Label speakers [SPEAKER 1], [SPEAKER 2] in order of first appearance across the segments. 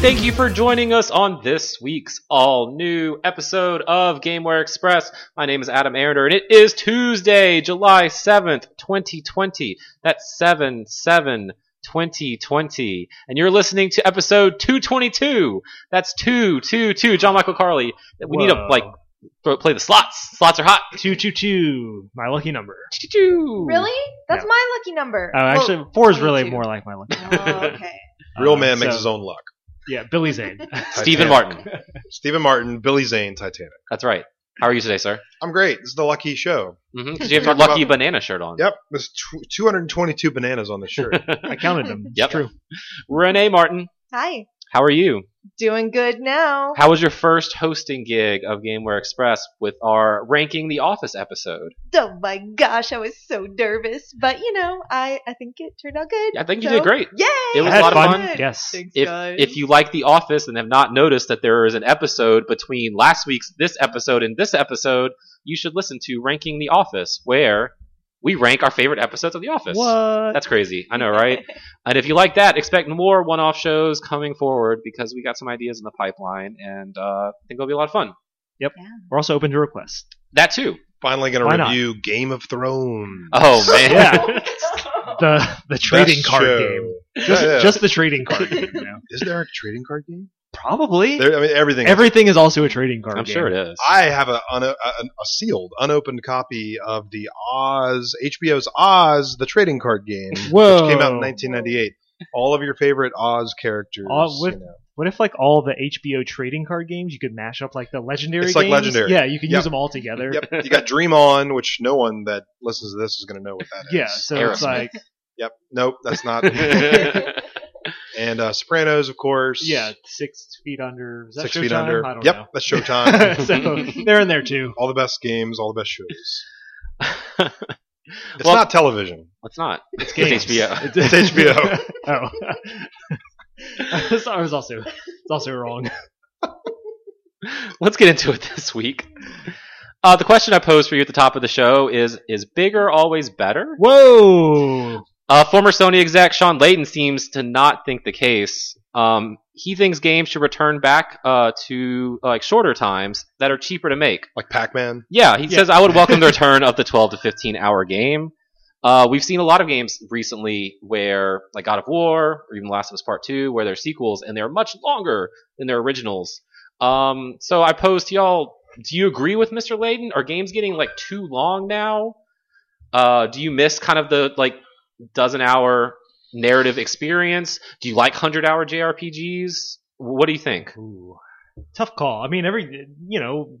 [SPEAKER 1] Thank you for joining us on this week's all new episode of Gameware Express. My name is Adam Arender, and it is Tuesday, July 7th, 2020. That's 7 7 2020. And you're listening to episode 222. That's 222. John Michael Carly. We need to,
[SPEAKER 2] Whoa.
[SPEAKER 1] like, throw- play the slots. Slots are hot.
[SPEAKER 2] Choo choo choo. My lucky number.
[SPEAKER 1] Choo-choo.
[SPEAKER 3] Really? That's
[SPEAKER 2] No.
[SPEAKER 3] my lucky number.
[SPEAKER 2] Oh,
[SPEAKER 3] Well,
[SPEAKER 2] actually, four is really
[SPEAKER 3] 22.
[SPEAKER 2] more like my lucky.
[SPEAKER 3] Oh, okay.
[SPEAKER 4] Real
[SPEAKER 2] Uh,
[SPEAKER 4] man
[SPEAKER 2] so-
[SPEAKER 4] makes his own luck.
[SPEAKER 2] Yeah, Billy Zane.
[SPEAKER 1] Stephen
[SPEAKER 4] Titanic.
[SPEAKER 1] Martin.
[SPEAKER 4] Stephen Martin, Billy Zane, Titanic.
[SPEAKER 1] That's right. How are you today, sir?
[SPEAKER 4] I'm great. This is the lucky show.
[SPEAKER 1] Because you have your
[SPEAKER 4] Talk
[SPEAKER 1] lucky
[SPEAKER 4] about-
[SPEAKER 1] banana shirt on.
[SPEAKER 4] Yep, there's tw- 222 bananas on the shirt.
[SPEAKER 2] I counted them. It's
[SPEAKER 1] Yep.
[SPEAKER 2] True.
[SPEAKER 1] Renee Martin.
[SPEAKER 3] Hi.
[SPEAKER 1] How are you?
[SPEAKER 3] Doing good now.
[SPEAKER 1] How was your first hosting gig of Gameware Express with our ranking the office episode?
[SPEAKER 3] Oh my gosh, I was so nervous, but you know, I I think it turned out good.
[SPEAKER 1] I think you
[SPEAKER 3] So,
[SPEAKER 1] did great.
[SPEAKER 3] Yay!
[SPEAKER 1] It
[SPEAKER 2] I
[SPEAKER 1] was
[SPEAKER 2] had
[SPEAKER 1] a lot of
[SPEAKER 2] fun.
[SPEAKER 3] fun.
[SPEAKER 2] Yes.
[SPEAKER 3] Thanks,
[SPEAKER 1] If,
[SPEAKER 3] guys.
[SPEAKER 1] if you like The Office and have not noticed that there is an episode between last week's this episode and this episode, you should listen to Ranking the Office, where we rank our favorite episodes of The Office.
[SPEAKER 2] What?
[SPEAKER 1] That's crazy. I know, right? and if you like that, expect more one off shows coming forward because we got some ideas in the pipeline and uh, I think it'll be a lot of fun.
[SPEAKER 2] We're also open to requests.
[SPEAKER 1] That too.
[SPEAKER 4] Finally, going
[SPEAKER 2] Why
[SPEAKER 4] to
[SPEAKER 2] not?
[SPEAKER 4] review Game of Thrones.
[SPEAKER 1] Oh, man.
[SPEAKER 2] Yeah. The the trading
[SPEAKER 4] Best
[SPEAKER 2] card
[SPEAKER 4] show.
[SPEAKER 2] game.
[SPEAKER 4] Yeah,
[SPEAKER 2] Just,
[SPEAKER 4] yeah.
[SPEAKER 2] just the trading card game. You know?
[SPEAKER 4] is there a trading card game?
[SPEAKER 2] Probably.
[SPEAKER 4] There, I mean, everything.
[SPEAKER 2] Everything is also a trading card
[SPEAKER 1] I'm
[SPEAKER 2] game.
[SPEAKER 1] sure it is.
[SPEAKER 4] I have a, un, a, a sealed, unopened copy of the Oz HBO's Oz, the trading card game,
[SPEAKER 2] Whoa.
[SPEAKER 4] which came out in 1998. All of your favorite Oz characters.
[SPEAKER 2] Oz with-
[SPEAKER 4] you know.
[SPEAKER 2] What if like all the HBO trading card games you could mash up like the legendary?
[SPEAKER 4] It's like
[SPEAKER 2] games?
[SPEAKER 4] Legendary.
[SPEAKER 2] Yeah, you can
[SPEAKER 4] Yep.
[SPEAKER 2] use them all together.
[SPEAKER 4] Yep, you got Dream On, which no one that listens to this is going to know what that is.
[SPEAKER 2] Yeah, so it's
[SPEAKER 1] Aerosmith.
[SPEAKER 2] like
[SPEAKER 4] Yep. Nope, that's not.
[SPEAKER 1] That's
[SPEAKER 4] and uh, Sopranos, of course.
[SPEAKER 2] yeah, six feet under. Is that
[SPEAKER 4] Six
[SPEAKER 2] Showtime?
[SPEAKER 4] feet under.
[SPEAKER 2] I don't
[SPEAKER 4] Yep,
[SPEAKER 2] know.
[SPEAKER 4] that's Showtime.
[SPEAKER 2] so they're in there too.
[SPEAKER 4] all the best games, all the best shows. It's
[SPEAKER 1] Well-
[SPEAKER 4] not television.
[SPEAKER 1] not. It's
[SPEAKER 2] games.
[SPEAKER 1] HBO.
[SPEAKER 4] It's HBO.
[SPEAKER 2] oh, I was also it's also wrong.
[SPEAKER 1] Let's get into it this week. Uh, the question I posed for you at the top of the show is: Is bigger always better?
[SPEAKER 2] Whoa!
[SPEAKER 1] Uh, former Sony exec Sean Layden seems to not think the case. Um, he thinks games should return back uh, to like shorter times that are cheaper to make.
[SPEAKER 4] Like Pac Man.
[SPEAKER 1] Yeah, he
[SPEAKER 2] Yeah.
[SPEAKER 1] says I would welcome the return of the 12 to 15 hour game. Uh, we've seen a lot of games recently where, like God of War or even Last of Us Part Two, where they're sequels and they're much longer than their originals. Um, so I pose to y'all: Do you agree with Mr. Layden? Are games getting like too long now? Uh, do you miss kind of the like dozen hour narrative experience? Do you like hundred hour JRPGs? What do you think?
[SPEAKER 2] Ooh. Tough call. I mean, every you know,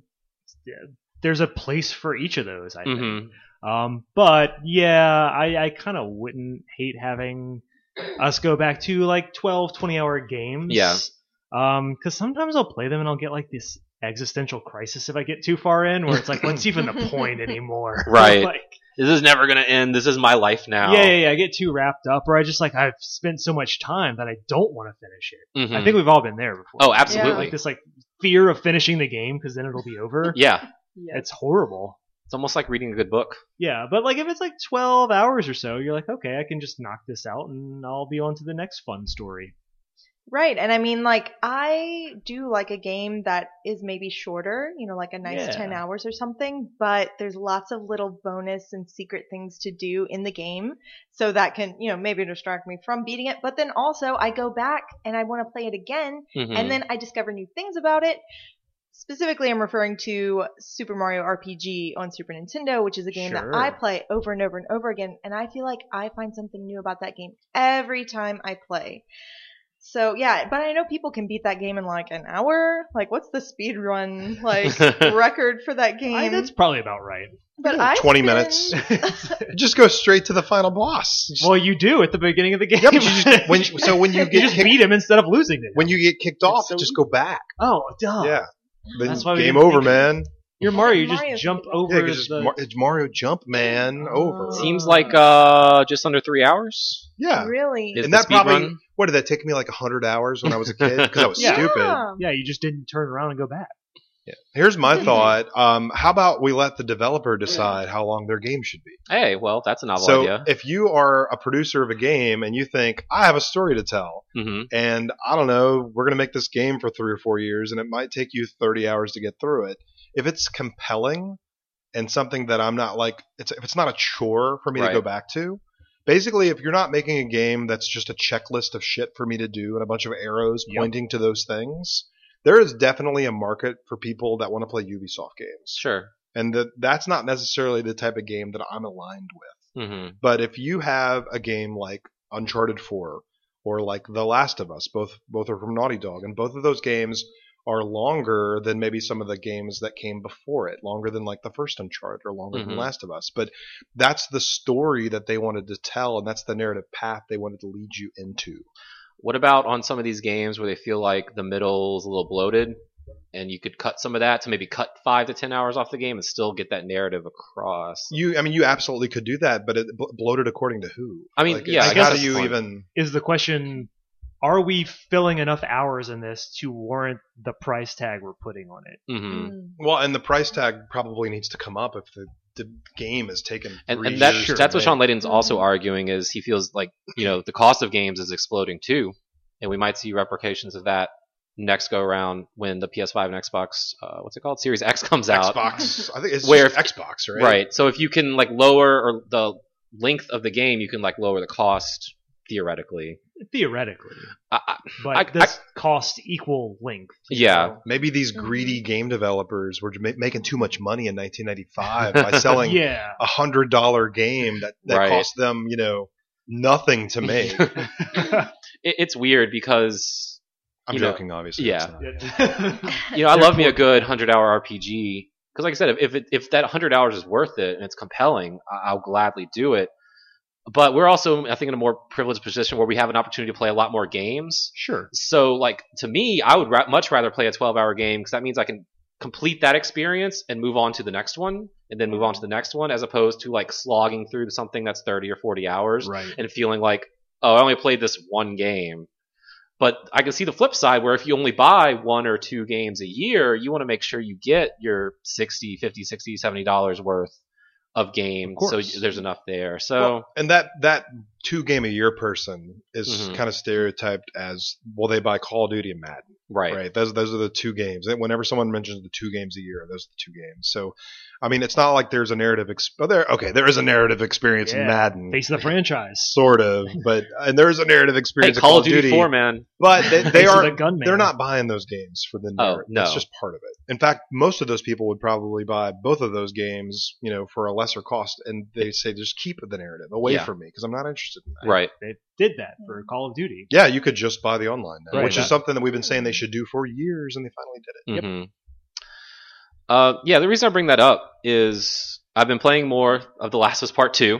[SPEAKER 2] there's a place for each of those. I think.
[SPEAKER 1] hmm
[SPEAKER 2] Um, but yeah, I, I kind of wouldn't hate having us go back to like 12, 20 hour games.
[SPEAKER 1] Yeah.
[SPEAKER 2] Um, cause sometimes I'll play them and I'll get like this existential crisis if I get too far in where it's like, what's even the point anymore?
[SPEAKER 1] Right.
[SPEAKER 2] like,
[SPEAKER 1] This is never gonna end. This is my life now.
[SPEAKER 2] yeah, yeah, yeah. I get too wrapped up or I just like, I've spent so much time that I don't want to finish it.
[SPEAKER 1] Mhm.
[SPEAKER 4] Hmm.
[SPEAKER 2] I think we've all been there before.
[SPEAKER 1] Oh,
[SPEAKER 3] absolutely.
[SPEAKER 2] Like this like fear of finishing the game cause then it'll be over.
[SPEAKER 1] Yeah,
[SPEAKER 3] Yeah.
[SPEAKER 2] It's horrible.
[SPEAKER 1] it's almost like reading a good book.
[SPEAKER 2] Yeah, but like if it's like 12 hours or so, you're like, okay, I can just knock this out and I'll be on to the next fun story.
[SPEAKER 3] Right, and I mean, like, I do like a game that is maybe shorter, you know, like a nice
[SPEAKER 2] Yeah.
[SPEAKER 3] 10 hours or something, but there's lots of little bonus and secret things to do in the game. So that can, you know, maybe distract me from beating it. But then also, I go back and I want to play it again,
[SPEAKER 4] Mm-hmm.
[SPEAKER 1] Hmm.
[SPEAKER 3] and then I discover new things about it. Specifically, I'm referring to Super Mario RPG on Super Nintendo, which is a game that I
[SPEAKER 2] Sure.
[SPEAKER 3] play over and over and over again, and I feel like I find something new about that game every time I play. So yeah, but I know people can beat that game in like an hour. Like, what's the speed run like record for that game?
[SPEAKER 2] I, that's probably about right.
[SPEAKER 3] but
[SPEAKER 4] Yeah, 20
[SPEAKER 3] spend-
[SPEAKER 4] minutes. Just go straight to the final boss. You just-
[SPEAKER 2] Well, you do at the beginning of the game.
[SPEAKER 4] Yep, you just- when you- so when you
[SPEAKER 2] You
[SPEAKER 4] get
[SPEAKER 2] just
[SPEAKER 4] kicked-
[SPEAKER 2] beat him instead of losing it.
[SPEAKER 4] when you get kicked off,
[SPEAKER 2] so
[SPEAKER 4] just go back.
[SPEAKER 2] oh, duh.
[SPEAKER 4] yeah. Then
[SPEAKER 2] That's why we
[SPEAKER 4] game
[SPEAKER 2] didn't
[SPEAKER 4] over,
[SPEAKER 2] think-
[SPEAKER 4] man.
[SPEAKER 2] You're Mario. You just
[SPEAKER 3] Mario's
[SPEAKER 2] jump
[SPEAKER 3] good.
[SPEAKER 2] over
[SPEAKER 4] Yeah, 'cause it's,
[SPEAKER 2] the.
[SPEAKER 4] Mar- it's Mario Jump, man. Over.
[SPEAKER 3] Oh.
[SPEAKER 1] Seems like uh, just under three hours.
[SPEAKER 4] Yeah.
[SPEAKER 3] Really?
[SPEAKER 1] Is
[SPEAKER 4] and
[SPEAKER 1] the
[SPEAKER 4] that
[SPEAKER 1] speed
[SPEAKER 4] probably
[SPEAKER 1] run?
[SPEAKER 4] what did that take me like hundred hours when I was a kid because I was
[SPEAKER 2] Yeah.
[SPEAKER 4] stupid.
[SPEAKER 2] yeah, you just didn't turn around and go back.
[SPEAKER 4] Yeah. Here's my thought. Um, how about we let the developer decide how long their game should be?
[SPEAKER 1] Hey, well, that's a novel
[SPEAKER 4] so
[SPEAKER 1] idea.
[SPEAKER 4] if you are a producer of a game and you think, I have a story to tell,
[SPEAKER 1] hmm
[SPEAKER 4] and I don't know, we're going to make this game for three or four years, and it might take you 30 hours to get through it. If it's compelling and something that I'm not like, it's, if it's not a chore for me
[SPEAKER 1] Right.
[SPEAKER 4] to go back to, basically, if you're not making a game that's just a checklist of shit for me to do and a bunch of arrows
[SPEAKER 2] Yep.
[SPEAKER 4] pointing to those things, there is definitely a market for people that want to play Ubisoft games.
[SPEAKER 1] Sure.
[SPEAKER 4] And that that's not necessarily the type of game that I'm aligned with.
[SPEAKER 1] hmm
[SPEAKER 4] But if you have a game like Uncharted 4 or like The Last of Us, both both are from Naughty Dog, and both of those games are longer than maybe some of the games that came before it, longer than like the first Uncharted or longer
[SPEAKER 1] Mhm.
[SPEAKER 4] than Last of Us. But that's the story that they wanted to tell, and that's the narrative path they wanted to lead you into.
[SPEAKER 1] What about on some of these games where they feel like the middle's a little bloated, and you could cut some of that to maybe cut five to ten hours off the game and still get that narrative across?
[SPEAKER 4] You, I mean, you absolutely could do that, but it bl- bloated according to who?
[SPEAKER 1] I mean,
[SPEAKER 4] Like,
[SPEAKER 1] yeah,
[SPEAKER 4] it's-
[SPEAKER 2] I guess
[SPEAKER 4] how do
[SPEAKER 1] that's
[SPEAKER 4] you
[SPEAKER 1] fine.
[SPEAKER 4] even?
[SPEAKER 2] Is the question: Are we filling enough hours in this to warrant the price tag we're putting on it?
[SPEAKER 1] hmm
[SPEAKER 3] Mm.
[SPEAKER 4] Well, and the price tag probably needs to come up if the, the game has taken
[SPEAKER 1] And,
[SPEAKER 4] three
[SPEAKER 1] and that's
[SPEAKER 4] years to
[SPEAKER 1] that's what
[SPEAKER 4] make.
[SPEAKER 1] Sean Layden's also arguing is he feels like you know the cost of games is exploding too, and we might see replications of that next go around when the PS5 and Xbox uh, what's it called Series X comes out.
[SPEAKER 4] Xbox. I think it's
[SPEAKER 1] Where
[SPEAKER 4] just Xbox, right?
[SPEAKER 1] Right. So if you can like lower or the length of the game, you can like lower the cost theoretically.
[SPEAKER 2] Theoretically,
[SPEAKER 1] I, I,
[SPEAKER 2] but
[SPEAKER 1] I-
[SPEAKER 2] this cost equal length.
[SPEAKER 1] Yeah.
[SPEAKER 4] Maybe these
[SPEAKER 2] Mm-hmm.
[SPEAKER 4] greedy game developers were ma- making too much money in 1995 by selling a
[SPEAKER 2] yeah.
[SPEAKER 4] hundred dollar game that, that
[SPEAKER 1] Right.
[SPEAKER 4] cost them, you know, nothing to make.
[SPEAKER 1] it, it's weird because
[SPEAKER 4] I'm
[SPEAKER 1] You know,
[SPEAKER 4] joking, obviously.
[SPEAKER 1] yeah.
[SPEAKER 4] it's not.
[SPEAKER 1] you know I
[SPEAKER 2] They're
[SPEAKER 1] love me a good hundred hour RPG because like I said, if if, it, if that hundred hours is worth it and it's compelling, I- I'll gladly do it. But we're also, I think, in a more privileged position where we have an opportunity to play a lot more games.
[SPEAKER 2] Sure.
[SPEAKER 1] So, like to me, I would ra- much rather play a twelve-hour game because that means I can complete that experience and move on to the next one, and then move on to the next one, as opposed to like slogging through something that's thirty or forty hours
[SPEAKER 2] Right.
[SPEAKER 1] and feeling like, oh, I only played this one game. But I can see the flip side where if you only buy one or two games a year, you want to make sure you get your 60, 50, 60, 70 dollars worth of game.
[SPEAKER 2] course.
[SPEAKER 1] so y- there's enough there. So
[SPEAKER 4] Well, and that that two game a year person is
[SPEAKER 1] Mhm.
[SPEAKER 4] kind of stereotyped as well. They buy Call of Duty and Madden.
[SPEAKER 1] right.
[SPEAKER 4] right. Those those are the two games. And Whenever someone mentions the two games a year, those are the two games. So, I mean, it's not like there's a narrative. Exp- oh, there, okay, there is a narrative experience in
[SPEAKER 2] Yeah.
[SPEAKER 4] Madden,
[SPEAKER 2] Face of the franchise.
[SPEAKER 4] sort of, but and there is a narrative
[SPEAKER 1] Hey,
[SPEAKER 4] experience in
[SPEAKER 1] Call of Duty, 4 man.
[SPEAKER 4] But they, they
[SPEAKER 2] Face of
[SPEAKER 4] are
[SPEAKER 2] the gunman.
[SPEAKER 4] they're not buying those games for the narrative.
[SPEAKER 1] Oh, no.
[SPEAKER 4] That's just part of it. In fact, most of those people would probably buy both of those games, you know, for a lesser cost, and they say just keep the narrative away
[SPEAKER 1] Yeah.
[SPEAKER 4] from me because I'm not interested in that.
[SPEAKER 1] Right.
[SPEAKER 2] They did that for Call of Duty.
[SPEAKER 4] Yeah, you could just buy the online, now,
[SPEAKER 2] Right.
[SPEAKER 4] which is something that we've been saying they should do for years, and they finally did it.
[SPEAKER 1] hmm Uh, yeah, the reason I bring that up is I've been playing more of The Last of Us Part 2.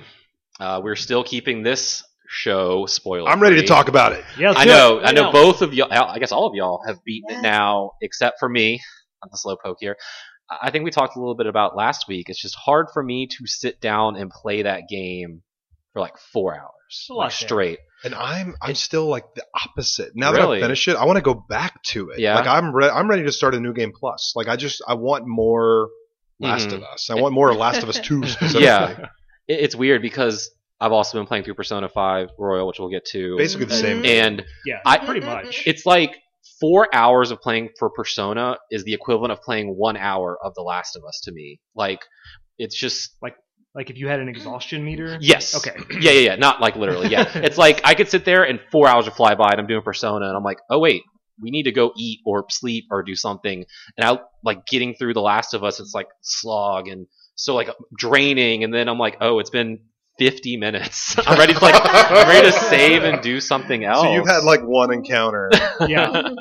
[SPEAKER 1] Uh, we're still keeping this show spoiled.
[SPEAKER 4] I'm ready to talk about it.
[SPEAKER 2] Yeah. let's
[SPEAKER 1] I
[SPEAKER 2] do it.
[SPEAKER 1] know,
[SPEAKER 2] Lay
[SPEAKER 1] I
[SPEAKER 2] it
[SPEAKER 1] know.
[SPEAKER 2] out.
[SPEAKER 1] Both of y'all, I guess all of y'all have beaten it
[SPEAKER 3] Yeah.
[SPEAKER 1] now, except for me. I'm the slow poke here. I I think we talked a little bit about last week. It's just hard for me to sit down and play that game for like four hours
[SPEAKER 2] a lot
[SPEAKER 1] like
[SPEAKER 2] there.
[SPEAKER 1] straight.
[SPEAKER 4] And I'm I'm still like the opposite. Now that
[SPEAKER 1] Really?
[SPEAKER 4] I finish it, I want to go back to it.
[SPEAKER 1] Yeah.
[SPEAKER 4] Like I'm re- I'm ready to start a new game plus. Like I just I want more Last of Us. I want more Last of Us 2 specifically.
[SPEAKER 1] Mm-hmm. Yeah. It, it's weird because I've also been playing through Persona 5 Royal, which we'll get to.
[SPEAKER 4] Basically the same.
[SPEAKER 1] Mm-hmm. And
[SPEAKER 2] Yeah.
[SPEAKER 1] I-
[SPEAKER 2] pretty much.
[SPEAKER 1] it's like four hours of playing for Persona is the equivalent of playing one hour of The Last of Us to me. Like, it's just
[SPEAKER 2] like if you had an exhaustion meter.
[SPEAKER 1] Yes.
[SPEAKER 2] Okay.
[SPEAKER 1] Yeah, yeah, yeah. Not like literally. Yeah. it's like I could sit there and four hours would fly by and I'm doing Persona and I'm like, oh wait, we need to go eat or sleep or do something. And I like getting through The Last of Us. It's like slog and so like draining. And then I'm like, oh, it's been 50 minutes. I'm ready to like, I'm ready to save and do something else.
[SPEAKER 4] So you've had like one encounter,
[SPEAKER 2] Yeah.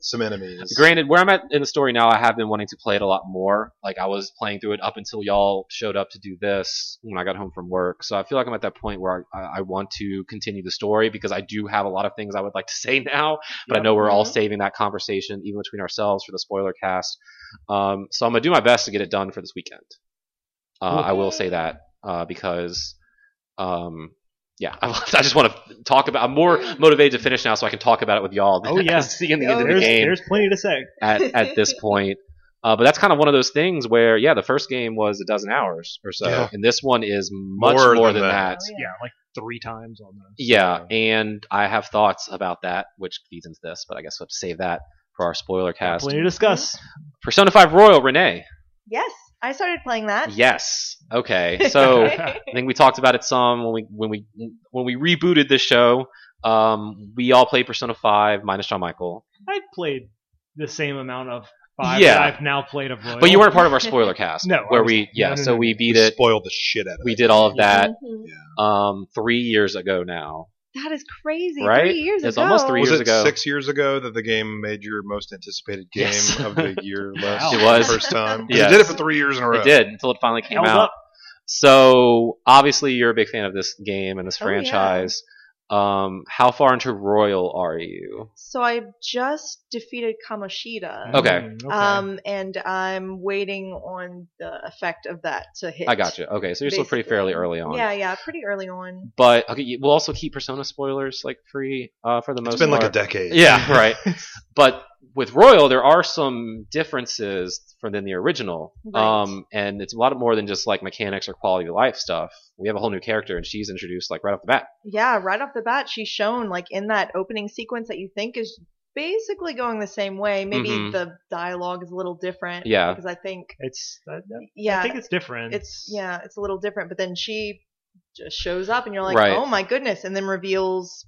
[SPEAKER 4] some enemies.
[SPEAKER 1] Granted, where I'm at in the story now, I have been wanting to play it a lot more. Like I was playing through it up until y'all showed up to do this when I got home from work. So I feel like I'm at that point where I, I want to continue the story because I do have a lot of things I would like to say now, but I
[SPEAKER 2] Yep. Mm-hmm.
[SPEAKER 1] know we're all
[SPEAKER 3] Mhm.
[SPEAKER 1] saving that conversation even between ourselves for the spoiler cast. Um, so I'm gonna do my best to get it done for this weekend. Uh,
[SPEAKER 2] Cool.
[SPEAKER 1] I will say that uh, because. Um, yeah, I, I just want to talk about. I'm more motivated to finish now, so I can talk about it with y'all. than
[SPEAKER 2] Oh, yeah.
[SPEAKER 1] seeing the
[SPEAKER 3] Oh,
[SPEAKER 1] end of the
[SPEAKER 2] There's
[SPEAKER 1] game
[SPEAKER 2] there's plenty to say.
[SPEAKER 1] at, at this point. Uh, but that's kind of one of those things where, yeah, the first game was a dozen hours or so,
[SPEAKER 4] Yeah.
[SPEAKER 1] and this one is much more,
[SPEAKER 4] More
[SPEAKER 1] than,
[SPEAKER 4] than
[SPEAKER 1] that.
[SPEAKER 4] that.
[SPEAKER 3] Oh,
[SPEAKER 2] yeah, like three times almost.
[SPEAKER 1] Yeah, and I have thoughts about that, which feeds into this, but I guess we'll have to save that for our spoiler cast.
[SPEAKER 2] Plenty to discuss.
[SPEAKER 1] Persona 5 Royal, Renee.
[SPEAKER 3] Yes, I started playing that.
[SPEAKER 1] Yes. Okay. So I think we talked about it some when we when we when we rebooted this show. Um, we all played Persona 5 minus Shawn Michael,
[SPEAKER 2] I played the same amount of five
[SPEAKER 1] Yeah.
[SPEAKER 2] that I've now played of Royal.
[SPEAKER 1] but you weren't part of our spoiler cast.
[SPEAKER 2] No, I
[SPEAKER 1] where
[SPEAKER 2] was-
[SPEAKER 1] we yeah,
[SPEAKER 2] no, no,
[SPEAKER 1] so
[SPEAKER 2] no.
[SPEAKER 1] we beat
[SPEAKER 4] We
[SPEAKER 1] it.
[SPEAKER 4] spoiled the shit out of
[SPEAKER 1] We
[SPEAKER 4] it.
[SPEAKER 1] did all of that
[SPEAKER 3] Mhm.
[SPEAKER 1] um, three years ago now.
[SPEAKER 3] That is crazy.
[SPEAKER 1] Right?
[SPEAKER 3] Three years
[SPEAKER 1] It's
[SPEAKER 3] ago.
[SPEAKER 1] almost three
[SPEAKER 4] Was
[SPEAKER 1] years
[SPEAKER 4] it
[SPEAKER 1] ago.
[SPEAKER 4] six years ago that the game made your most anticipated game
[SPEAKER 1] Yes.
[SPEAKER 4] of the year list?
[SPEAKER 2] It
[SPEAKER 1] was.
[SPEAKER 4] first time. 'Cause
[SPEAKER 1] Yes.
[SPEAKER 4] It did it Oh, for three years in a row.
[SPEAKER 1] It did until it finally came
[SPEAKER 2] Held
[SPEAKER 1] out.
[SPEAKER 2] up.
[SPEAKER 1] So obviously you're a big fan of this game and this
[SPEAKER 3] Oh, yeah.
[SPEAKER 1] franchise. Um, how far into Royal are you?
[SPEAKER 3] So I just defeated Kamoshida.
[SPEAKER 1] Okay.
[SPEAKER 2] Mm,
[SPEAKER 3] Um, and I'm waiting on the effect of that to hit.
[SPEAKER 1] I got you. Okay, so you're still pretty
[SPEAKER 3] Basically.
[SPEAKER 1] fairly early on.
[SPEAKER 3] Yeah, yeah, pretty early on.
[SPEAKER 1] But okay, we'll also keep Persona spoilers like free uh, for the most.
[SPEAKER 4] It's been like a
[SPEAKER 1] part.
[SPEAKER 4] decade.
[SPEAKER 1] Yeah, right. but with Royal, there are some differences from than the original,
[SPEAKER 3] Right.
[SPEAKER 1] um, and it's a lot more than just like mechanics or quality of life stuff. We have a whole new character, and she's introduced like right off the bat.
[SPEAKER 3] Yeah, right off the bat, she's shown like in that opening sequence that you think is basically going the same way. Maybe
[SPEAKER 1] Mhm.
[SPEAKER 3] the dialogue is a little different.
[SPEAKER 1] Yeah.
[SPEAKER 3] because I think
[SPEAKER 2] It's I, I
[SPEAKER 3] yeah,
[SPEAKER 2] think it's different.
[SPEAKER 3] it's yeah, it's a little different. But then she just shows up, and you're like,
[SPEAKER 1] Right.
[SPEAKER 3] oh my goodness, and then reveals.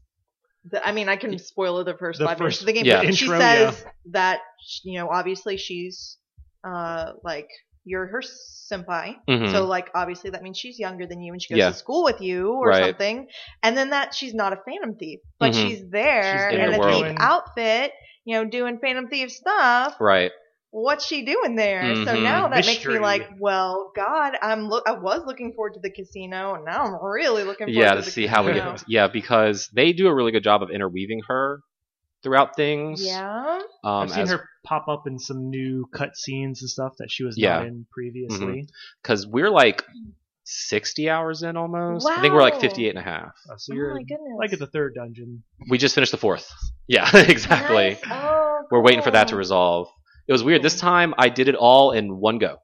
[SPEAKER 3] The, I mean, I can spoil the first
[SPEAKER 2] The
[SPEAKER 3] five minutes
[SPEAKER 2] first-
[SPEAKER 3] of the game.
[SPEAKER 1] yeah.
[SPEAKER 3] but she
[SPEAKER 2] Intro,
[SPEAKER 3] says that you know, obviously she's uh like you're her senpai.
[SPEAKER 1] Mhm.
[SPEAKER 3] So like obviously that means she's younger than you and she goes
[SPEAKER 1] Yeah.
[SPEAKER 3] to school with you or
[SPEAKER 1] Right.
[SPEAKER 3] something. And then that she's not a Phantom Thief, but
[SPEAKER 1] Mhm.
[SPEAKER 3] she's there
[SPEAKER 2] She's
[SPEAKER 1] in
[SPEAKER 3] in
[SPEAKER 1] the
[SPEAKER 3] a
[SPEAKER 1] world.
[SPEAKER 3] thief outfit, you know, doing Phantom Thief stuff
[SPEAKER 1] right.
[SPEAKER 3] what's she doing there? So
[SPEAKER 1] Mhm.
[SPEAKER 3] now that makes me
[SPEAKER 2] Mystery.
[SPEAKER 3] like, well, God, I'm look. I was looking forward to the casino, and now I'm really looking forward
[SPEAKER 1] Yeah,
[SPEAKER 3] to
[SPEAKER 1] to
[SPEAKER 3] the
[SPEAKER 1] see how we
[SPEAKER 3] casino.
[SPEAKER 1] get. Yeah, because they do a really good job of interweaving her throughout things.
[SPEAKER 3] Yeah,
[SPEAKER 1] Um,
[SPEAKER 2] I've seen
[SPEAKER 1] as-
[SPEAKER 2] her pop up in some new cutscenes and stuff that she was
[SPEAKER 1] Yeah. Mm-hmm.
[SPEAKER 2] not in previously.
[SPEAKER 1] because we're like 60 hours in almost. I think we're
[SPEAKER 3] Wow.
[SPEAKER 1] like 58 and a half.
[SPEAKER 2] Uh, so
[SPEAKER 3] Oh
[SPEAKER 2] you're
[SPEAKER 3] my goodness.
[SPEAKER 2] like at the third dungeon.
[SPEAKER 1] We just finished the fourth. Yeah, exactly.
[SPEAKER 3] Nice. Oh,
[SPEAKER 1] We're waiting for that to
[SPEAKER 3] cool.
[SPEAKER 1] resolve. It was weird. This
[SPEAKER 3] Cool.
[SPEAKER 1] time I did it all in one go. And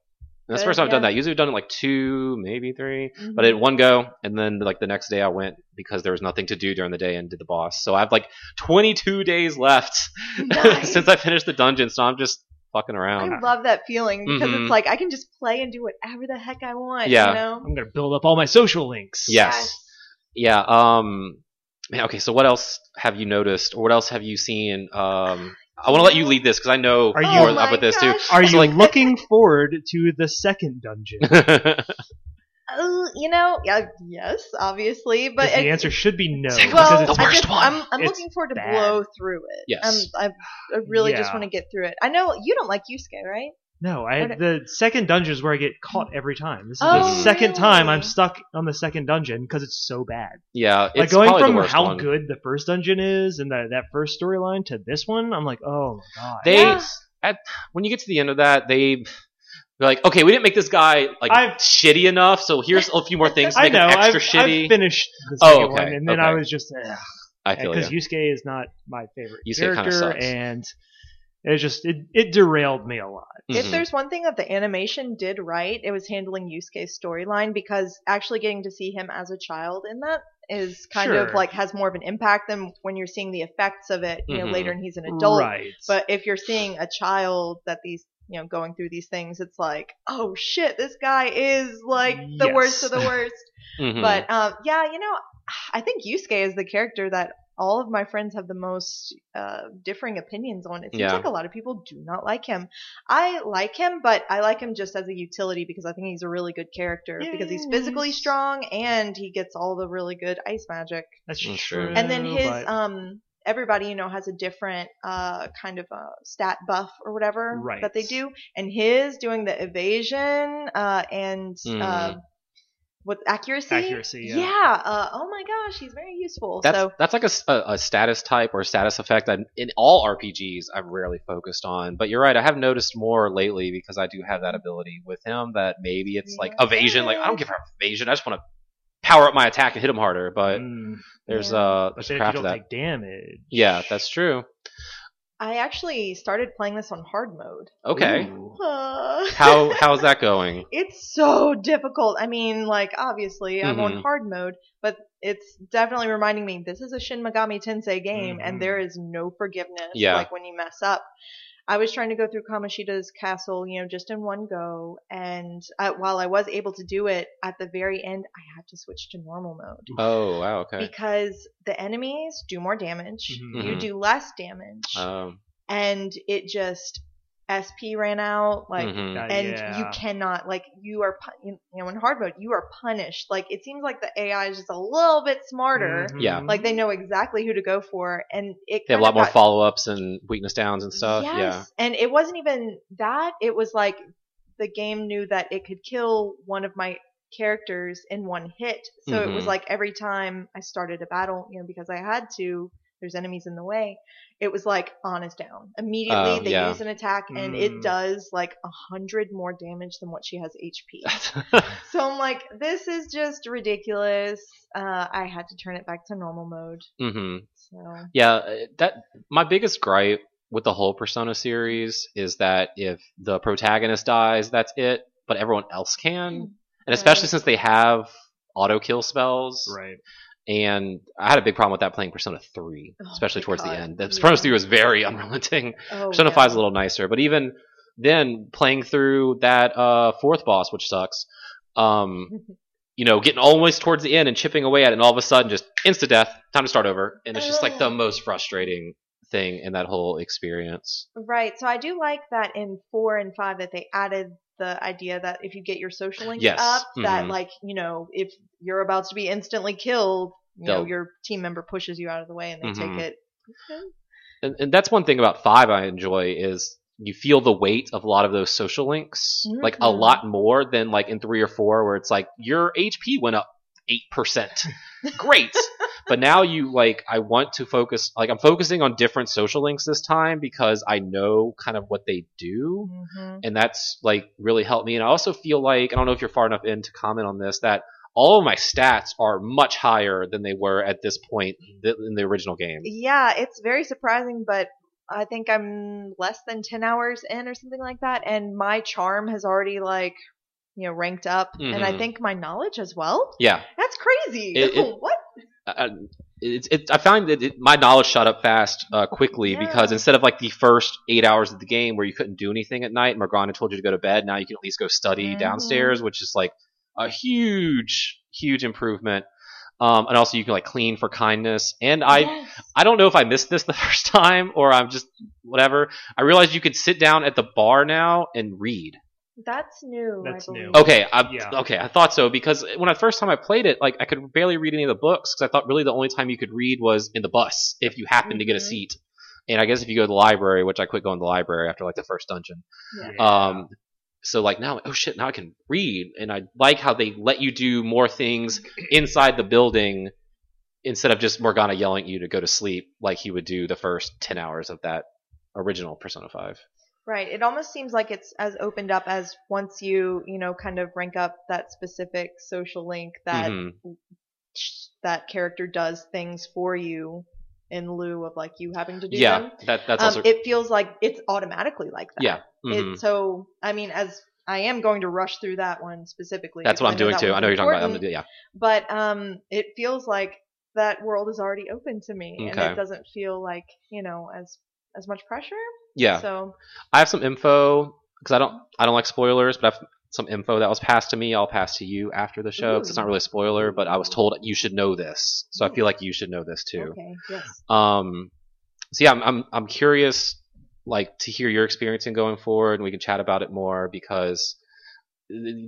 [SPEAKER 1] that's the
[SPEAKER 3] Good,
[SPEAKER 1] first time I've done
[SPEAKER 3] yeah.
[SPEAKER 1] that. Usually I've done it like two, maybe three,
[SPEAKER 3] Mhm.
[SPEAKER 1] but in one go. And then like the next day I went because there was nothing to do during the day and did the boss. So I have like 22 days left
[SPEAKER 3] Mm-hmm. Nice.
[SPEAKER 1] since I finished the dungeon. So I'm just fucking
[SPEAKER 3] I
[SPEAKER 1] around.
[SPEAKER 3] love that feeling because
[SPEAKER 1] Mhm.
[SPEAKER 3] it's like I can just play and do whatever the heck I want.
[SPEAKER 1] Yeah.
[SPEAKER 3] You know?
[SPEAKER 2] I'm gonna build up all my social links.
[SPEAKER 1] Yes. Yeah. Um. Man, okay. So what else have you noticed, or what else have you seen? Um. I want to let you lead this because I know
[SPEAKER 2] Are you-
[SPEAKER 1] more
[SPEAKER 3] oh my
[SPEAKER 1] about this
[SPEAKER 3] gosh.
[SPEAKER 2] Are
[SPEAKER 1] So,
[SPEAKER 2] you
[SPEAKER 1] like-
[SPEAKER 2] looking forward to the second dungeon?
[SPEAKER 1] too. Because
[SPEAKER 3] Uh, you know, yeah, yes, obviously, but
[SPEAKER 2] 'Cause the
[SPEAKER 3] it-
[SPEAKER 2] answer should be no.
[SPEAKER 1] Second
[SPEAKER 3] well,
[SPEAKER 2] because it's
[SPEAKER 3] I
[SPEAKER 1] worst
[SPEAKER 3] just,
[SPEAKER 1] one.
[SPEAKER 3] I'm, I'm
[SPEAKER 2] It's
[SPEAKER 3] looking forward to
[SPEAKER 2] bad.
[SPEAKER 3] blow through it.
[SPEAKER 1] Yes.
[SPEAKER 3] I'm, I, I really just
[SPEAKER 2] Yeah.
[SPEAKER 3] want to get through it. I know you don't like Yusuke, right?
[SPEAKER 2] No, I
[SPEAKER 3] Okay.
[SPEAKER 2] the second dungeon is where I get caught every time. This is
[SPEAKER 3] Oh,
[SPEAKER 2] the second time I'm
[SPEAKER 3] really?
[SPEAKER 2] stuck on the second dungeon because it's so bad.
[SPEAKER 1] yeah, it's
[SPEAKER 2] like going
[SPEAKER 1] probably
[SPEAKER 2] from
[SPEAKER 1] the worst
[SPEAKER 2] how
[SPEAKER 1] one.
[SPEAKER 2] good the first dungeon is and that that first storyline to this one, I'm like, oh my god.
[SPEAKER 1] they
[SPEAKER 3] Yeah.
[SPEAKER 1] at when you get to the end of that they. They're like, okay, we didn't make this guy like
[SPEAKER 2] I've-
[SPEAKER 1] shitty enough, so here's a few more things to
[SPEAKER 2] I
[SPEAKER 1] make
[SPEAKER 2] know.
[SPEAKER 1] him
[SPEAKER 2] I've,
[SPEAKER 1] extra shitty.
[SPEAKER 2] I've finished the
[SPEAKER 1] Oh,
[SPEAKER 2] second
[SPEAKER 1] okay,
[SPEAKER 2] one, and then I
[SPEAKER 1] okay.
[SPEAKER 2] was just eh,
[SPEAKER 1] I feel
[SPEAKER 2] because
[SPEAKER 1] you.
[SPEAKER 2] Yusuke is not my favorite
[SPEAKER 1] Yusuke kinda
[SPEAKER 2] character,
[SPEAKER 1] sucks.
[SPEAKER 2] and it just it, it derailed me a lot.
[SPEAKER 3] If
[SPEAKER 1] Mhm.
[SPEAKER 3] there's one thing that the animation did right, it was handling Yusuke's storyline because actually getting to see him as a child in that is kind of
[SPEAKER 2] Sure.
[SPEAKER 3] like has more of an impact than when you're seeing the effects of it, you know,
[SPEAKER 1] Mhm.
[SPEAKER 3] later and he's an adult.
[SPEAKER 2] Mm-hmm. right?
[SPEAKER 3] But if you're seeing a child that these you know, going through these things, it's like, oh shit, this guy is like the worst of
[SPEAKER 2] Yes.
[SPEAKER 3] the worst.
[SPEAKER 1] Mhm.
[SPEAKER 3] But um, yeah, you know, I think Yusuke is the character that all of my friends have the most uh, differing opinions on. It seems
[SPEAKER 1] Yeah.
[SPEAKER 3] like a lot of people do not like him. I like him, but I like him just as a utility because I think he's a really good character because he's physically
[SPEAKER 2] Yes.
[SPEAKER 3] strong and he gets all the really good ice magic.
[SPEAKER 2] that's
[SPEAKER 1] That's
[SPEAKER 2] true.
[SPEAKER 1] true.
[SPEAKER 3] And then his
[SPEAKER 2] Oh, but-
[SPEAKER 3] um. Everybody, you know, has a different uh, kind of uh, stat buff or whatever
[SPEAKER 2] Right.
[SPEAKER 3] that they do, and his doing the evasion uh, and uh,
[SPEAKER 1] Mhm.
[SPEAKER 3] with accuracy,
[SPEAKER 2] Mm. accuracy, yeah.
[SPEAKER 3] uh, oh my gosh, he's very useful.
[SPEAKER 1] that's
[SPEAKER 3] so
[SPEAKER 1] that's like a, s- a- a status type or a status effect that in all RPGs I've rarely focused on. But you're right, I have noticed more lately because I do have that ability with him that maybe it's like evasion. Like I don't give her evasion. I just want to power up my attack and hit him harder. But
[SPEAKER 2] Mm,
[SPEAKER 1] there's
[SPEAKER 3] Yeah.
[SPEAKER 1] uh
[SPEAKER 2] but
[SPEAKER 1] there's
[SPEAKER 2] then if you
[SPEAKER 1] craft to
[SPEAKER 2] don't
[SPEAKER 1] that.
[SPEAKER 2] take damage,
[SPEAKER 1] yeah, that's true.
[SPEAKER 3] I actually started playing this on hard mode.
[SPEAKER 1] Okay.
[SPEAKER 2] Ooh.
[SPEAKER 3] Uh,
[SPEAKER 1] How how's that going?
[SPEAKER 3] It's so difficult. I mean, like obviously I'm
[SPEAKER 1] Mhm.
[SPEAKER 3] on hard mode, but it's definitely reminding me this is a Shin Megami Tensei game,
[SPEAKER 2] Mhm.
[SPEAKER 3] and there is no forgiveness.
[SPEAKER 1] Mm-hmm. Yeah.
[SPEAKER 3] Like when you mess up. I was trying to go through Kamoshida's castle, you know, just in one go, and uh, while I was able to do it at the very end, I had to switch to normal mode
[SPEAKER 1] Oh wow. Okay.
[SPEAKER 3] because the enemies do more damage.
[SPEAKER 2] Mhm.
[SPEAKER 3] You
[SPEAKER 1] Mhm.
[SPEAKER 3] do less damage,
[SPEAKER 1] Um.
[SPEAKER 3] and it just SP ran out. Like
[SPEAKER 1] mhm.
[SPEAKER 2] Uh,
[SPEAKER 3] and
[SPEAKER 2] yeah.
[SPEAKER 3] you cannot like you are pu- you know in hard mode you are punished like it seems like the ai is just a little bit smarter
[SPEAKER 2] Mhm.
[SPEAKER 4] Mm-hmm.
[SPEAKER 1] Yeah.
[SPEAKER 3] like they know exactly who to go for and it
[SPEAKER 1] Mm-hmm. They have
[SPEAKER 3] kinda
[SPEAKER 1] a lot more
[SPEAKER 3] got-
[SPEAKER 1] follow ups and weakness downs and stuff.
[SPEAKER 3] yes.
[SPEAKER 1] Yeah.
[SPEAKER 3] and it wasn't even that it was like the game knew that it could kill one of my characters in one hit so it was
[SPEAKER 1] Mhm.
[SPEAKER 3] like every time i started a battle you know because i had to there's enemies in the way it was like on is down
[SPEAKER 1] Oh,
[SPEAKER 3] immediately they
[SPEAKER 1] yeah.
[SPEAKER 3] use an attack and it
[SPEAKER 2] Mm.
[SPEAKER 3] does like a hundred more damage than what she has hp so I'm like, this is just ridiculous. Uh, I had to turn it back to normal mode.
[SPEAKER 1] hmm
[SPEAKER 3] So
[SPEAKER 1] Yeah. uh, That my biggest gripe with the whole Persona series is that if the protagonist dies, that's it. But everyone else
[SPEAKER 3] Mm-hmm.
[SPEAKER 1] can, and especially
[SPEAKER 3] Right.
[SPEAKER 1] since they have auto kill spells.
[SPEAKER 2] Right.
[SPEAKER 1] And I had a big problem with that playing Persona Three,
[SPEAKER 3] Oh,
[SPEAKER 1] especially towards the
[SPEAKER 3] God.
[SPEAKER 1] end. The
[SPEAKER 3] Yeah.
[SPEAKER 1] Persona Three was very unrelenting.
[SPEAKER 3] oh,
[SPEAKER 1] Persona
[SPEAKER 3] yeah.
[SPEAKER 1] Five's a little nicer, but even then, playing through that uh, fourth boss, which sucks, um, you know, getting always towards the end and chipping away at it, and all of a sudden, just insta death, time to start over, and it's just like the
[SPEAKER 3] Ugh.
[SPEAKER 1] most frustrating thing in that whole experience.
[SPEAKER 3] right. So I do like that in four and five that they added the idea that if you get your social links
[SPEAKER 1] Yes.
[SPEAKER 3] up, that
[SPEAKER 1] Mhm.
[SPEAKER 3] like you know if you're about to be instantly killed, you know
[SPEAKER 1] They'll-
[SPEAKER 3] your team member pushes you out of the way and they
[SPEAKER 1] Mhm.
[SPEAKER 3] take it.
[SPEAKER 1] And, and that's one thing about Five I enjoy is you feel the weight of a lot of those social links, like a
[SPEAKER 3] Mhm.
[SPEAKER 1] lot more than like in three or four, where it's like your HP went up eight percent. Great. But now you like I want to focus like I'm focusing on different social links this time because I know kind of what they do
[SPEAKER 2] Mm-hmm.
[SPEAKER 3] Mhm.
[SPEAKER 1] and that's like really helped me. And I also feel like I don't know if you're far enough in to comment on this that all of my stats are much higher than they were at this point th- in the original game.
[SPEAKER 3] Yeah, it's very surprising, but I think I'm less than 10 hours in or something like that, and my charm has already, like, you know, ranked up, and I
[SPEAKER 1] Mhm.
[SPEAKER 3] think my knowledge as well.
[SPEAKER 1] Yeah,
[SPEAKER 3] That's crazy.
[SPEAKER 1] It- it-
[SPEAKER 3] what?
[SPEAKER 1] I- it's it, I found that it, my knowledge shot up fast uh, quickly
[SPEAKER 3] Yeah.
[SPEAKER 1] because instead of like the first eight hours of the game where you couldn't do anything at night, Morgana told you to go to bed. Now you can at least go study
[SPEAKER 3] Mhm.
[SPEAKER 1] downstairs, which is like a huge, huge improvement. Um, and also you can like clean for kindness. And I
[SPEAKER 3] Yes.
[SPEAKER 1] I don't know if I missed this the first time or I'm just whatever. I realized you could sit down at the bar now and read.
[SPEAKER 3] That's new.
[SPEAKER 2] That's
[SPEAKER 3] I
[SPEAKER 2] new.
[SPEAKER 3] believe.
[SPEAKER 1] Okay, I,
[SPEAKER 2] Yeah.
[SPEAKER 1] okay, I thought so because when I first time I played it, like I could barely read any of the books because I thought really the only time you could read was in the bus if you happened to get a
[SPEAKER 3] Mhm.
[SPEAKER 1] seat. And I guess if you go to the library, which I quit going to the library after like the first dungeon.
[SPEAKER 4] Uh,
[SPEAKER 1] Um, so like now, oh shit, now I can read, and I like how they let you do more things inside the building instead of just Morgana yelling at you to go to sleep, like he would do the first ten hours of that original Persona Five.
[SPEAKER 3] Right. It almost seems like it's as opened up as once you, you know, kind of rank up that specific social link that
[SPEAKER 1] Mhm.
[SPEAKER 3] that character does things for you in lieu of like you having to do
[SPEAKER 1] Yeah,
[SPEAKER 3] them.
[SPEAKER 1] that that's
[SPEAKER 3] um,
[SPEAKER 1] also
[SPEAKER 3] it feels like it's automatically like that.
[SPEAKER 1] Yeah, mhm.
[SPEAKER 3] It, so I mean, as I am going to rush through that one specifically.
[SPEAKER 1] that's what I'm
[SPEAKER 3] because
[SPEAKER 1] doing
[SPEAKER 3] that
[SPEAKER 1] too. I
[SPEAKER 3] one's
[SPEAKER 1] know you're talking about. I'm
[SPEAKER 3] important,
[SPEAKER 1] gonna do- yeah,
[SPEAKER 3] But um, it feels like that world is already open to me, and
[SPEAKER 1] Okay.
[SPEAKER 3] it doesn't feel like you know as as much pressure.
[SPEAKER 1] yeah.
[SPEAKER 3] So
[SPEAKER 1] I have some info because I don't I don't like spoilers, but I've some info that was passed to me. I'll pass to you after the show because it's
[SPEAKER 3] Mm.
[SPEAKER 1] not really a spoiler, but I was told you should know this, so I feel like you should know this too.
[SPEAKER 3] okay, yes.
[SPEAKER 1] Um, so yeah, I'm, I'm I'm curious, like to hear your experience in going forward, and we can chat about it more because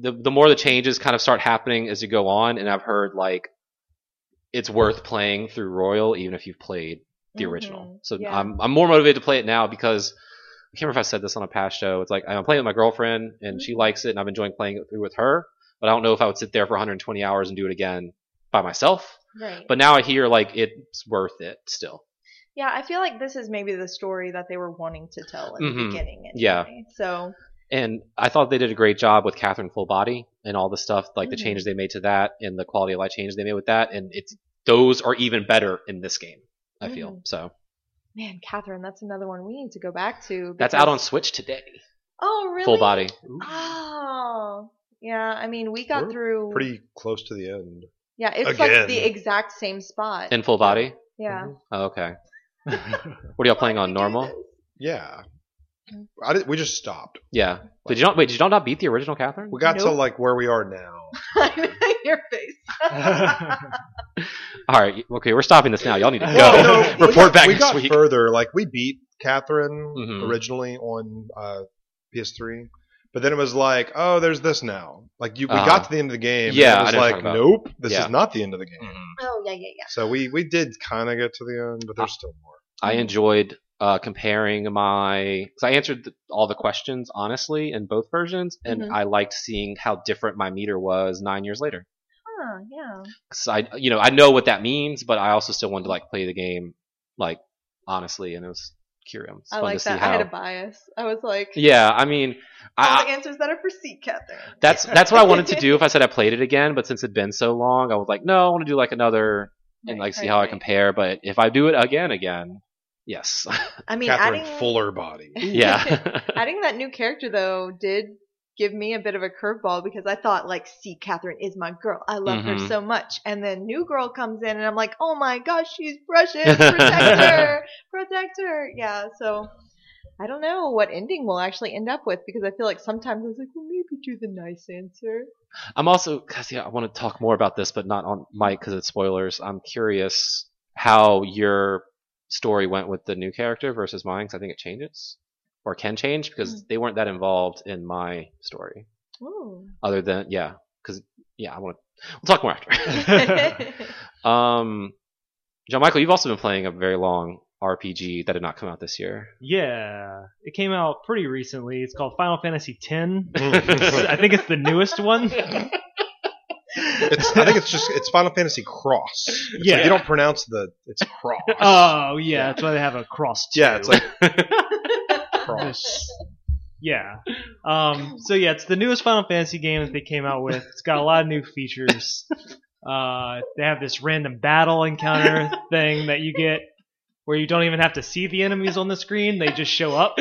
[SPEAKER 1] the the more the changes kind of start happening as you go on, and I've heard like it's worth playing through Royal even if you've played the original.
[SPEAKER 3] Mhm,
[SPEAKER 1] So um,
[SPEAKER 3] yeah.
[SPEAKER 1] I'm I'm more motivated to play it now because. I can't remember if I said this on a past show. It's like I'm playing with my girlfriend and
[SPEAKER 3] Mm-hmm.
[SPEAKER 1] she likes it, and I'm enjoying playing it through with her. But I don't know if I would sit there for 120 hours and do it again by myself.
[SPEAKER 3] right.
[SPEAKER 1] But now I hear like it's worth it still.
[SPEAKER 3] yeah, I feel like this is maybe the story that they were wanting to tell in the
[SPEAKER 1] Mhm,
[SPEAKER 3] beginning. Anyway.
[SPEAKER 1] yeah.
[SPEAKER 3] So
[SPEAKER 1] And I thought they did a great job with Catherine Full Body and all the stuff, like the
[SPEAKER 3] Mhm.
[SPEAKER 1] changes they made to that and the quality of life changes they made with that. And it's those are even better in this game, I feel.
[SPEAKER 3] Mhm.
[SPEAKER 1] So
[SPEAKER 3] Man, Catherine, that's another one we need to go back to.
[SPEAKER 1] That's
[SPEAKER 3] because-
[SPEAKER 1] out on Switch today.
[SPEAKER 3] Oh, really?
[SPEAKER 1] Full body.
[SPEAKER 3] Oh. Yeah, I mean, we got
[SPEAKER 4] We're
[SPEAKER 3] through.
[SPEAKER 4] Pretty close to the end.
[SPEAKER 3] yeah, it's
[SPEAKER 4] again.
[SPEAKER 3] like the exact same spot.
[SPEAKER 1] In full body?
[SPEAKER 3] yeah. Oh,
[SPEAKER 1] Oh, okay. What are y'all playing on normal?
[SPEAKER 4] Yeah. I did, we just stopped.
[SPEAKER 1] Yeah. Did you not wait, did you not beat the original Catherine?
[SPEAKER 4] We got to
[SPEAKER 3] Nope.
[SPEAKER 4] like where we are now.
[SPEAKER 3] Your face.
[SPEAKER 1] All right. Okay, we're stopping this now. Y'all need to go.
[SPEAKER 2] Well, no,
[SPEAKER 4] Oh, we
[SPEAKER 1] Report
[SPEAKER 4] got-
[SPEAKER 1] back
[SPEAKER 4] We
[SPEAKER 1] next
[SPEAKER 4] got
[SPEAKER 1] week.
[SPEAKER 4] further. Like we beat Catherine
[SPEAKER 1] Mhm.
[SPEAKER 4] originally on uh, PS3, but then it was like, oh, there's this now. Like you, we
[SPEAKER 1] Uh-huh.
[SPEAKER 4] got to the end of the game.
[SPEAKER 1] Yeah, I
[SPEAKER 4] and it was
[SPEAKER 1] know what
[SPEAKER 4] like,
[SPEAKER 1] you're talking
[SPEAKER 4] nope, this
[SPEAKER 1] Yeah.
[SPEAKER 4] is not the end of the game.
[SPEAKER 3] Oh, yeah, yeah, yeah.
[SPEAKER 4] So we we did kind of get to the end, but
[SPEAKER 3] Uh,
[SPEAKER 4] there's still more.
[SPEAKER 1] I enjoyed uh, comparing my because I answered the, all the questions honestly in both versions, and
[SPEAKER 3] Mhm.
[SPEAKER 1] I liked seeing how different my meter was nine years later.
[SPEAKER 3] Huh, yeah.
[SPEAKER 1] 'Cause I, you know, I know what that means, but I also still wanted to like play the game like honestly, and it was curious. It was
[SPEAKER 3] I
[SPEAKER 1] fun
[SPEAKER 3] like
[SPEAKER 1] to see
[SPEAKER 3] that.
[SPEAKER 1] how.
[SPEAKER 3] I had a bias. I was like,
[SPEAKER 1] yeah, I mean,
[SPEAKER 3] all
[SPEAKER 1] I,
[SPEAKER 3] the answers that are for seat, Catherine.
[SPEAKER 1] that's that's what I wanted to do if I said I played it again, but since it'd been so long, I was like, no, I want to do like another and
[SPEAKER 3] Right,
[SPEAKER 1] like see
[SPEAKER 3] right,
[SPEAKER 1] how I
[SPEAKER 3] right.
[SPEAKER 1] compare. But if I do it again, again, yes,
[SPEAKER 3] I mean,
[SPEAKER 4] Catherine
[SPEAKER 3] adding,
[SPEAKER 4] Fuller body.
[SPEAKER 1] yeah.
[SPEAKER 3] adding that new character though did give me a bit of a curveball because I thought like, see, Catherine is my girl. I love
[SPEAKER 1] Mhm.
[SPEAKER 3] her so much. And then new girl comes in, and I'm like, oh my gosh, she's precious. Protect her, protect her. Yeah. So I don't know what ending we'll actually end up with because I feel like sometimes I was like, well, maybe do the nice answer.
[SPEAKER 1] I'm also because yeah, I want to talk more about this, but not on Mike because it's spoilers. I'm curious how your story went with the new character versus mine because I think it changes or can change
[SPEAKER 3] Hmm.
[SPEAKER 1] because they weren't that involved in my story.
[SPEAKER 3] Ooh.
[SPEAKER 1] Other than yeah, because yeah, I want to. We'll talk more after. um, John Michael, you've also been playing a very long RPG that did not come out this year.
[SPEAKER 2] yeah, it came out pretty recently. It's called Final Fantasy X.
[SPEAKER 4] it's,
[SPEAKER 2] I think it's the newest one.
[SPEAKER 4] I think it's just it's Final Fantasy Cross. It's like
[SPEAKER 2] Yeah.
[SPEAKER 4] you don't pronounce the it's Cross.
[SPEAKER 2] Oh yeah, that's why they have a cross.
[SPEAKER 4] yeah,
[SPEAKER 2] two.
[SPEAKER 4] it's like Cross.
[SPEAKER 2] Yeah. Um, so yeah, it's the newest Final Fantasy game that they came out with. It's got a lot of new features. Uh, they have this random battle encounter thing that you get where you don't even have to see the enemies on the screen; they just show up.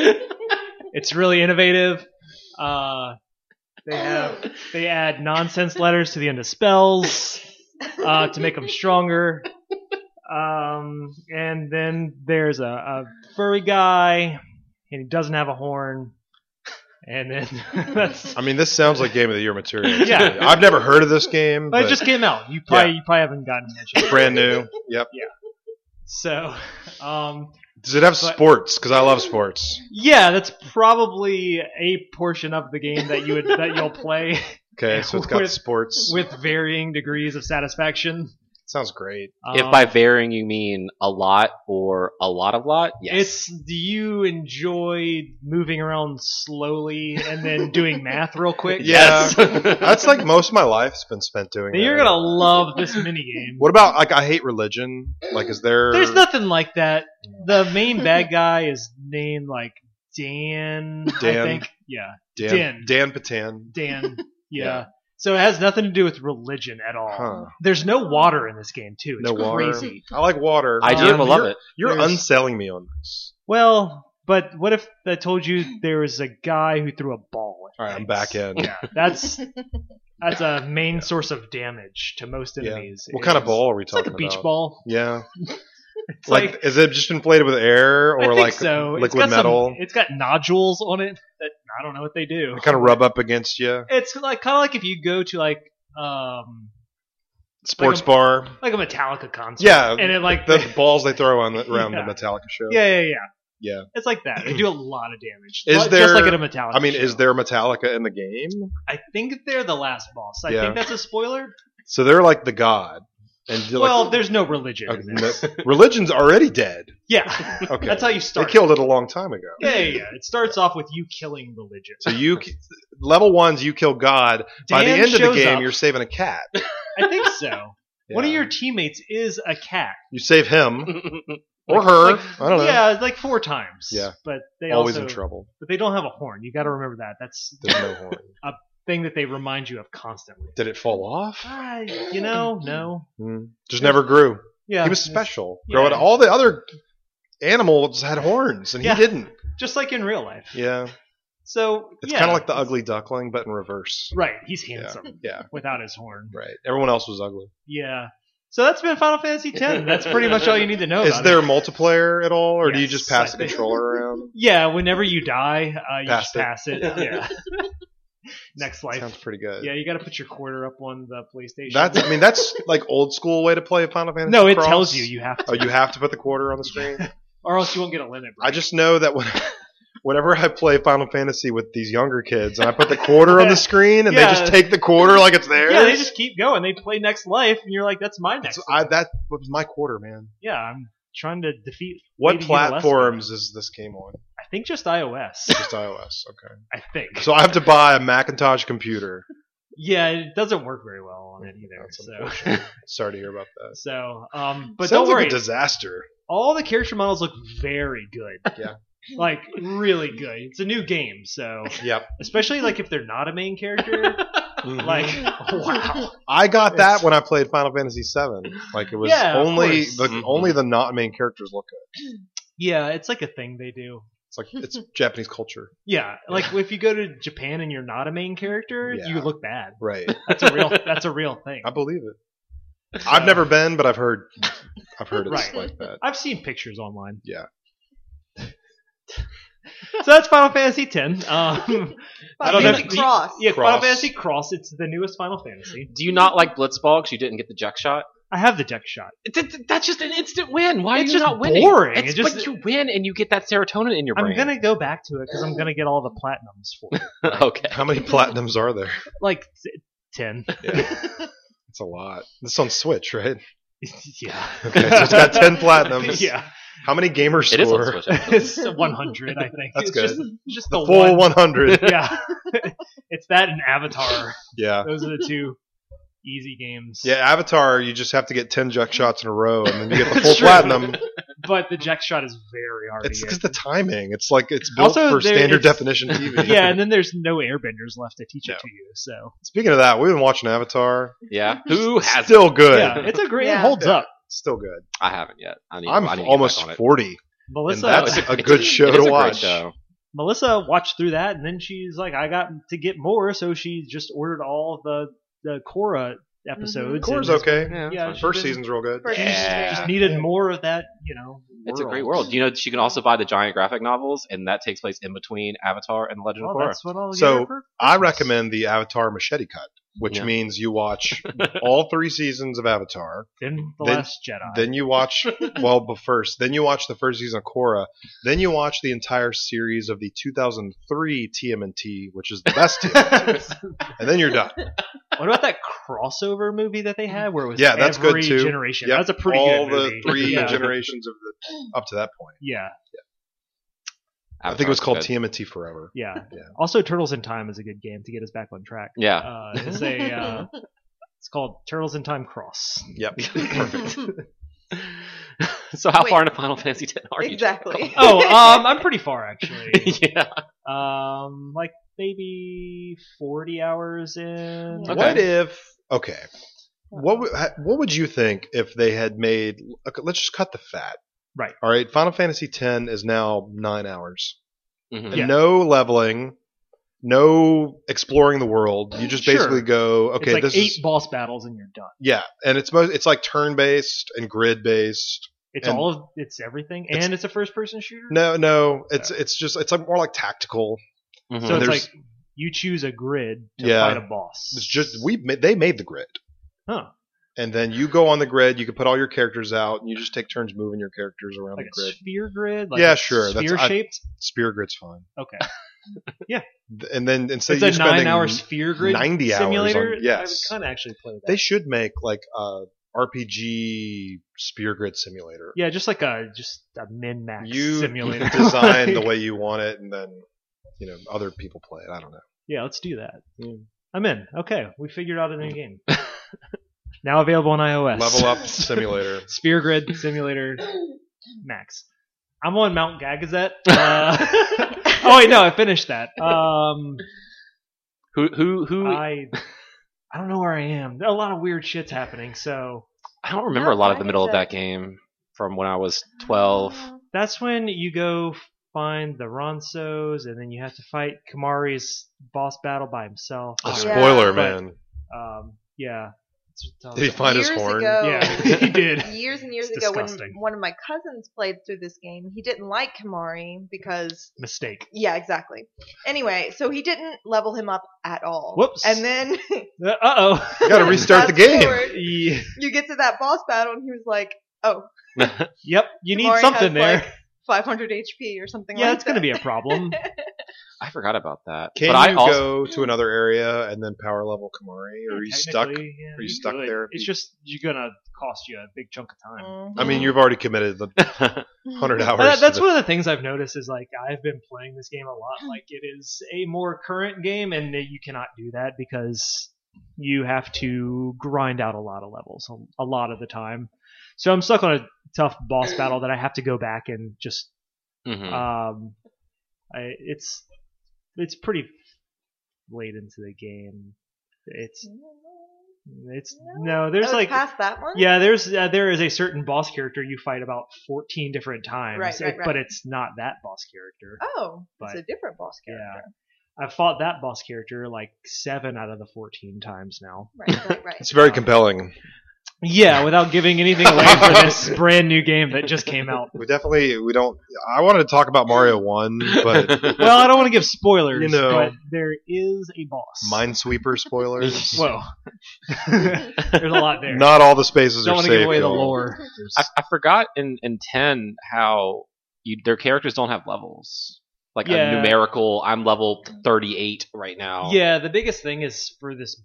[SPEAKER 2] It's really innovative. Uh, they have they add nonsense letters to the end of spells uh, to make them stronger. Um, and then there's a, a furry guy, and he doesn't have a horn. And then that's
[SPEAKER 4] I mean, this sounds like game of the year material. to
[SPEAKER 2] Yeah.
[SPEAKER 4] me. I've never heard of this game.
[SPEAKER 2] but
[SPEAKER 4] But
[SPEAKER 2] it just came out. You probably you probably haven't gotten it. yet.
[SPEAKER 4] brand new. Yep.
[SPEAKER 2] So, um,
[SPEAKER 4] Does it have
[SPEAKER 2] But-
[SPEAKER 4] sports? Because I love sports.
[SPEAKER 2] yeah, that's probably a portion of the game that you would that you'll play
[SPEAKER 4] Okay, so it's got
[SPEAKER 2] With-
[SPEAKER 4] sports.
[SPEAKER 2] with varying degrees of satisfaction.
[SPEAKER 4] Sounds great.
[SPEAKER 1] if
[SPEAKER 2] Um,
[SPEAKER 1] by varying you mean a lot or a lot of lot, yes.
[SPEAKER 2] It's do you enjoy moving around slowly and then doing math real quick?
[SPEAKER 4] Yeah.
[SPEAKER 1] yes.
[SPEAKER 4] That's like most of my life's been spent doing.
[SPEAKER 2] Then you're
[SPEAKER 4] that.
[SPEAKER 2] gonna love this minigame.
[SPEAKER 4] What about like I hate religion? Like, is there?
[SPEAKER 2] There's nothing like that. The main bad guy is named like Dan. I
[SPEAKER 4] Dan.
[SPEAKER 2] think. Yeah,
[SPEAKER 4] Dan Dan Patan.
[SPEAKER 2] Dan. Yeah.
[SPEAKER 4] Yeah.
[SPEAKER 2] So it has nothing to do with religion at all.
[SPEAKER 4] Huh.
[SPEAKER 2] There's no water in this game too. It's
[SPEAKER 4] No water.
[SPEAKER 2] crazy.
[SPEAKER 4] I like water.
[SPEAKER 1] I do
[SPEAKER 2] Um,
[SPEAKER 1] love
[SPEAKER 4] you're-
[SPEAKER 1] it.
[SPEAKER 4] You're
[SPEAKER 2] There's-
[SPEAKER 4] unselling me on this.
[SPEAKER 2] Well, but what if I told you there was a guy who threw a ball? At
[SPEAKER 4] All right, I'm
[SPEAKER 2] things?
[SPEAKER 4] back in.
[SPEAKER 2] Yeah, that's that's a main source of damage to most
[SPEAKER 4] Yeah.
[SPEAKER 2] enemies.
[SPEAKER 4] What kind of
[SPEAKER 2] is-
[SPEAKER 4] ball are we
[SPEAKER 2] It's like
[SPEAKER 4] talking
[SPEAKER 2] a beach
[SPEAKER 4] about?
[SPEAKER 2] ball.
[SPEAKER 4] Yeah,
[SPEAKER 2] It's
[SPEAKER 4] like,
[SPEAKER 2] like,
[SPEAKER 4] is it just inflated with air
[SPEAKER 2] I
[SPEAKER 4] or
[SPEAKER 2] think
[SPEAKER 4] like
[SPEAKER 2] so. It's
[SPEAKER 4] liquid
[SPEAKER 2] got some-
[SPEAKER 4] metal?
[SPEAKER 2] it's got nodules on it that I don't know what they do.
[SPEAKER 4] Kind of rub up against you.
[SPEAKER 2] It's like kind of like if you go to like um
[SPEAKER 4] Sports
[SPEAKER 2] a-
[SPEAKER 4] bar.
[SPEAKER 2] like a Metallica concert.
[SPEAKER 4] Yeah,
[SPEAKER 2] and it like
[SPEAKER 4] the balls they throw on the, around
[SPEAKER 2] Yeah.
[SPEAKER 4] the Metallica show.
[SPEAKER 2] yeah, yeah, yeah.
[SPEAKER 4] Yeah.
[SPEAKER 2] It's like that. They do a lot of damage.
[SPEAKER 4] Is
[SPEAKER 2] Just
[SPEAKER 4] there-
[SPEAKER 2] like at a Metallica?
[SPEAKER 4] I mean,
[SPEAKER 2] show.
[SPEAKER 4] is there Metallica in the game?
[SPEAKER 2] I think they're the last boss. I
[SPEAKER 4] Yeah.
[SPEAKER 2] think that's a spoiler.
[SPEAKER 4] So they're like the god, and you're like,
[SPEAKER 2] well, there's no religion.
[SPEAKER 4] okay,
[SPEAKER 2] in this.
[SPEAKER 4] no- religion's already dead.
[SPEAKER 2] Yeah,
[SPEAKER 4] Okay,
[SPEAKER 2] that's how you
[SPEAKER 4] they
[SPEAKER 2] start.
[SPEAKER 4] killed it a long time ago.
[SPEAKER 2] Yeah, yeah, yeah. It starts off with you killing religion.
[SPEAKER 4] So you ki- level ones, you kill God. By the
[SPEAKER 2] Dan
[SPEAKER 4] end of the
[SPEAKER 2] shows
[SPEAKER 4] game,
[SPEAKER 2] up.
[SPEAKER 4] you're saving a cat.
[SPEAKER 2] I think so. One of
[SPEAKER 4] Yeah.
[SPEAKER 2] your teammates is a cat.
[SPEAKER 4] you save him or
[SPEAKER 2] Like-
[SPEAKER 4] her.
[SPEAKER 2] like-
[SPEAKER 4] I don't know.
[SPEAKER 2] Yeah, it's like four times.
[SPEAKER 4] Yeah.
[SPEAKER 2] but they
[SPEAKER 4] Always
[SPEAKER 2] also,
[SPEAKER 4] in trouble.
[SPEAKER 2] But they don't have a horn. You got to remember that. That's the
[SPEAKER 4] There's no horn.
[SPEAKER 2] thing that they remind you of constantly.
[SPEAKER 4] Did it fall off?
[SPEAKER 2] Ah, you know, no.
[SPEAKER 4] Hmm. Just never grew.
[SPEAKER 2] Yeah,
[SPEAKER 4] He was special.
[SPEAKER 2] Yeah.
[SPEAKER 4] Growing all the other animals had horns and
[SPEAKER 2] Yeah.
[SPEAKER 4] he didn't.
[SPEAKER 2] just like in real life.
[SPEAKER 4] Yeah.
[SPEAKER 2] So
[SPEAKER 4] It's
[SPEAKER 2] yeah,
[SPEAKER 4] kind of like the ugly duckling, but in reverse.
[SPEAKER 2] right. He's handsome
[SPEAKER 4] Yeah.
[SPEAKER 2] without his horn.
[SPEAKER 4] Right. Everyone else was ugly.
[SPEAKER 2] Yeah. So that's been Final Fantasy X. That's pretty much all you need to know.
[SPEAKER 4] Is
[SPEAKER 2] about
[SPEAKER 4] there
[SPEAKER 2] it.
[SPEAKER 4] multiplayer at all, or do
[SPEAKER 2] Oh,
[SPEAKER 4] you
[SPEAKER 2] Yes,
[SPEAKER 4] just pass
[SPEAKER 2] I
[SPEAKER 4] the
[SPEAKER 2] think-
[SPEAKER 4] controller around?
[SPEAKER 2] Yeah, whenever you die, uh, you
[SPEAKER 4] Pass
[SPEAKER 2] just
[SPEAKER 4] it.
[SPEAKER 2] pass it. Yeah. Next life.
[SPEAKER 4] Sounds pretty good.
[SPEAKER 2] yeah, you got to put your quarter up on the PlayStation.
[SPEAKER 4] That's. I mean, that's like old school way to play Final Fantasy.
[SPEAKER 2] no, it
[SPEAKER 4] Cross.
[SPEAKER 2] tells you you have to,
[SPEAKER 4] Oh, you have to put the quarter on the screen.
[SPEAKER 2] or else you won't get a limit.
[SPEAKER 4] I just know that when, whenever I play Final Fantasy with these younger kids, and I put the quarter on the screen, and
[SPEAKER 2] Yeah.
[SPEAKER 4] they just take the quarter like it's theirs.
[SPEAKER 2] Yeah, they just keep going. They play Next Life, and you're like, that's my next.
[SPEAKER 4] So
[SPEAKER 2] life.
[SPEAKER 4] I, that was my quarter, man.
[SPEAKER 2] yeah, I'm trying to defeat.
[SPEAKER 4] What
[SPEAKER 2] Maybe you have less
[SPEAKER 4] platforms is this game on?
[SPEAKER 2] I think just iOS.
[SPEAKER 4] Just iOS. Okay.
[SPEAKER 2] I think.
[SPEAKER 4] So I have to buy a Macintosh computer.
[SPEAKER 2] Yeah, it doesn't work very well on it either.
[SPEAKER 4] That's
[SPEAKER 2] So,
[SPEAKER 4] unfortunate. Sorry to hear about that.
[SPEAKER 2] so, um, but
[SPEAKER 4] Sounds
[SPEAKER 2] don't worry.
[SPEAKER 4] like a disaster.
[SPEAKER 2] all the character models look very good.
[SPEAKER 4] Yeah.
[SPEAKER 2] Like really good. It's a new game, so
[SPEAKER 4] Yep.
[SPEAKER 2] especially like if they're not a main character, like wow.
[SPEAKER 4] I got
[SPEAKER 2] It's-
[SPEAKER 4] that when I played Final Fantasy VII. Like it was
[SPEAKER 2] Yeah, of
[SPEAKER 4] only
[SPEAKER 2] course.
[SPEAKER 4] the
[SPEAKER 1] Mhm.
[SPEAKER 4] only the not main characters look good.
[SPEAKER 2] Yeah, it's like a thing they do.
[SPEAKER 4] It's like it's Japanese culture,
[SPEAKER 2] Yeah, like if you go to Japan and you're not a main character,
[SPEAKER 4] Yeah.
[SPEAKER 2] you look bad.
[SPEAKER 4] right?
[SPEAKER 2] That's a real that's a real thing.
[SPEAKER 4] I believe it. I've never been, but I've heard. I've heard it's
[SPEAKER 2] Right.
[SPEAKER 4] like that.
[SPEAKER 2] I've seen pictures online.
[SPEAKER 4] Yeah.
[SPEAKER 2] so that's Final Fantasy X. Um, I don't
[SPEAKER 3] Final Fantasy
[SPEAKER 2] know.
[SPEAKER 3] Cross.
[SPEAKER 2] yeah, Final
[SPEAKER 4] Cross.
[SPEAKER 2] Fantasy Cross. It's the newest Final Fantasy.
[SPEAKER 1] Do you not like Blitzball because you didn't get the Jack shot?
[SPEAKER 2] I have the deck shot.
[SPEAKER 1] Th- th- That's just an instant win. Why
[SPEAKER 2] It's
[SPEAKER 1] are you
[SPEAKER 2] just
[SPEAKER 1] not winning?
[SPEAKER 2] boring.
[SPEAKER 1] It's
[SPEAKER 2] It just-
[SPEAKER 1] but you win and you get that serotonin in your
[SPEAKER 2] I'm
[SPEAKER 1] brain.
[SPEAKER 2] gonna go back to it because I'm gonna get all the platinums for it.
[SPEAKER 1] okay.
[SPEAKER 4] How many platinums are there?
[SPEAKER 2] like t- ten.
[SPEAKER 4] It's a lot. This on Switch, right?
[SPEAKER 2] yeah.
[SPEAKER 4] Okay, so it's got ten platinums.
[SPEAKER 2] yeah,
[SPEAKER 4] How many gamer
[SPEAKER 1] It is on
[SPEAKER 4] score?
[SPEAKER 1] Switch.
[SPEAKER 2] it's 100. I think
[SPEAKER 4] That's
[SPEAKER 2] it's
[SPEAKER 4] good.
[SPEAKER 2] Just, it's just the,
[SPEAKER 4] The full
[SPEAKER 2] one.
[SPEAKER 4] one hundred.
[SPEAKER 2] yeah, it's that and Avatar.
[SPEAKER 4] Yeah.
[SPEAKER 2] Those are the two easy games.
[SPEAKER 4] Yeah, Avatar, you just have to get 10 junk shots in a row and then you get the
[SPEAKER 1] It's
[SPEAKER 4] full
[SPEAKER 1] true.
[SPEAKER 4] platinum.
[SPEAKER 2] but the Jack shot is very hard.
[SPEAKER 4] It's
[SPEAKER 2] to
[SPEAKER 4] because
[SPEAKER 2] get.
[SPEAKER 4] the timing. It's like it's built
[SPEAKER 2] Also,
[SPEAKER 4] for
[SPEAKER 2] there-
[SPEAKER 4] standard
[SPEAKER 2] it's-
[SPEAKER 4] definition TV.
[SPEAKER 2] yeah, and then there's no airbenders left to teach
[SPEAKER 4] No.
[SPEAKER 2] it to you. So
[SPEAKER 4] Speaking of that, we've been watching Avatar.
[SPEAKER 1] Yeah. Who has?
[SPEAKER 4] Still good.
[SPEAKER 2] yeah, it's a great. It
[SPEAKER 3] Yeah.
[SPEAKER 2] holds
[SPEAKER 4] Yeah.
[SPEAKER 2] up.
[SPEAKER 4] Still good.
[SPEAKER 1] I haven't yet. I need,
[SPEAKER 4] I'm
[SPEAKER 1] I need to get
[SPEAKER 4] almost
[SPEAKER 1] back on it.
[SPEAKER 4] 40.
[SPEAKER 2] Melissa,
[SPEAKER 1] No,
[SPEAKER 4] that's
[SPEAKER 1] it's
[SPEAKER 4] a good
[SPEAKER 1] it's
[SPEAKER 4] show
[SPEAKER 1] it
[SPEAKER 4] to
[SPEAKER 1] is a great
[SPEAKER 4] watch.
[SPEAKER 1] show.
[SPEAKER 2] Melissa watched through that, and then she's like, "I got to get more," so she just ordered all the the Korra episodes.
[SPEAKER 4] Core's
[SPEAKER 2] and has
[SPEAKER 4] okay.
[SPEAKER 1] Yeah, it's
[SPEAKER 2] Yeah,
[SPEAKER 1] fine.
[SPEAKER 2] she-
[SPEAKER 4] First
[SPEAKER 2] didn't-
[SPEAKER 4] season's real good.
[SPEAKER 3] First
[SPEAKER 1] Yeah.
[SPEAKER 3] season.
[SPEAKER 2] just needed more of that, you know.
[SPEAKER 1] It's a great world. You know, she can also buy the giant graphic novels, and that takes place in between Avatar and The Legend
[SPEAKER 2] Oh,
[SPEAKER 1] of Korra.
[SPEAKER 2] that's what I'll
[SPEAKER 4] So,
[SPEAKER 2] get her for
[SPEAKER 4] I
[SPEAKER 2] Christmas.
[SPEAKER 4] recommend the Avatar Machete Cut, which
[SPEAKER 1] Yeah.
[SPEAKER 4] means you watch all three seasons of Avatar.
[SPEAKER 2] then the
[SPEAKER 4] then-
[SPEAKER 2] Last Jedi.
[SPEAKER 4] Then you watch, well, but first, then you watch the first season of Korra. Then you watch the entire series of the 2003 TMNT, which is the best, and then you're done.
[SPEAKER 2] what about that crossover movie that they had where it was
[SPEAKER 4] Yeah, that's good
[SPEAKER 2] every
[SPEAKER 4] too.
[SPEAKER 2] generation?
[SPEAKER 4] Yep,
[SPEAKER 2] That's a pretty
[SPEAKER 4] all
[SPEAKER 2] good
[SPEAKER 4] the
[SPEAKER 2] movie.
[SPEAKER 4] three
[SPEAKER 2] yeah.
[SPEAKER 4] generations of the up to that point.
[SPEAKER 2] yeah,
[SPEAKER 4] I think it
[SPEAKER 1] Avatar's
[SPEAKER 4] was called
[SPEAKER 1] good.
[SPEAKER 4] TMNT Forever.
[SPEAKER 2] yeah,
[SPEAKER 4] Yeah.
[SPEAKER 2] Also, Turtles in Time is a good game to get us back on track.
[SPEAKER 1] Yeah.
[SPEAKER 2] Uh, it's a uh, it's called Turtles in Time Cross.
[SPEAKER 4] Yep. Uh,
[SPEAKER 1] so how
[SPEAKER 3] Wait.
[SPEAKER 1] far into Final Fantasy X are you?
[SPEAKER 3] exactly.
[SPEAKER 2] Oh, um, I'm pretty far actually.
[SPEAKER 1] yeah.
[SPEAKER 2] Um, like maybe 40 hours in.
[SPEAKER 3] Okay.
[SPEAKER 4] What if? Okay. What would ha- what would you think if they had made? Okay, let's just cut the fat.
[SPEAKER 2] Right.
[SPEAKER 4] All right. Final Fantasy X is now nine hours.
[SPEAKER 1] Mhm.
[SPEAKER 4] And
[SPEAKER 2] Mm-hmm. Yeah.
[SPEAKER 4] no leveling, no exploring the world. You just
[SPEAKER 2] Sure.
[SPEAKER 4] basically go, okay,
[SPEAKER 2] it's like
[SPEAKER 4] this
[SPEAKER 2] eight
[SPEAKER 4] is
[SPEAKER 2] boss battles and you're done.
[SPEAKER 4] yeah, and it's most it's like turn based and grid based.
[SPEAKER 2] It's
[SPEAKER 4] And-
[SPEAKER 2] all of it's everything, and
[SPEAKER 4] It's-
[SPEAKER 2] it's, a first person shooter.
[SPEAKER 4] No, no, it's it's just it's like more like tactical.
[SPEAKER 1] Mhm.
[SPEAKER 2] so it's
[SPEAKER 4] there's-
[SPEAKER 2] like you choose a grid to
[SPEAKER 4] Yeah.
[SPEAKER 2] fight a boss.
[SPEAKER 4] It's just we ma- they made the grid.
[SPEAKER 2] Huh.
[SPEAKER 4] And then you go on the grid. You can put all your characters out, and you just take turns moving your characters around
[SPEAKER 2] like
[SPEAKER 4] the
[SPEAKER 2] a
[SPEAKER 4] grid.
[SPEAKER 2] sphere grid. Like
[SPEAKER 4] Yeah,
[SPEAKER 2] a
[SPEAKER 4] sure, that's-
[SPEAKER 2] Sphere
[SPEAKER 4] I-
[SPEAKER 2] shaped.
[SPEAKER 4] Spear grid's fine.
[SPEAKER 2] Okay,
[SPEAKER 4] Th- And then
[SPEAKER 2] so
[SPEAKER 4] instead
[SPEAKER 2] it's a
[SPEAKER 4] of you spending,
[SPEAKER 2] nine hour sphere grid
[SPEAKER 4] 90 hours on-
[SPEAKER 2] simulator.
[SPEAKER 4] yes.
[SPEAKER 2] I would kind of actually play that.
[SPEAKER 4] they should make like a RPG spear grid simulator.
[SPEAKER 2] yeah, just like a just a min max
[SPEAKER 4] you
[SPEAKER 2] simulator
[SPEAKER 4] design the
[SPEAKER 2] Like-
[SPEAKER 4] way you want it, and then you know other people play it. I don't know.
[SPEAKER 2] Yeah, let's do that.
[SPEAKER 4] Mm.
[SPEAKER 2] I'm in. Okay, we figured out a new game. now available on iOS.
[SPEAKER 4] Level up simulator.
[SPEAKER 2] Spear Grid Simulator Max. I'm on Mount Gagazet. Uh, oh wait, no, I finished that. Um,
[SPEAKER 1] who who who?
[SPEAKER 4] Uh,
[SPEAKER 1] I,
[SPEAKER 2] I I don't know where I am. There are A lot of weird shit's happening. So
[SPEAKER 1] don't remember a lot of the middle of
[SPEAKER 3] Outside
[SPEAKER 1] that game from when I was twelve.
[SPEAKER 2] That's when you go find the Ronsos, and then you have to fight Kamari's boss battle by himself.
[SPEAKER 4] Oh,
[SPEAKER 3] Yeah.
[SPEAKER 4] spoiler,
[SPEAKER 2] But-
[SPEAKER 4] man.
[SPEAKER 2] Um, yeah. It's-
[SPEAKER 4] Did he find his
[SPEAKER 3] Years
[SPEAKER 4] horn?
[SPEAKER 3] ago-
[SPEAKER 2] Yeah, he did.
[SPEAKER 3] Years and years
[SPEAKER 2] It's
[SPEAKER 3] ago, when
[SPEAKER 2] disgusting.
[SPEAKER 3] one of my cousins played through this game, he didn't like Kamari because,
[SPEAKER 2] Mistake.
[SPEAKER 3] yeah, exactly. Anyway, so he didn't level him up at all.
[SPEAKER 2] Whoops.
[SPEAKER 3] And then
[SPEAKER 2] Uh oh.
[SPEAKER 4] You gotta restart the game.
[SPEAKER 3] Fast forward, you get to that boss battle, and he was like, "Oh,
[SPEAKER 2] Yep, you need
[SPEAKER 3] Kamari
[SPEAKER 2] something
[SPEAKER 3] has,
[SPEAKER 2] there.
[SPEAKER 3] like, 500 HP or something."
[SPEAKER 2] yeah,
[SPEAKER 3] like
[SPEAKER 2] it's gonna be a problem.
[SPEAKER 1] I forgot about that.
[SPEAKER 4] Can
[SPEAKER 1] but I
[SPEAKER 4] you
[SPEAKER 1] also
[SPEAKER 4] go to another area and then power level Kamari? Or are you stuck?
[SPEAKER 2] Technically, yeah,
[SPEAKER 4] Are you stuck
[SPEAKER 2] could.
[SPEAKER 4] there?
[SPEAKER 2] It's just you're gonna cost you a big chunk of time.
[SPEAKER 3] Mm. Mm-hmm.
[SPEAKER 4] I mean, you've already committed the 100 hours.
[SPEAKER 2] Uh, that- that's
[SPEAKER 4] to
[SPEAKER 2] one of the things I've noticed is like I've been playing this game a lot. Like it is a more current game, and that you cannot do that because you have to grind out a lot of levels a- a lot of the time. So I'm stuck on a tough boss battle that I have to go back and just
[SPEAKER 1] Mhm.
[SPEAKER 2] um, I, it's it's pretty late into the game. It's it's no, there's like
[SPEAKER 3] past that one.
[SPEAKER 2] yeah, there's uh, there is a certain boss character you fight about 14 different times,
[SPEAKER 3] Right, right, right.
[SPEAKER 2] but it's not that boss character.
[SPEAKER 3] Oh,
[SPEAKER 2] But-
[SPEAKER 3] it's a different boss character.
[SPEAKER 2] I've fought that boss character like 7 out of the 14 times now.
[SPEAKER 3] Right, right, right.
[SPEAKER 4] It's very compelling.
[SPEAKER 2] Yeah, without giving anything away for this brand new game that just came out.
[SPEAKER 4] We definitely we don't. I wanted to talk about Mario One, but
[SPEAKER 2] Well, I don't want to give spoilers,
[SPEAKER 4] You know.
[SPEAKER 2] but there is a boss.
[SPEAKER 4] Minesweeper spoilers.
[SPEAKER 2] Whoa. there's a lot there.
[SPEAKER 4] Not all the spaces
[SPEAKER 2] Don't
[SPEAKER 4] are
[SPEAKER 2] want to
[SPEAKER 4] safe.
[SPEAKER 2] give away the
[SPEAKER 4] y'all.
[SPEAKER 2] lore.
[SPEAKER 1] I, I forgot in, in ten how you, their characters don't have levels. Like
[SPEAKER 2] Yeah.
[SPEAKER 1] a numerical, I'm level thirty eight right now.
[SPEAKER 2] Yeah, the biggest thing is for this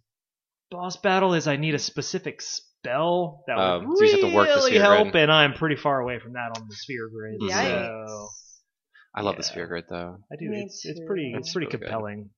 [SPEAKER 2] boss battle is I need a specific spell that
[SPEAKER 1] Um,
[SPEAKER 2] would
[SPEAKER 1] so you just have to work the
[SPEAKER 2] really
[SPEAKER 1] sphere
[SPEAKER 2] help,
[SPEAKER 1] grid.
[SPEAKER 2] and I'm pretty far away from that on the sphere grid.
[SPEAKER 1] Mhm.
[SPEAKER 3] Yikes.
[SPEAKER 2] So
[SPEAKER 1] I love the
[SPEAKER 2] Yeah.
[SPEAKER 1] sphere grid though.
[SPEAKER 2] I do.
[SPEAKER 3] Me
[SPEAKER 2] It's, it's
[SPEAKER 3] too.
[SPEAKER 2] pretty.
[SPEAKER 1] That's
[SPEAKER 2] It's pretty
[SPEAKER 1] really good.
[SPEAKER 2] compelling.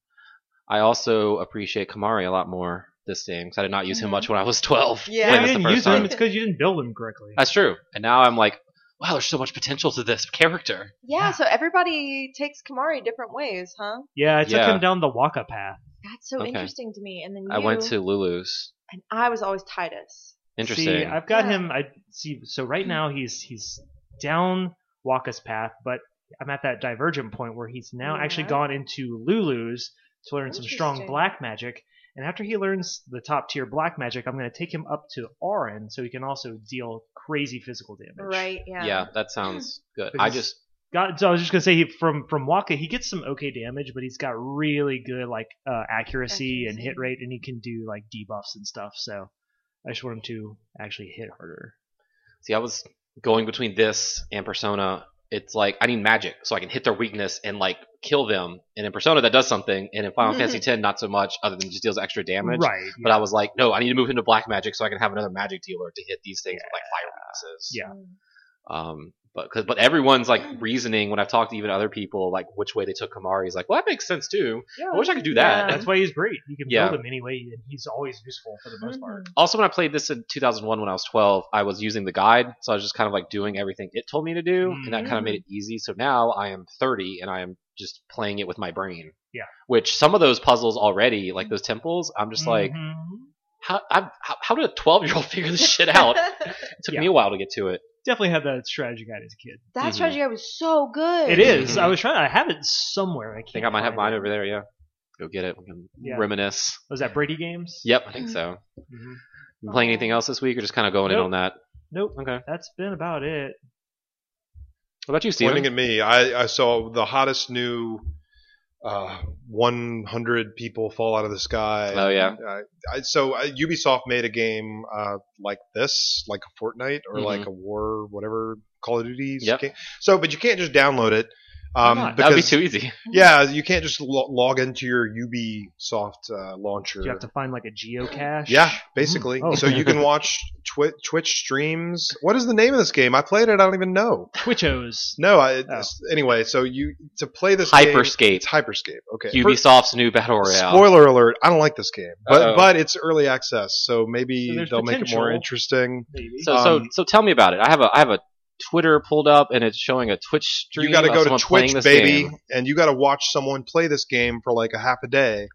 [SPEAKER 1] I also appreciate Kamari a lot more this game because I did not use him
[SPEAKER 3] Mhm.
[SPEAKER 1] much when I was twelve.
[SPEAKER 3] Yeah.
[SPEAKER 1] playing this the
[SPEAKER 2] you Mm-hmm. didn't
[SPEAKER 1] first
[SPEAKER 2] use
[SPEAKER 1] time.
[SPEAKER 2] them. It's because you didn't build them correctly.
[SPEAKER 1] That's true. And now I'm like, wow, there's so much potential to this character.
[SPEAKER 3] Yeah, so everybody takes Kamari different ways, huh?
[SPEAKER 2] yeah, I took
[SPEAKER 1] Yeah.
[SPEAKER 2] him down the Waka path.
[SPEAKER 3] That's so
[SPEAKER 1] Okay.
[SPEAKER 3] interesting to me. And then you,
[SPEAKER 1] I went to Lulu's.
[SPEAKER 3] and I was always Titus.
[SPEAKER 1] Interesting.
[SPEAKER 2] See, I've got
[SPEAKER 3] Yeah.
[SPEAKER 2] him. I see. So right now he's he's down Waka's path, but I'm at that divergent point where he's now actually
[SPEAKER 3] Yeah.
[SPEAKER 2] gone into Lulu's to learn some strong
[SPEAKER 3] Interesting.
[SPEAKER 2] black magic. And after he learns the top tier black magic, I'm going to take him up to Auron so he can also deal crazy physical damage.
[SPEAKER 3] Right? Yeah.
[SPEAKER 1] yeah. that sounds good.
[SPEAKER 2] But
[SPEAKER 1] I
[SPEAKER 2] he's-
[SPEAKER 1] just
[SPEAKER 2] Got, so I was just gonna say he from from Waka he gets some okay damage, but he's got really good like uh, accuracy, and
[SPEAKER 3] Accuracy.
[SPEAKER 2] hit rate, and he can do like debuffs and stuff. So I just want him to actually hit harder.
[SPEAKER 1] see. I was going between this and Persona. It's like I need magic so I can hit their weakness and like kill them. And in Persona, that does something. And in Final Fantasy X, not so much, other than just deals extra damage.
[SPEAKER 2] Mm-hmm. Right.
[SPEAKER 1] But I was like, no, I need to move into black magic so I can have another magic dealer to hit these things with like fire weaknesses.
[SPEAKER 2] Yeah.
[SPEAKER 1] Um, but 'cause- but everyone's like reasoning when I've talked to even other people like which way they took Kamari is like, well, that makes sense too.
[SPEAKER 2] yeah.
[SPEAKER 1] I wish I could do that.
[SPEAKER 2] That's why he's great. You can
[SPEAKER 1] Yeah.
[SPEAKER 2] build him anyway, and he's always useful for the most
[SPEAKER 3] Mm-hmm.
[SPEAKER 2] part.
[SPEAKER 1] Also, when I played this in 2001 when I was 12, I was using the guide, so I was just kind of like doing everything it told me to do, and that kind of
[SPEAKER 3] Mhm.
[SPEAKER 2] Mm.
[SPEAKER 1] made it easy. So now I am 30 and I am just playing it with my brain.
[SPEAKER 2] Yeah. Mm-hmm.
[SPEAKER 1] Which some of those puzzles already, like those temples, I'm just like,
[SPEAKER 2] Mhm.
[SPEAKER 1] how, I'm, how, how did a 12 year old figure this shit out? It took me
[SPEAKER 2] Yeah.
[SPEAKER 1] a while to get to it.
[SPEAKER 2] definitely had that strategy guide as a kid.
[SPEAKER 3] that
[SPEAKER 1] Mhm.
[SPEAKER 3] strategy guy was so good.
[SPEAKER 2] It is.
[SPEAKER 1] Mhm.
[SPEAKER 2] I was trying. I have it somewhere. I can't
[SPEAKER 1] I think I might have mine
[SPEAKER 2] find it.
[SPEAKER 1] over there. Yeah, go get it. We can
[SPEAKER 2] Yeah.
[SPEAKER 1] reminisce.
[SPEAKER 2] Was that Brady games?
[SPEAKER 1] Yep, I think so.
[SPEAKER 2] Mhm.
[SPEAKER 1] You playing anything else this week, or just kind of going in
[SPEAKER 2] Nope.
[SPEAKER 1] on that?
[SPEAKER 2] Nope.
[SPEAKER 1] Okay.
[SPEAKER 2] That's been about it.
[SPEAKER 1] What about you,
[SPEAKER 4] Pointing
[SPEAKER 1] Steven?
[SPEAKER 4] at me, I, I saw the hottest new uh, 100 people fall out of the sky.
[SPEAKER 1] Oh yeah,
[SPEAKER 4] Uh, I, so uh, Ubisoft made a game uh, like this, like a Fortnite or
[SPEAKER 1] Mhm.
[SPEAKER 4] like a War, whatever Call of Duty.
[SPEAKER 1] Yep.
[SPEAKER 4] So, but you can't just download it. Um,
[SPEAKER 2] not?
[SPEAKER 1] that would be
[SPEAKER 4] because-
[SPEAKER 1] too easy.
[SPEAKER 4] Yeah, you can't just lo- log into your Ubisoft uh, launcher.
[SPEAKER 2] You have to find like a geocache.
[SPEAKER 4] Yeah, basically.
[SPEAKER 2] Oh.
[SPEAKER 4] So you can watch twi- Twitch streams. What is the name of this game? I played it. I don't even know.
[SPEAKER 2] Twitchos.
[SPEAKER 4] No. I,
[SPEAKER 2] Oh.
[SPEAKER 4] it's- Anyway, so you to play this game-
[SPEAKER 1] Hyperscape.
[SPEAKER 4] It's Hyperscape. Okay.
[SPEAKER 1] Ubisoft's new battle
[SPEAKER 4] First-
[SPEAKER 1] royale.
[SPEAKER 4] spoiler alert. I don't like this game, but
[SPEAKER 1] Uh-oh.
[SPEAKER 4] but it's early access, so maybe
[SPEAKER 2] So there's
[SPEAKER 4] they'll make it more
[SPEAKER 2] potential.
[SPEAKER 4] interesting.
[SPEAKER 2] Maybe.
[SPEAKER 1] So so
[SPEAKER 4] Um,
[SPEAKER 1] so tell me about it. I have a I have a Twitter pulled up and it's showing a Twitch stream.
[SPEAKER 4] you got to
[SPEAKER 1] of
[SPEAKER 4] go to
[SPEAKER 1] someone playing
[SPEAKER 4] Twitch,
[SPEAKER 1] this
[SPEAKER 4] baby,
[SPEAKER 1] game.
[SPEAKER 4] and you got to watch someone play this game for like a half a day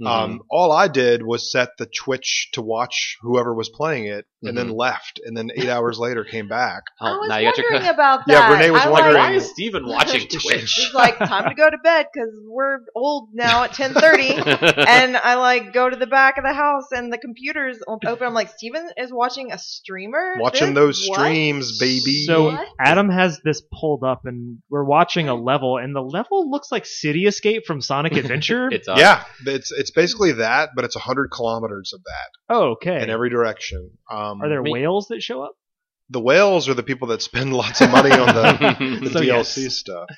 [SPEAKER 1] Mhm.
[SPEAKER 4] Um, all I did was set the Twitch to watch whoever was playing it,
[SPEAKER 1] Mm-hmm.
[SPEAKER 4] and then left, and then eight hours later came back.
[SPEAKER 3] I was
[SPEAKER 1] Oh, now you got your.
[SPEAKER 3] wondering about that.
[SPEAKER 4] Yeah, Renee was
[SPEAKER 3] I
[SPEAKER 1] like,
[SPEAKER 4] wondering.
[SPEAKER 1] why
[SPEAKER 3] Like,
[SPEAKER 1] is Steven watching Twitch?
[SPEAKER 3] it's like time to go to bed because we're old now at ten thirty. and I like go to the back of the house and the computer's open. I'm like, Steven is watching a streamer.
[SPEAKER 4] Watching
[SPEAKER 3] This-
[SPEAKER 4] those
[SPEAKER 3] what?"
[SPEAKER 4] streams, baby.
[SPEAKER 2] So
[SPEAKER 3] What?
[SPEAKER 2] Adam has this pulled up, and we're watching a level, and the level looks like City Escape from Sonic Adventure.
[SPEAKER 1] it's uh,
[SPEAKER 4] yeah, it's it's basically that, but it's hundred kilometers of that
[SPEAKER 2] oh, okay.
[SPEAKER 4] in every direction. Um,
[SPEAKER 2] Are there
[SPEAKER 1] Me-
[SPEAKER 2] whales that show up?
[SPEAKER 4] the whales are the people that spend lots of money on the, the
[SPEAKER 1] I
[SPEAKER 2] So, yes.
[SPEAKER 4] DLC stuff.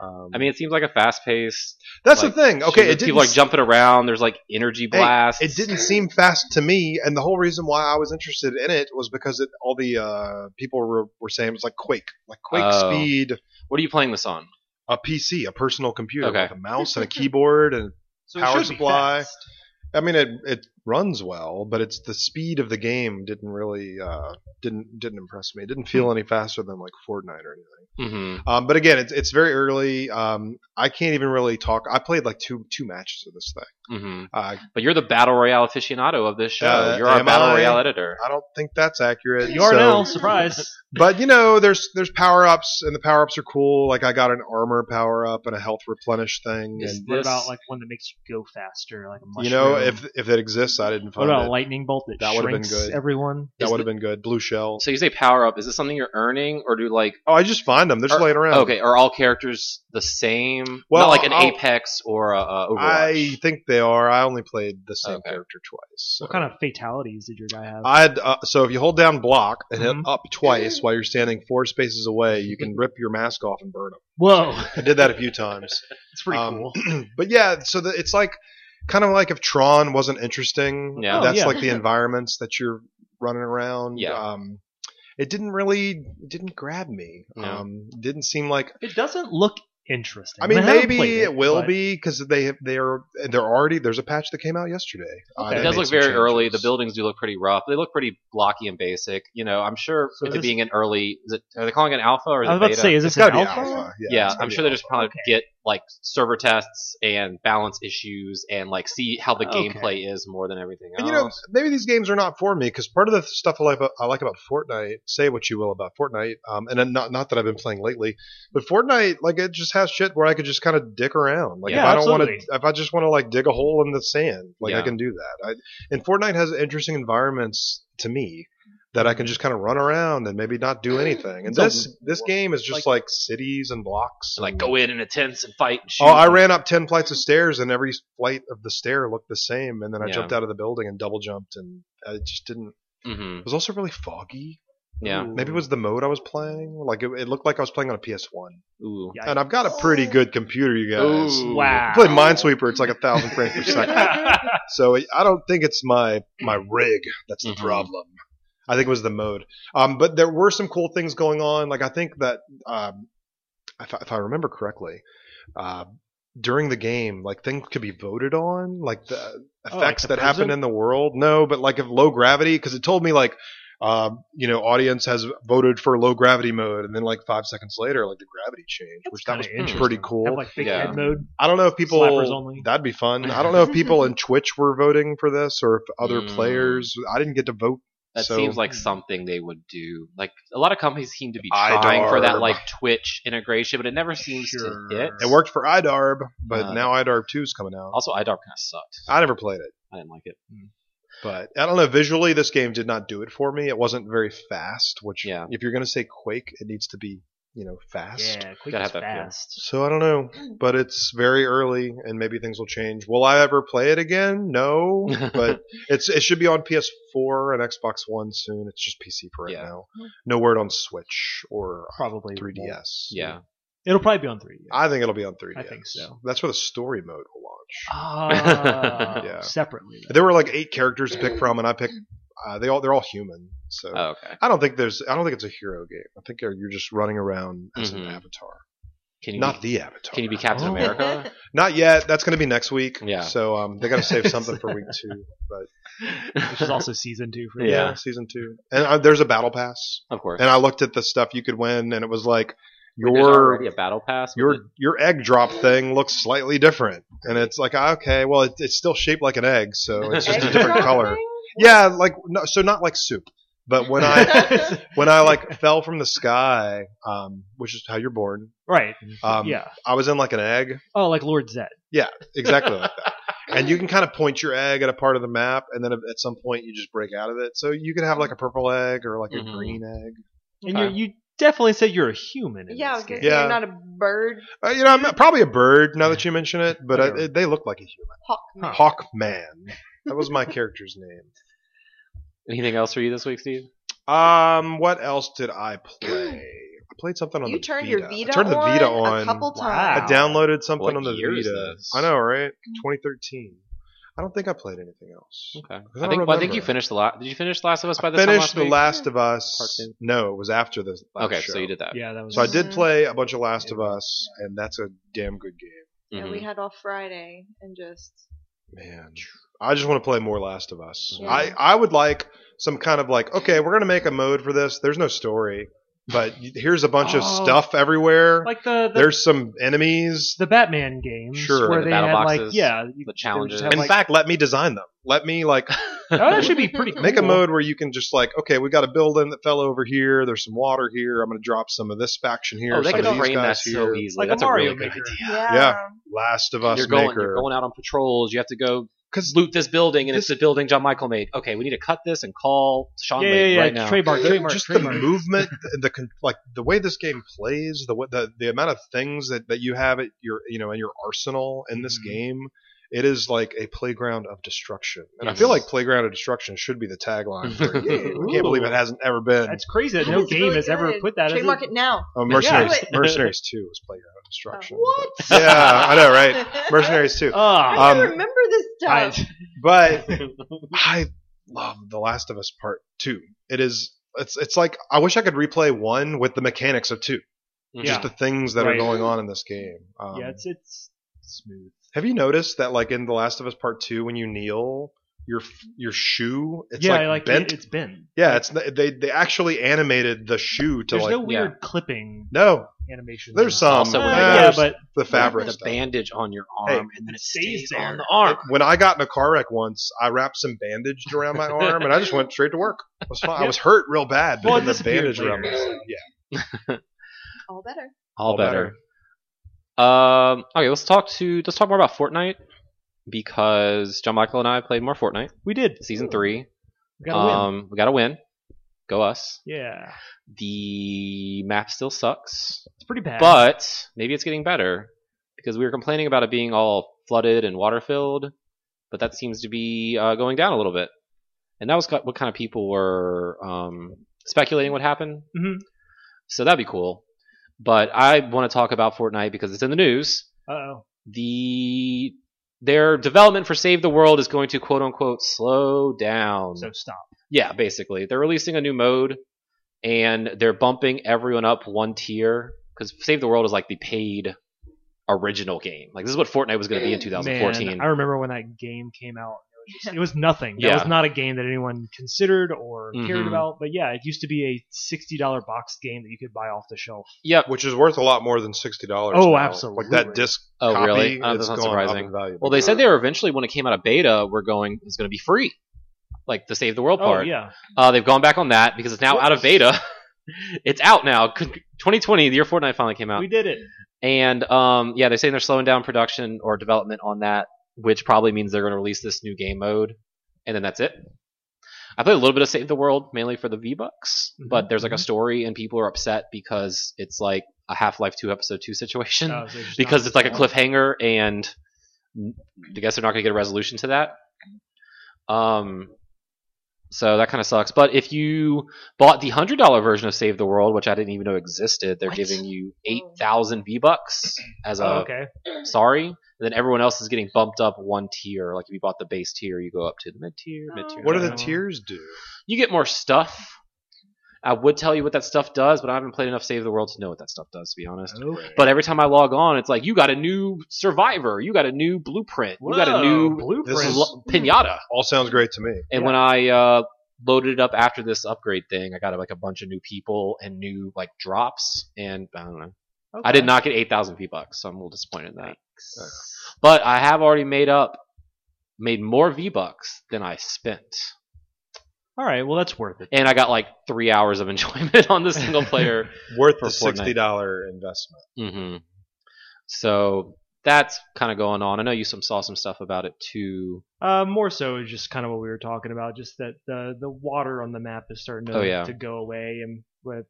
[SPEAKER 4] Um,
[SPEAKER 1] mean, it seems like a fast-paced.
[SPEAKER 4] that's
[SPEAKER 1] like,
[SPEAKER 4] the thing. Okay, it didn't
[SPEAKER 1] people like jumping around. There's like energy blasts.
[SPEAKER 4] It didn't seem fast to me, and the whole reason why I was interested in it was because it, all the uh, people were, were saying it was like Quake, like Quake
[SPEAKER 1] Oh.
[SPEAKER 4] speed,
[SPEAKER 1] What are you playing this on?
[SPEAKER 4] a PC, a personal computer
[SPEAKER 1] Okay.
[SPEAKER 4] with a mouse and a keyboard, and
[SPEAKER 2] So
[SPEAKER 4] it Power should be supply. fast. I mean it it runs well, but it's the speed of the game didn't really uh, didn't didn't impress me. It didn't
[SPEAKER 1] Hmm.
[SPEAKER 4] feel any faster than like Fortnite or anything.
[SPEAKER 1] Mm-hmm.
[SPEAKER 4] Um, but again, it's it's very early. Um, I can't even really talk. I played like two two matches of this thing.
[SPEAKER 1] Mm-hmm.
[SPEAKER 4] Uh,
[SPEAKER 1] But you're the battle royale aficionado of this show.
[SPEAKER 4] Uh,
[SPEAKER 1] you're our
[SPEAKER 4] am
[SPEAKER 1] battle
[SPEAKER 4] I?
[SPEAKER 1] royale editor.
[SPEAKER 4] I don't think that's accurate.
[SPEAKER 2] You are
[SPEAKER 4] so-
[SPEAKER 2] now. Surprise.
[SPEAKER 4] but you know, there's there's power ups, and the power ups are cool. Like I got an armor power up and a health replenish thing.
[SPEAKER 1] Is
[SPEAKER 4] And,
[SPEAKER 2] what
[SPEAKER 1] This-
[SPEAKER 2] about like one that makes you go faster, like a mushroom?
[SPEAKER 4] you know, if if that exists, I didn't
[SPEAKER 2] what
[SPEAKER 4] find
[SPEAKER 2] about a
[SPEAKER 4] it.
[SPEAKER 2] lightning bolt that,
[SPEAKER 4] That would've been
[SPEAKER 2] shrinks
[SPEAKER 4] good.
[SPEAKER 2] everyone?
[SPEAKER 4] that
[SPEAKER 1] is
[SPEAKER 4] would have been good. Blue shell.
[SPEAKER 1] So you say power up. Is this something you're earning, or do like
[SPEAKER 4] Oh, I just find them. They're just
[SPEAKER 1] Or-
[SPEAKER 4] laying around.
[SPEAKER 1] okay? Are all characters the same?
[SPEAKER 4] Well,
[SPEAKER 1] Not like an
[SPEAKER 4] I'll-
[SPEAKER 1] Apex or a, uh
[SPEAKER 4] I
[SPEAKER 1] Overwatch.
[SPEAKER 4] think they are. I only played the same
[SPEAKER 1] Okay.
[SPEAKER 4] character twice. So.
[SPEAKER 2] What kind of fatalities did your guy have?
[SPEAKER 4] I had uh, so if you hold down block and
[SPEAKER 2] Mhm.
[SPEAKER 1] Mm-hmm.
[SPEAKER 4] hit up twice while you're standing four spaces away, you can rip your mask off and burn them.
[SPEAKER 2] Whoa,
[SPEAKER 4] I did that a few times.
[SPEAKER 2] it's pretty
[SPEAKER 4] Um,
[SPEAKER 2] cool.
[SPEAKER 4] But yeah, so the, it's like kind of like if Tron wasn't interesting.
[SPEAKER 1] Yeah.
[SPEAKER 2] Oh,
[SPEAKER 4] that's
[SPEAKER 2] yeah.
[SPEAKER 4] like the environments that you're running around.
[SPEAKER 1] Yeah.
[SPEAKER 4] Um, it didn't really it didn't grab me.
[SPEAKER 1] No.
[SPEAKER 4] Um, didn't seem like
[SPEAKER 2] It doesn't look interesting.
[SPEAKER 4] I mean
[SPEAKER 2] haven't
[SPEAKER 4] maybe
[SPEAKER 2] played
[SPEAKER 4] it, will
[SPEAKER 2] but-
[SPEAKER 4] be because they they are they're already there's a patch that came out yesterday. Uh,
[SPEAKER 2] Okay.
[SPEAKER 4] that
[SPEAKER 1] it does
[SPEAKER 4] made
[SPEAKER 1] look
[SPEAKER 4] some
[SPEAKER 1] very early. The
[SPEAKER 4] changes.
[SPEAKER 1] buildings do look pretty rough. They look pretty blocky and basic. You know, I'm sure
[SPEAKER 2] So
[SPEAKER 1] with it
[SPEAKER 2] this-
[SPEAKER 1] being an early, is it, are they calling it an alpha or
[SPEAKER 2] I
[SPEAKER 1] is
[SPEAKER 2] was
[SPEAKER 1] it
[SPEAKER 2] about
[SPEAKER 1] beta?
[SPEAKER 2] to say, is this
[SPEAKER 4] It's
[SPEAKER 2] an
[SPEAKER 4] got to be
[SPEAKER 2] alpha?
[SPEAKER 4] alpha. Yeah,
[SPEAKER 1] yeah,
[SPEAKER 4] it's gotta
[SPEAKER 1] I'm
[SPEAKER 4] be
[SPEAKER 1] sure they're just
[SPEAKER 4] alpha.
[SPEAKER 1] probably
[SPEAKER 2] Okay.
[SPEAKER 1] get like server tests and balance issues and like see how the
[SPEAKER 2] Okay.
[SPEAKER 1] gameplay is more than everything else.
[SPEAKER 4] And you know, maybe these games are not for me because part of the stuff I like, about, I like about Fortnite. Say what you will about Fortnite, um, and then not not that I've been playing lately, but Fortnite like it just has shit where I could just kind of dick around. Like if
[SPEAKER 2] Yeah,
[SPEAKER 4] I don't want to,
[SPEAKER 2] absolutely.
[SPEAKER 4] if I just want to like dig a hole in the sand, like I
[SPEAKER 1] Yeah.
[SPEAKER 4] can do that. I, and Fortnite has interesting environments to me that I can just kind of run around and maybe not do anything. And
[SPEAKER 1] So-
[SPEAKER 4] this this game is just like, cities and blocks.
[SPEAKER 1] like
[SPEAKER 4] and-
[SPEAKER 1] go in in a tents and fight and shoot.
[SPEAKER 4] Oh, I ran up ten flights of stairs, and every flight of the stair looked the same. And then I
[SPEAKER 1] Yeah.
[SPEAKER 4] jumped out of the building and double jumped, and I just didn't.
[SPEAKER 1] hmm
[SPEAKER 4] It was also really foggy.
[SPEAKER 1] Yeah.
[SPEAKER 4] Maybe it was the mode I was playing. Like it, it looked like I was playing on a PS1.
[SPEAKER 1] Ooh.
[SPEAKER 2] Yeah,
[SPEAKER 4] And I've got a pretty good computer, you guys.
[SPEAKER 1] Ooh.
[SPEAKER 2] Wow.
[SPEAKER 4] I played Minesweeper. It's like a thousand frames per second. So I don't think it's my my rig that's the
[SPEAKER 1] Mhm.
[SPEAKER 2] Mm-hmm.
[SPEAKER 4] problem. I think it was the mode. Um, but there were some cool things going on. Like I think that um, if, I- if I remember correctly, uh, during the game, like things could be voted on, like the
[SPEAKER 2] Oh, like
[SPEAKER 4] effects
[SPEAKER 2] the
[SPEAKER 4] that happen
[SPEAKER 2] prison?
[SPEAKER 4] in the world. No, but like if low gravity, because it told me like. Um, you know, audience has voted for low gravity mode, and then like five seconds later, like the gravity changed,
[SPEAKER 2] That's
[SPEAKER 4] which that was
[SPEAKER 2] kinda interesting.
[SPEAKER 4] pretty cool.
[SPEAKER 2] Have like big
[SPEAKER 1] Yeah.
[SPEAKER 2] head mode.
[SPEAKER 4] I don't know if people
[SPEAKER 2] Slappers only.
[SPEAKER 4] that'd be fun. I don't know if people in Twitch were voting for this or if other
[SPEAKER 1] Mm.
[SPEAKER 4] players. I didn't get to vote.
[SPEAKER 1] That
[SPEAKER 4] so- hmm.
[SPEAKER 1] seems like something they would do. Like a lot of companies seem to be trying for
[SPEAKER 4] iDarb.
[SPEAKER 1] that like Twitch integration, but it never seems
[SPEAKER 2] Sure.
[SPEAKER 1] to hit.
[SPEAKER 4] It worked for iDarb, but
[SPEAKER 1] Uh,
[SPEAKER 4] now iDarb 2 is coming out.
[SPEAKER 1] Also, iDarb kind of sucked.
[SPEAKER 4] I never played it,
[SPEAKER 1] I didn't like it.
[SPEAKER 4] but I don't know. Visually, this game did not do it for me. It wasn't very fast. Which,
[SPEAKER 1] Yeah.
[SPEAKER 4] if you're gonna say Quake, it needs to be you know fast.
[SPEAKER 2] Yeah, quick
[SPEAKER 1] Gotta
[SPEAKER 2] is
[SPEAKER 1] have that feel.
[SPEAKER 2] fast.
[SPEAKER 4] So I don't know, but it's very early, and maybe things will change. Will I ever play it again? No, but it's it should be on PS4 and Xbox One soon. It's just PC for right
[SPEAKER 1] Yeah.
[SPEAKER 4] now. No word on Switch or
[SPEAKER 2] Probably
[SPEAKER 4] 3DS.
[SPEAKER 1] Yeah.
[SPEAKER 2] It'll probably be on three.
[SPEAKER 4] I think it'll be on 3DS.
[SPEAKER 2] I think so.
[SPEAKER 4] That's where the story mode will launch.
[SPEAKER 2] Ah,
[SPEAKER 4] Yeah.
[SPEAKER 2] separately. then.
[SPEAKER 4] There were like eight characters to pick from, and I picked. Uh, they all they're all human, so
[SPEAKER 1] Oh, okay.
[SPEAKER 4] I don't think there's. I don't think it's a hero game. I think you're you're just running around as
[SPEAKER 1] Mhm.
[SPEAKER 4] an avatar,
[SPEAKER 1] Can you
[SPEAKER 4] not
[SPEAKER 1] be,
[SPEAKER 4] the avatar.
[SPEAKER 1] Can you be Captain
[SPEAKER 2] Oh.
[SPEAKER 1] America?
[SPEAKER 4] Not yet. That's going to be next week.
[SPEAKER 1] Yeah.
[SPEAKER 4] So um, they got to save something for week two. But
[SPEAKER 2] which is also season two for
[SPEAKER 1] Yeah.
[SPEAKER 2] you.
[SPEAKER 4] yeah, season two. And uh, there's a battle pass.
[SPEAKER 1] of course.
[SPEAKER 4] And I looked at the stuff you could win, and it was like
[SPEAKER 1] Like, there's
[SPEAKER 4] your
[SPEAKER 1] already a battle pass. with
[SPEAKER 4] your
[SPEAKER 1] it.
[SPEAKER 4] your egg drop thing looks slightly different, and it's like ah, okay, well, it, it's still shaped like an egg, so it's just a
[SPEAKER 1] Egg
[SPEAKER 4] different
[SPEAKER 3] drop
[SPEAKER 4] color.
[SPEAKER 3] thing?
[SPEAKER 4] Yeah, like no, so not like soup, but when I when I like fell from the sky, um, which is how you're born.
[SPEAKER 2] Right.
[SPEAKER 4] Um,
[SPEAKER 2] yeah.
[SPEAKER 4] I was in like an egg,
[SPEAKER 2] Oh, like Lord Zed.
[SPEAKER 4] exactly like that. And you can kind of point your egg at a part of the map, and then at some point you just break out of it. So you could have like a purple egg or like a
[SPEAKER 1] Mhm.
[SPEAKER 4] green egg.
[SPEAKER 2] And
[SPEAKER 1] Okay.
[SPEAKER 2] you you definitely said you're a human. In
[SPEAKER 3] Yeah, I
[SPEAKER 2] This
[SPEAKER 3] was
[SPEAKER 2] game.
[SPEAKER 3] gonna say
[SPEAKER 4] Yeah.
[SPEAKER 3] you're not a bird
[SPEAKER 4] Uh, you know, I'm probably a bird now that you mention it, but I,
[SPEAKER 2] Whatever.
[SPEAKER 4] they look like a human.
[SPEAKER 3] hawk.
[SPEAKER 4] Hawk Man. That was my character's name.
[SPEAKER 1] Anything else for you this week, Steve?
[SPEAKER 4] Um, what else did I play? I played something on
[SPEAKER 3] You
[SPEAKER 4] the
[SPEAKER 3] turned
[SPEAKER 4] Vita.
[SPEAKER 3] your Vita,
[SPEAKER 4] I turned the Vita
[SPEAKER 3] on
[SPEAKER 4] on.
[SPEAKER 3] a couple
[SPEAKER 2] Wow.
[SPEAKER 4] I
[SPEAKER 3] times.
[SPEAKER 4] downloaded something
[SPEAKER 1] What
[SPEAKER 4] on the
[SPEAKER 1] year is
[SPEAKER 4] Vita.
[SPEAKER 1] this?
[SPEAKER 4] I know, right?
[SPEAKER 3] Mm.
[SPEAKER 4] 2013. I don't think I played anything else.
[SPEAKER 1] Okay.
[SPEAKER 4] I
[SPEAKER 1] I
[SPEAKER 4] don't
[SPEAKER 1] think, well, I think you
[SPEAKER 4] remember.
[SPEAKER 1] finished the last. Did you finish Last of Us by
[SPEAKER 4] I
[SPEAKER 1] this
[SPEAKER 4] finished The
[SPEAKER 1] time last
[SPEAKER 4] Last of Us.
[SPEAKER 1] Part two.
[SPEAKER 4] No, it was after the last
[SPEAKER 1] week? Okay,
[SPEAKER 4] show.
[SPEAKER 1] so you did that.
[SPEAKER 2] Yeah, that was.
[SPEAKER 4] So I did
[SPEAKER 3] Mhm.
[SPEAKER 4] play a bunch of Last of Us, and that's a damn good game.
[SPEAKER 3] And
[SPEAKER 1] Mhm.
[SPEAKER 2] Mm-hmm.
[SPEAKER 3] we had off Friday and just
[SPEAKER 4] Man, I just want to play more Last of Us.
[SPEAKER 3] Yeah.
[SPEAKER 4] I I would like some kind of like, okay, we're gonna make a mode for this. There's no story, but here's a bunch of
[SPEAKER 2] Oh.
[SPEAKER 4] stuff everywhere.
[SPEAKER 2] like the the,
[SPEAKER 4] There's some enemies.
[SPEAKER 2] the Batman games.
[SPEAKER 4] Sure,
[SPEAKER 2] Where
[SPEAKER 1] the
[SPEAKER 2] they
[SPEAKER 1] battle
[SPEAKER 2] had like
[SPEAKER 1] boxes,
[SPEAKER 2] yeah
[SPEAKER 1] the
[SPEAKER 2] you- they would just
[SPEAKER 1] challenges.
[SPEAKER 2] have,
[SPEAKER 4] In
[SPEAKER 2] like-
[SPEAKER 4] fact, let me design them. Let me like
[SPEAKER 2] oh, that should be pretty. Cool.
[SPEAKER 4] make a mode where you can just like, okay, we got a building that fell over here. There's some water here. I'm gonna drop some of this faction here.
[SPEAKER 1] Oh, they
[SPEAKER 4] some
[SPEAKER 1] could
[SPEAKER 4] of these
[SPEAKER 1] frame that
[SPEAKER 4] guys
[SPEAKER 1] so
[SPEAKER 4] here.
[SPEAKER 1] easily.
[SPEAKER 2] like
[SPEAKER 1] That's
[SPEAKER 2] a Mario
[SPEAKER 1] a really
[SPEAKER 2] Maker.
[SPEAKER 1] good idea.
[SPEAKER 3] yeah.
[SPEAKER 4] Yeah. Last of Us
[SPEAKER 1] You're going,
[SPEAKER 4] Maker.
[SPEAKER 1] you're going out on patrols. You have to go
[SPEAKER 4] Because
[SPEAKER 1] loot this building, and it's the building John Michael made. Okay, we need to cut this and call Sean
[SPEAKER 2] Yeah, yeah,
[SPEAKER 1] Lake
[SPEAKER 2] yeah.
[SPEAKER 1] right now.
[SPEAKER 2] trademark,
[SPEAKER 4] They're-
[SPEAKER 2] trademark,
[SPEAKER 4] just
[SPEAKER 2] trademark.
[SPEAKER 4] the movement, the, the con- like the way this game plays, the wa- the the amount of things that, that you have at your you know in your arsenal in this
[SPEAKER 1] Mm-hmm.
[SPEAKER 2] Mhm.
[SPEAKER 4] game, it is like a playground of destruction. And I
[SPEAKER 1] Yes.
[SPEAKER 4] feel like playground of destruction should be the tagline for a game. I can't believe it hasn't ever been.
[SPEAKER 2] That's crazy. That
[SPEAKER 3] That
[SPEAKER 2] no
[SPEAKER 3] is
[SPEAKER 2] game
[SPEAKER 3] really
[SPEAKER 2] has ever
[SPEAKER 3] good.
[SPEAKER 2] put that. as a-
[SPEAKER 3] Trademark it now.
[SPEAKER 4] oh, Mercenaries,
[SPEAKER 3] Yeah.
[SPEAKER 4] Mercenaries Two was playground of
[SPEAKER 3] Uh,
[SPEAKER 4] destruction.
[SPEAKER 3] what?
[SPEAKER 4] Yeah, I know, right? Mercenaries
[SPEAKER 1] Oh.
[SPEAKER 4] Two,
[SPEAKER 2] Ah,
[SPEAKER 3] I
[SPEAKER 4] Um,
[SPEAKER 3] don't remember this
[SPEAKER 2] I-
[SPEAKER 3] stuff.
[SPEAKER 4] but I love The Last of Us Part Two. It is. It's, it's like I wish I could replay one with the mechanics of two.
[SPEAKER 2] Yeah.
[SPEAKER 1] Mm-hmm.
[SPEAKER 4] just the things that
[SPEAKER 2] Right.
[SPEAKER 4] are going on in this game. Um,
[SPEAKER 2] yeah, it's it's smooth.
[SPEAKER 4] have you noticed that, like in The Last of Us Part Two, when you kneel, your your shoe it's
[SPEAKER 2] yeah,
[SPEAKER 4] like, bent?
[SPEAKER 2] It, has been.
[SPEAKER 4] yeah, it's they they actually animated the shoe to
[SPEAKER 2] There's
[SPEAKER 4] like
[SPEAKER 2] no weird clipping
[SPEAKER 4] no,
[SPEAKER 2] animation.
[SPEAKER 4] there's
[SPEAKER 2] there.
[SPEAKER 4] some
[SPEAKER 1] Also, when
[SPEAKER 4] Eh,
[SPEAKER 1] they
[SPEAKER 2] yeah,
[SPEAKER 1] get-
[SPEAKER 4] there's
[SPEAKER 2] but
[SPEAKER 4] the fabric
[SPEAKER 1] the
[SPEAKER 4] stuff.
[SPEAKER 1] bandage on your
[SPEAKER 4] Hey,
[SPEAKER 1] arm, and then it stays
[SPEAKER 2] stays there.
[SPEAKER 1] on the arm.
[SPEAKER 4] When I got in a car wreck once, I wrapped some bandage around my arm, and I just went straight to work. It was fine. I was hurt real bad, but
[SPEAKER 2] Well, it
[SPEAKER 4] then the
[SPEAKER 2] disappeared
[SPEAKER 4] bandage around my
[SPEAKER 2] later.
[SPEAKER 4] arm. Yeah,
[SPEAKER 3] All better.
[SPEAKER 1] All,
[SPEAKER 4] all
[SPEAKER 1] better. Um, okay, let's talk to let's talk more about Fortnite because John Michael and I played more Fortnite
[SPEAKER 2] we did.
[SPEAKER 1] season three.
[SPEAKER 2] We gotta win.
[SPEAKER 1] um, we got to win. Go us.
[SPEAKER 2] Yeah,
[SPEAKER 1] The map still sucks,
[SPEAKER 2] it's pretty bad.
[SPEAKER 1] but maybe it's getting better because we were complaining about it being all flooded and water filled, but that seems to be uh, going down a little bit. And that was ki- what kind of people were um, speculating would happen.
[SPEAKER 2] Mhm.
[SPEAKER 1] So that'd be cool. But I want to talk about Fortnite because it's in the news.
[SPEAKER 2] oh,
[SPEAKER 1] The their development for Save the World is going to quote unquote slow down.
[SPEAKER 2] so stop.
[SPEAKER 1] Yeah, basically. They're releasing a new mode and they're bumping everyone up one tier because Save the World is like the paid original game. Like, this is what Fortnite was going to be in 2014.
[SPEAKER 2] Eh, Man, I remember when that game came out. It was, just- it was nothing. That
[SPEAKER 1] Yeah.
[SPEAKER 2] was not a game that anyone considered or cared
[SPEAKER 1] Mhm.
[SPEAKER 2] about. But yeah, it used to be a sixty dollar box game that you could buy off the shelf.
[SPEAKER 1] yep.
[SPEAKER 4] which is worth a lot more than sixty dollars.
[SPEAKER 2] Oh,
[SPEAKER 4] Like that
[SPEAKER 2] absolutely.
[SPEAKER 4] disc
[SPEAKER 1] Oh,
[SPEAKER 4] copy,
[SPEAKER 1] really? Oh, that's
[SPEAKER 4] it's
[SPEAKER 1] not
[SPEAKER 4] gone up
[SPEAKER 1] surprising.
[SPEAKER 4] in value.
[SPEAKER 1] Well, they said they were eventually, when it came out of beta, were going, it's going to be free. Like, the Save the World part.
[SPEAKER 2] Oh yeah,
[SPEAKER 1] uh, they've gone back on that because it's now out of beta. it's out now. 2020, the year Fortnite finally came out.
[SPEAKER 2] we did it.
[SPEAKER 1] And um, yeah, they're saying they're slowing down production or development on that, which probably means they're going to release this new game mode, and then that's it. I played a little bit of Save the World mainly for the V Bucks, but
[SPEAKER 2] Mhm,
[SPEAKER 1] there's like a
[SPEAKER 2] mhm.
[SPEAKER 1] story and people are upset because it's like a Half Life Two episode two situation
[SPEAKER 2] Uh, so just
[SPEAKER 1] because
[SPEAKER 2] not-
[SPEAKER 1] it's like a cliffhanger and I guess they're not going to get a resolution to that. Um, so that kind of sucks. But if you bought the hundred dollar version of Save the World, which I didn't even know existed, they're
[SPEAKER 2] What?
[SPEAKER 1] giving you eight thousand V bucks as a
[SPEAKER 2] Oh, okay.
[SPEAKER 1] sorry. And then everyone else is getting bumped up one tier. Like if you bought the base tier, you go up to the mid tier, mid tier.
[SPEAKER 3] Oh.
[SPEAKER 4] What do
[SPEAKER 2] are
[SPEAKER 4] the tiers do?
[SPEAKER 1] You get more stuff. I would tell you what that stuff does, but I haven't played enough Save the World to know what that stuff does. To be honest. But every time I log on, it's like you got a new survivor, you got a new blueprint, you got a
[SPEAKER 2] Whoa,
[SPEAKER 1] new
[SPEAKER 2] blueprint.
[SPEAKER 4] This is-
[SPEAKER 1] lo- pinata.
[SPEAKER 4] All sounds great to me.
[SPEAKER 1] And
[SPEAKER 2] Yeah.
[SPEAKER 1] when I uh, loaded it up after this upgrade thing, I got like a bunch of new people and new like drops, and I don't know. I did not get eight thousand V bucks, so I'm a little disappointed in that. But I have already made up, made more V bucks than I spent,
[SPEAKER 2] All right, well that's worth it.
[SPEAKER 1] and I got like three hours of enjoyment on the single player.
[SPEAKER 4] Worth
[SPEAKER 1] For
[SPEAKER 4] the sixty dollar investment.
[SPEAKER 1] hmm So that's kind of going on. I know you some saw some stuff about it too.
[SPEAKER 2] Uh, more so is just kind of what we were talking about, just that the the water on the map is starting to,
[SPEAKER 1] Oh, yeah.
[SPEAKER 2] to go away, and with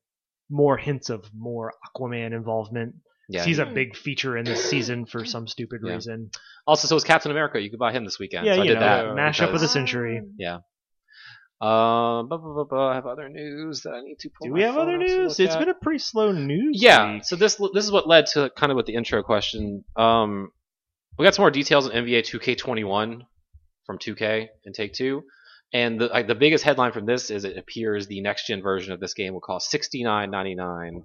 [SPEAKER 2] more hints of more Aquaman involvement.
[SPEAKER 1] Yeah.
[SPEAKER 2] He's a big feature in this season for some stupid
[SPEAKER 1] Yeah.
[SPEAKER 2] reason.
[SPEAKER 1] also, so is Captain America. You could buy him this weekend.
[SPEAKER 2] Yeah,
[SPEAKER 1] so I
[SPEAKER 2] you
[SPEAKER 1] did
[SPEAKER 2] know,
[SPEAKER 1] that.
[SPEAKER 2] mash up with
[SPEAKER 1] because-
[SPEAKER 2] a century.
[SPEAKER 1] Um, blah, blah, blah, blah. I have other news that I need to pull.
[SPEAKER 2] Do we
[SPEAKER 1] my
[SPEAKER 2] have other
[SPEAKER 1] phone up to
[SPEAKER 2] news?
[SPEAKER 1] look
[SPEAKER 2] It's
[SPEAKER 1] at.
[SPEAKER 2] been a pretty slow news.
[SPEAKER 1] yeah.
[SPEAKER 2] week.
[SPEAKER 1] So this this is what led to kind of with the intro question. Um, we got some more details on NBA 2K21 from 2K and Take Two, and the like, the biggest headline from this is it appears the next gen version of this game will cost 69.99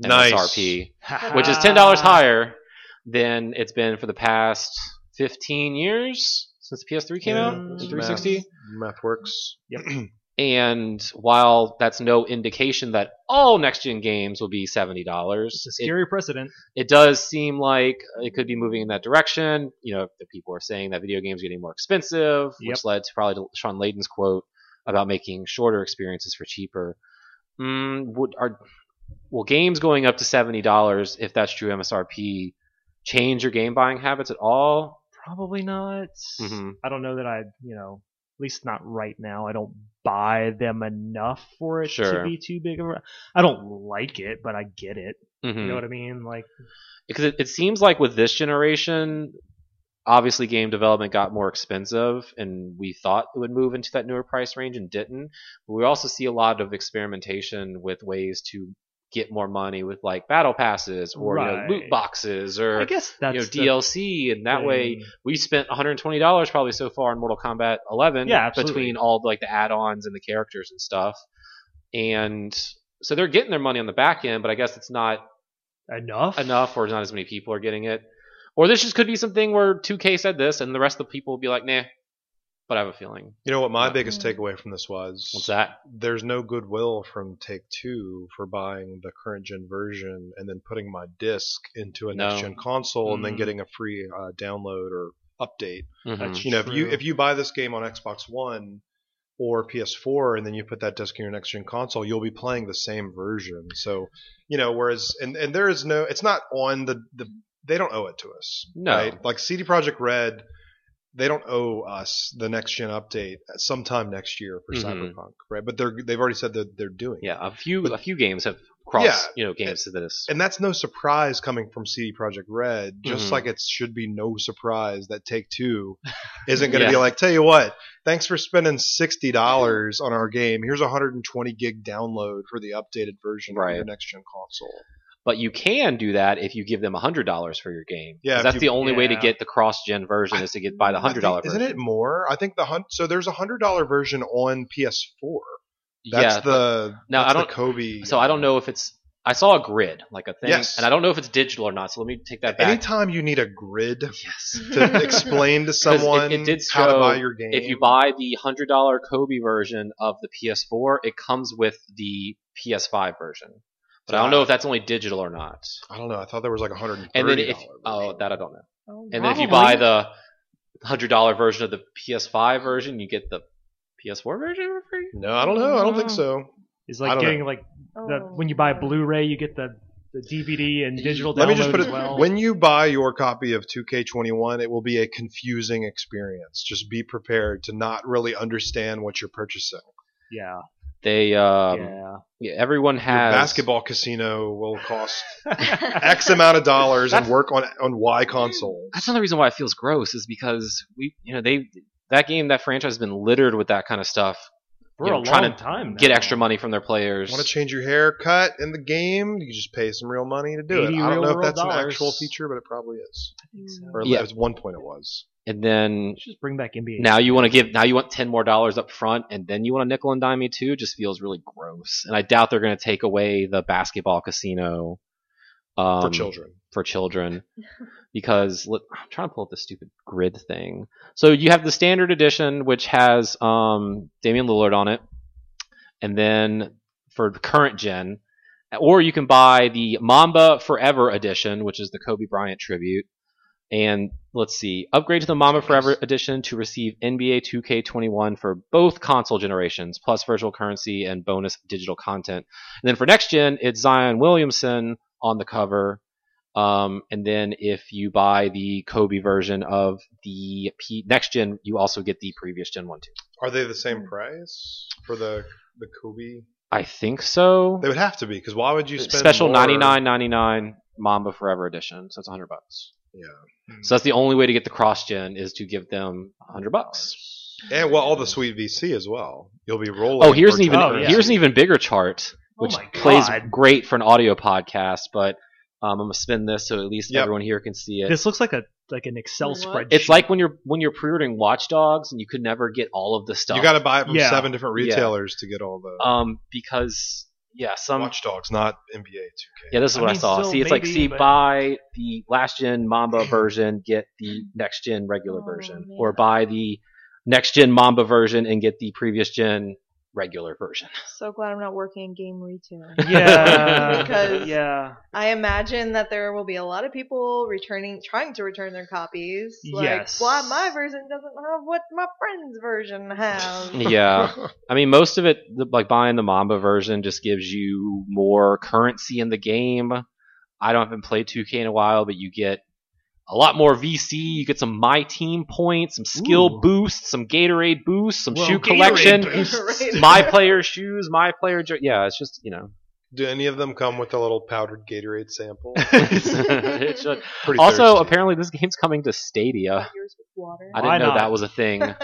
[SPEAKER 4] Nice.
[SPEAKER 1] MSRP, which is ten dollars higher than it's been for the past 15 years since the PS3 came
[SPEAKER 4] Yeah,
[SPEAKER 1] out in
[SPEAKER 4] that's
[SPEAKER 1] 360.
[SPEAKER 4] Mm, Math works.
[SPEAKER 1] And while that's no indication that all next gen games will be seventy dollars,
[SPEAKER 2] It's a
[SPEAKER 1] it,
[SPEAKER 2] scary precedent.
[SPEAKER 1] it does seem like it could be moving in that direction. You know, the people are saying that video games are getting more expensive,
[SPEAKER 2] Yep.
[SPEAKER 1] which led to probably to Sean Layden's quote about making shorter experiences for cheaper. Mm, would are will games going up to seventy dollars if that's true MSRP change your game buying habits at all?
[SPEAKER 2] Probably not.
[SPEAKER 1] Mhm.
[SPEAKER 2] I don't know that I, you know, at least not right now. I don't buy them enough for it
[SPEAKER 1] Sure.
[SPEAKER 2] to be too big of a. I don't like it, but I get it.
[SPEAKER 1] Mhm.
[SPEAKER 2] You know what I mean? Like,
[SPEAKER 1] because it, it seems like with this generation obviously game development got more expensive and we thought it would move into that newer price range and didn't but we also see a lot of experimentation with ways to get more money with like battle passes or you know,
[SPEAKER 2] Right.
[SPEAKER 1] loot boxes or
[SPEAKER 2] I guess
[SPEAKER 1] you
[SPEAKER 2] that's
[SPEAKER 1] know
[SPEAKER 2] the
[SPEAKER 1] DLC and that way
[SPEAKER 2] thing.
[SPEAKER 1] we spent $120 probably so far in Mortal Kombat 11
[SPEAKER 2] Yeah, absolutely.
[SPEAKER 1] between all like the add-ons and the characters and stuff and so they're getting their money on the back end but I guess it's not
[SPEAKER 2] enough.
[SPEAKER 1] enough or not as many people are getting it. Or this just could be something where 2K said this and the rest of the people will be like, nah. But I have a feeling.
[SPEAKER 4] You know what my
[SPEAKER 1] Yeah.
[SPEAKER 4] biggest takeaway from this was?
[SPEAKER 1] What's that?
[SPEAKER 4] There's no goodwill from Take Two for buying the current gen version and then putting my disc into a
[SPEAKER 1] No.
[SPEAKER 4] next gen console and then
[SPEAKER 2] Mm.
[SPEAKER 4] getting a free uh, download or update.
[SPEAKER 1] Mhm.
[SPEAKER 2] That's
[SPEAKER 4] You know, if you
[SPEAKER 2] True.
[SPEAKER 4] if you buy this game on Xbox One or PS4 and then you put that disc in your next gen console, you'll be playing the same version. So, you know, whereas and and there is no it's not on the the they don't owe it to us.
[SPEAKER 1] No.
[SPEAKER 4] Like CD Project Red they don't owe us the next gen update sometime next year for
[SPEAKER 1] Mhm.
[SPEAKER 4] Cyberpunk, right? But they're they've already said that they're doing it.
[SPEAKER 1] Yeah, a few a few games have crossed
[SPEAKER 4] Yeah.
[SPEAKER 1] you know games to this.
[SPEAKER 4] And that's no surprise coming from CD Project Red, just
[SPEAKER 1] Mhm.
[SPEAKER 4] like it should be no surprise that Take Two isn't going to be
[SPEAKER 1] Yeah.
[SPEAKER 4] like, tell you what, thanks for spending sixty dollars on our game. Here's a hundred and twenty gig download for the updated version of your
[SPEAKER 1] Right.
[SPEAKER 4] next gen console.
[SPEAKER 1] But you can do that if you give them hundred dollars for your game. 'Cause
[SPEAKER 4] Yeah, if
[SPEAKER 1] that's
[SPEAKER 4] you-
[SPEAKER 1] the only way to
[SPEAKER 2] yeah.
[SPEAKER 1] get the cross gen version is to get buy the
[SPEAKER 4] I
[SPEAKER 1] hundred dollar
[SPEAKER 4] think-
[SPEAKER 1] version.
[SPEAKER 4] isn't it more? I think the hun- so there's a hundred dollar version on PS4. That's
[SPEAKER 1] yeah.
[SPEAKER 4] the
[SPEAKER 1] Now,
[SPEAKER 4] that's
[SPEAKER 1] I don't-
[SPEAKER 4] the Kobe.
[SPEAKER 1] so I don't know if it's I saw a grid like a thing,
[SPEAKER 4] Yes.
[SPEAKER 1] and I don't know if it's digital or not. So let me take that back.
[SPEAKER 4] Anytime you need a grid
[SPEAKER 1] Yes.
[SPEAKER 4] to explain to someone
[SPEAKER 1] it did
[SPEAKER 4] how to
[SPEAKER 1] show
[SPEAKER 4] buy your game.
[SPEAKER 1] if you buy the hundred dollar Kobe version of the PS4, it comes with the PS5 version. But I don't know if that's only digital or not.
[SPEAKER 4] I don't know. I thought there was like a hundred and
[SPEAKER 1] And then
[SPEAKER 4] thirty
[SPEAKER 1] if oh that I don't know.
[SPEAKER 3] Oh,
[SPEAKER 1] And then if you buy the hundred dollar version of the PS5 version, you get the PS4 version for free.
[SPEAKER 4] no, I don't know. I don't think so.
[SPEAKER 2] It's
[SPEAKER 4] I
[SPEAKER 2] like
[SPEAKER 4] don't
[SPEAKER 2] getting
[SPEAKER 4] know.
[SPEAKER 2] like the,
[SPEAKER 3] Oh.
[SPEAKER 2] when you buy Blu-ray, you get the, the DVD and digital
[SPEAKER 4] Let me just
[SPEAKER 2] download
[SPEAKER 4] put
[SPEAKER 2] as
[SPEAKER 4] it
[SPEAKER 2] well.
[SPEAKER 4] when you buy your copy of 2K21, it will be a confusing experience. Just be prepared to not really understand what you're purchasing.
[SPEAKER 2] yeah,
[SPEAKER 1] They um, yeah.
[SPEAKER 2] yeah.
[SPEAKER 1] everyone
[SPEAKER 4] Your
[SPEAKER 1] has
[SPEAKER 4] basketball casino will cost X amount of dollars and
[SPEAKER 1] That's-
[SPEAKER 4] work on on Y console.
[SPEAKER 1] That's another reason why it feels gross is because we you know they that game that franchise has been littered with that kind of stuff.
[SPEAKER 2] For
[SPEAKER 1] you know,
[SPEAKER 2] a
[SPEAKER 1] trying
[SPEAKER 2] long
[SPEAKER 1] to
[SPEAKER 2] time,
[SPEAKER 1] get
[SPEAKER 2] now.
[SPEAKER 1] extra money from their players.
[SPEAKER 4] Want to change your haircut in the game? You just pay some real money to do it.
[SPEAKER 2] 80
[SPEAKER 4] I don't know if
[SPEAKER 2] real-world
[SPEAKER 4] that's an
[SPEAKER 2] dollars.
[SPEAKER 4] actual feature, but it probably is.
[SPEAKER 3] Hmm.
[SPEAKER 4] Or
[SPEAKER 1] Yeah.
[SPEAKER 4] at least at one point it was.
[SPEAKER 1] and then
[SPEAKER 2] Let's just bring back NBA.
[SPEAKER 1] now you want to give now you want 10 more dollars up front and then you want to nickel and dime me too just feels really gross and i doubt they're going to take away the basketball casino um,
[SPEAKER 4] for children.
[SPEAKER 1] for children because let, i'm trying to pull up the stupid grid thing so you have the standard edition which has um, damian lillard on it and then for the current gen Or you can buy the Mamba Forever edition, which is the Kobe Bryant tribute. And let's see, upgrade to the Mamba Forever edition to receive NBA 2K21 for both console generations, plus virtual currency and bonus digital content. And then for next gen, it's Zion Williamson on the cover. Um, and then if you buy the Kobe version of the P- next gen, you also get the previous gen one too.
[SPEAKER 4] Are they the same price for the the Kobe?
[SPEAKER 1] I think so.
[SPEAKER 4] They would have to be because why would you spend
[SPEAKER 1] Special
[SPEAKER 4] more-
[SPEAKER 1] ninety nine ninety nine Mamba Forever edition, so it's hundred bucks.
[SPEAKER 4] Yeah,
[SPEAKER 2] Hmm.
[SPEAKER 1] So that's the only way to get the cross gen is to give them hundred bucks.
[SPEAKER 4] and well, all the sweet VC as well. You'll be rolling.
[SPEAKER 1] Oh, here's an even
[SPEAKER 4] virtual
[SPEAKER 2] Oh, yeah.
[SPEAKER 1] here's an even bigger chart,
[SPEAKER 2] Oh
[SPEAKER 1] which
[SPEAKER 2] my
[SPEAKER 1] plays
[SPEAKER 2] God.
[SPEAKER 1] great for an audio podcast. But um, I'm gonna spin this so at least
[SPEAKER 4] Yep.
[SPEAKER 1] everyone here can see it.
[SPEAKER 2] This looks like a like an Excel
[SPEAKER 3] What?
[SPEAKER 2] spreadsheet.
[SPEAKER 1] it's like when you're when you're pre-ordering Watch Dogs and you could never get all of the stuff.
[SPEAKER 4] You got to buy it from
[SPEAKER 2] Yeah.
[SPEAKER 4] seven different
[SPEAKER 1] Yeah.
[SPEAKER 4] retailers to get all the
[SPEAKER 1] um because yeah some
[SPEAKER 4] watchdogs, not NBA 2K.
[SPEAKER 1] yeah this is
[SPEAKER 2] I
[SPEAKER 1] what I,
[SPEAKER 2] mean,
[SPEAKER 1] saw.
[SPEAKER 2] still
[SPEAKER 1] See, it's like
[SPEAKER 2] maybe,
[SPEAKER 1] see
[SPEAKER 2] but-
[SPEAKER 1] buy the last gen Mamba version, get the next gen regular
[SPEAKER 3] Oh,
[SPEAKER 1] version,
[SPEAKER 3] man.
[SPEAKER 1] or buy the next gen Mamba version and get the previous gen regular version.
[SPEAKER 3] So glad I'm not working in game retail.
[SPEAKER 2] yeah,
[SPEAKER 3] Because-
[SPEAKER 2] yeah,
[SPEAKER 3] I imagine that there will be a lot of people returning, trying to return their copies. Like,
[SPEAKER 2] Yes.
[SPEAKER 3] why my version doesn't have what my friend's version has?
[SPEAKER 1] yeah. I mean, most of it, the, like buying the Mamba version, just gives you more currency in the game. I don't haven't played 2K in a while, but you get a lot more VC. You get some my team points, some skill
[SPEAKER 2] Ooh.
[SPEAKER 1] boosts, some Gatorade boosts, some
[SPEAKER 2] Whoa,
[SPEAKER 1] shoe
[SPEAKER 2] Gatorade
[SPEAKER 1] collection,
[SPEAKER 3] boosts.
[SPEAKER 1] my player shoes, my player. Jo- yeah, it's just you know.
[SPEAKER 4] Do any of them come with a little powdered Gatorade sample?
[SPEAKER 1] it should.
[SPEAKER 4] Pretty
[SPEAKER 1] Also,
[SPEAKER 4] thirsty.
[SPEAKER 1] apparently, this game's coming to Stadia.
[SPEAKER 3] Yours with water.
[SPEAKER 1] I didn't
[SPEAKER 2] Why
[SPEAKER 1] know
[SPEAKER 2] not?
[SPEAKER 1] that was a thing. Did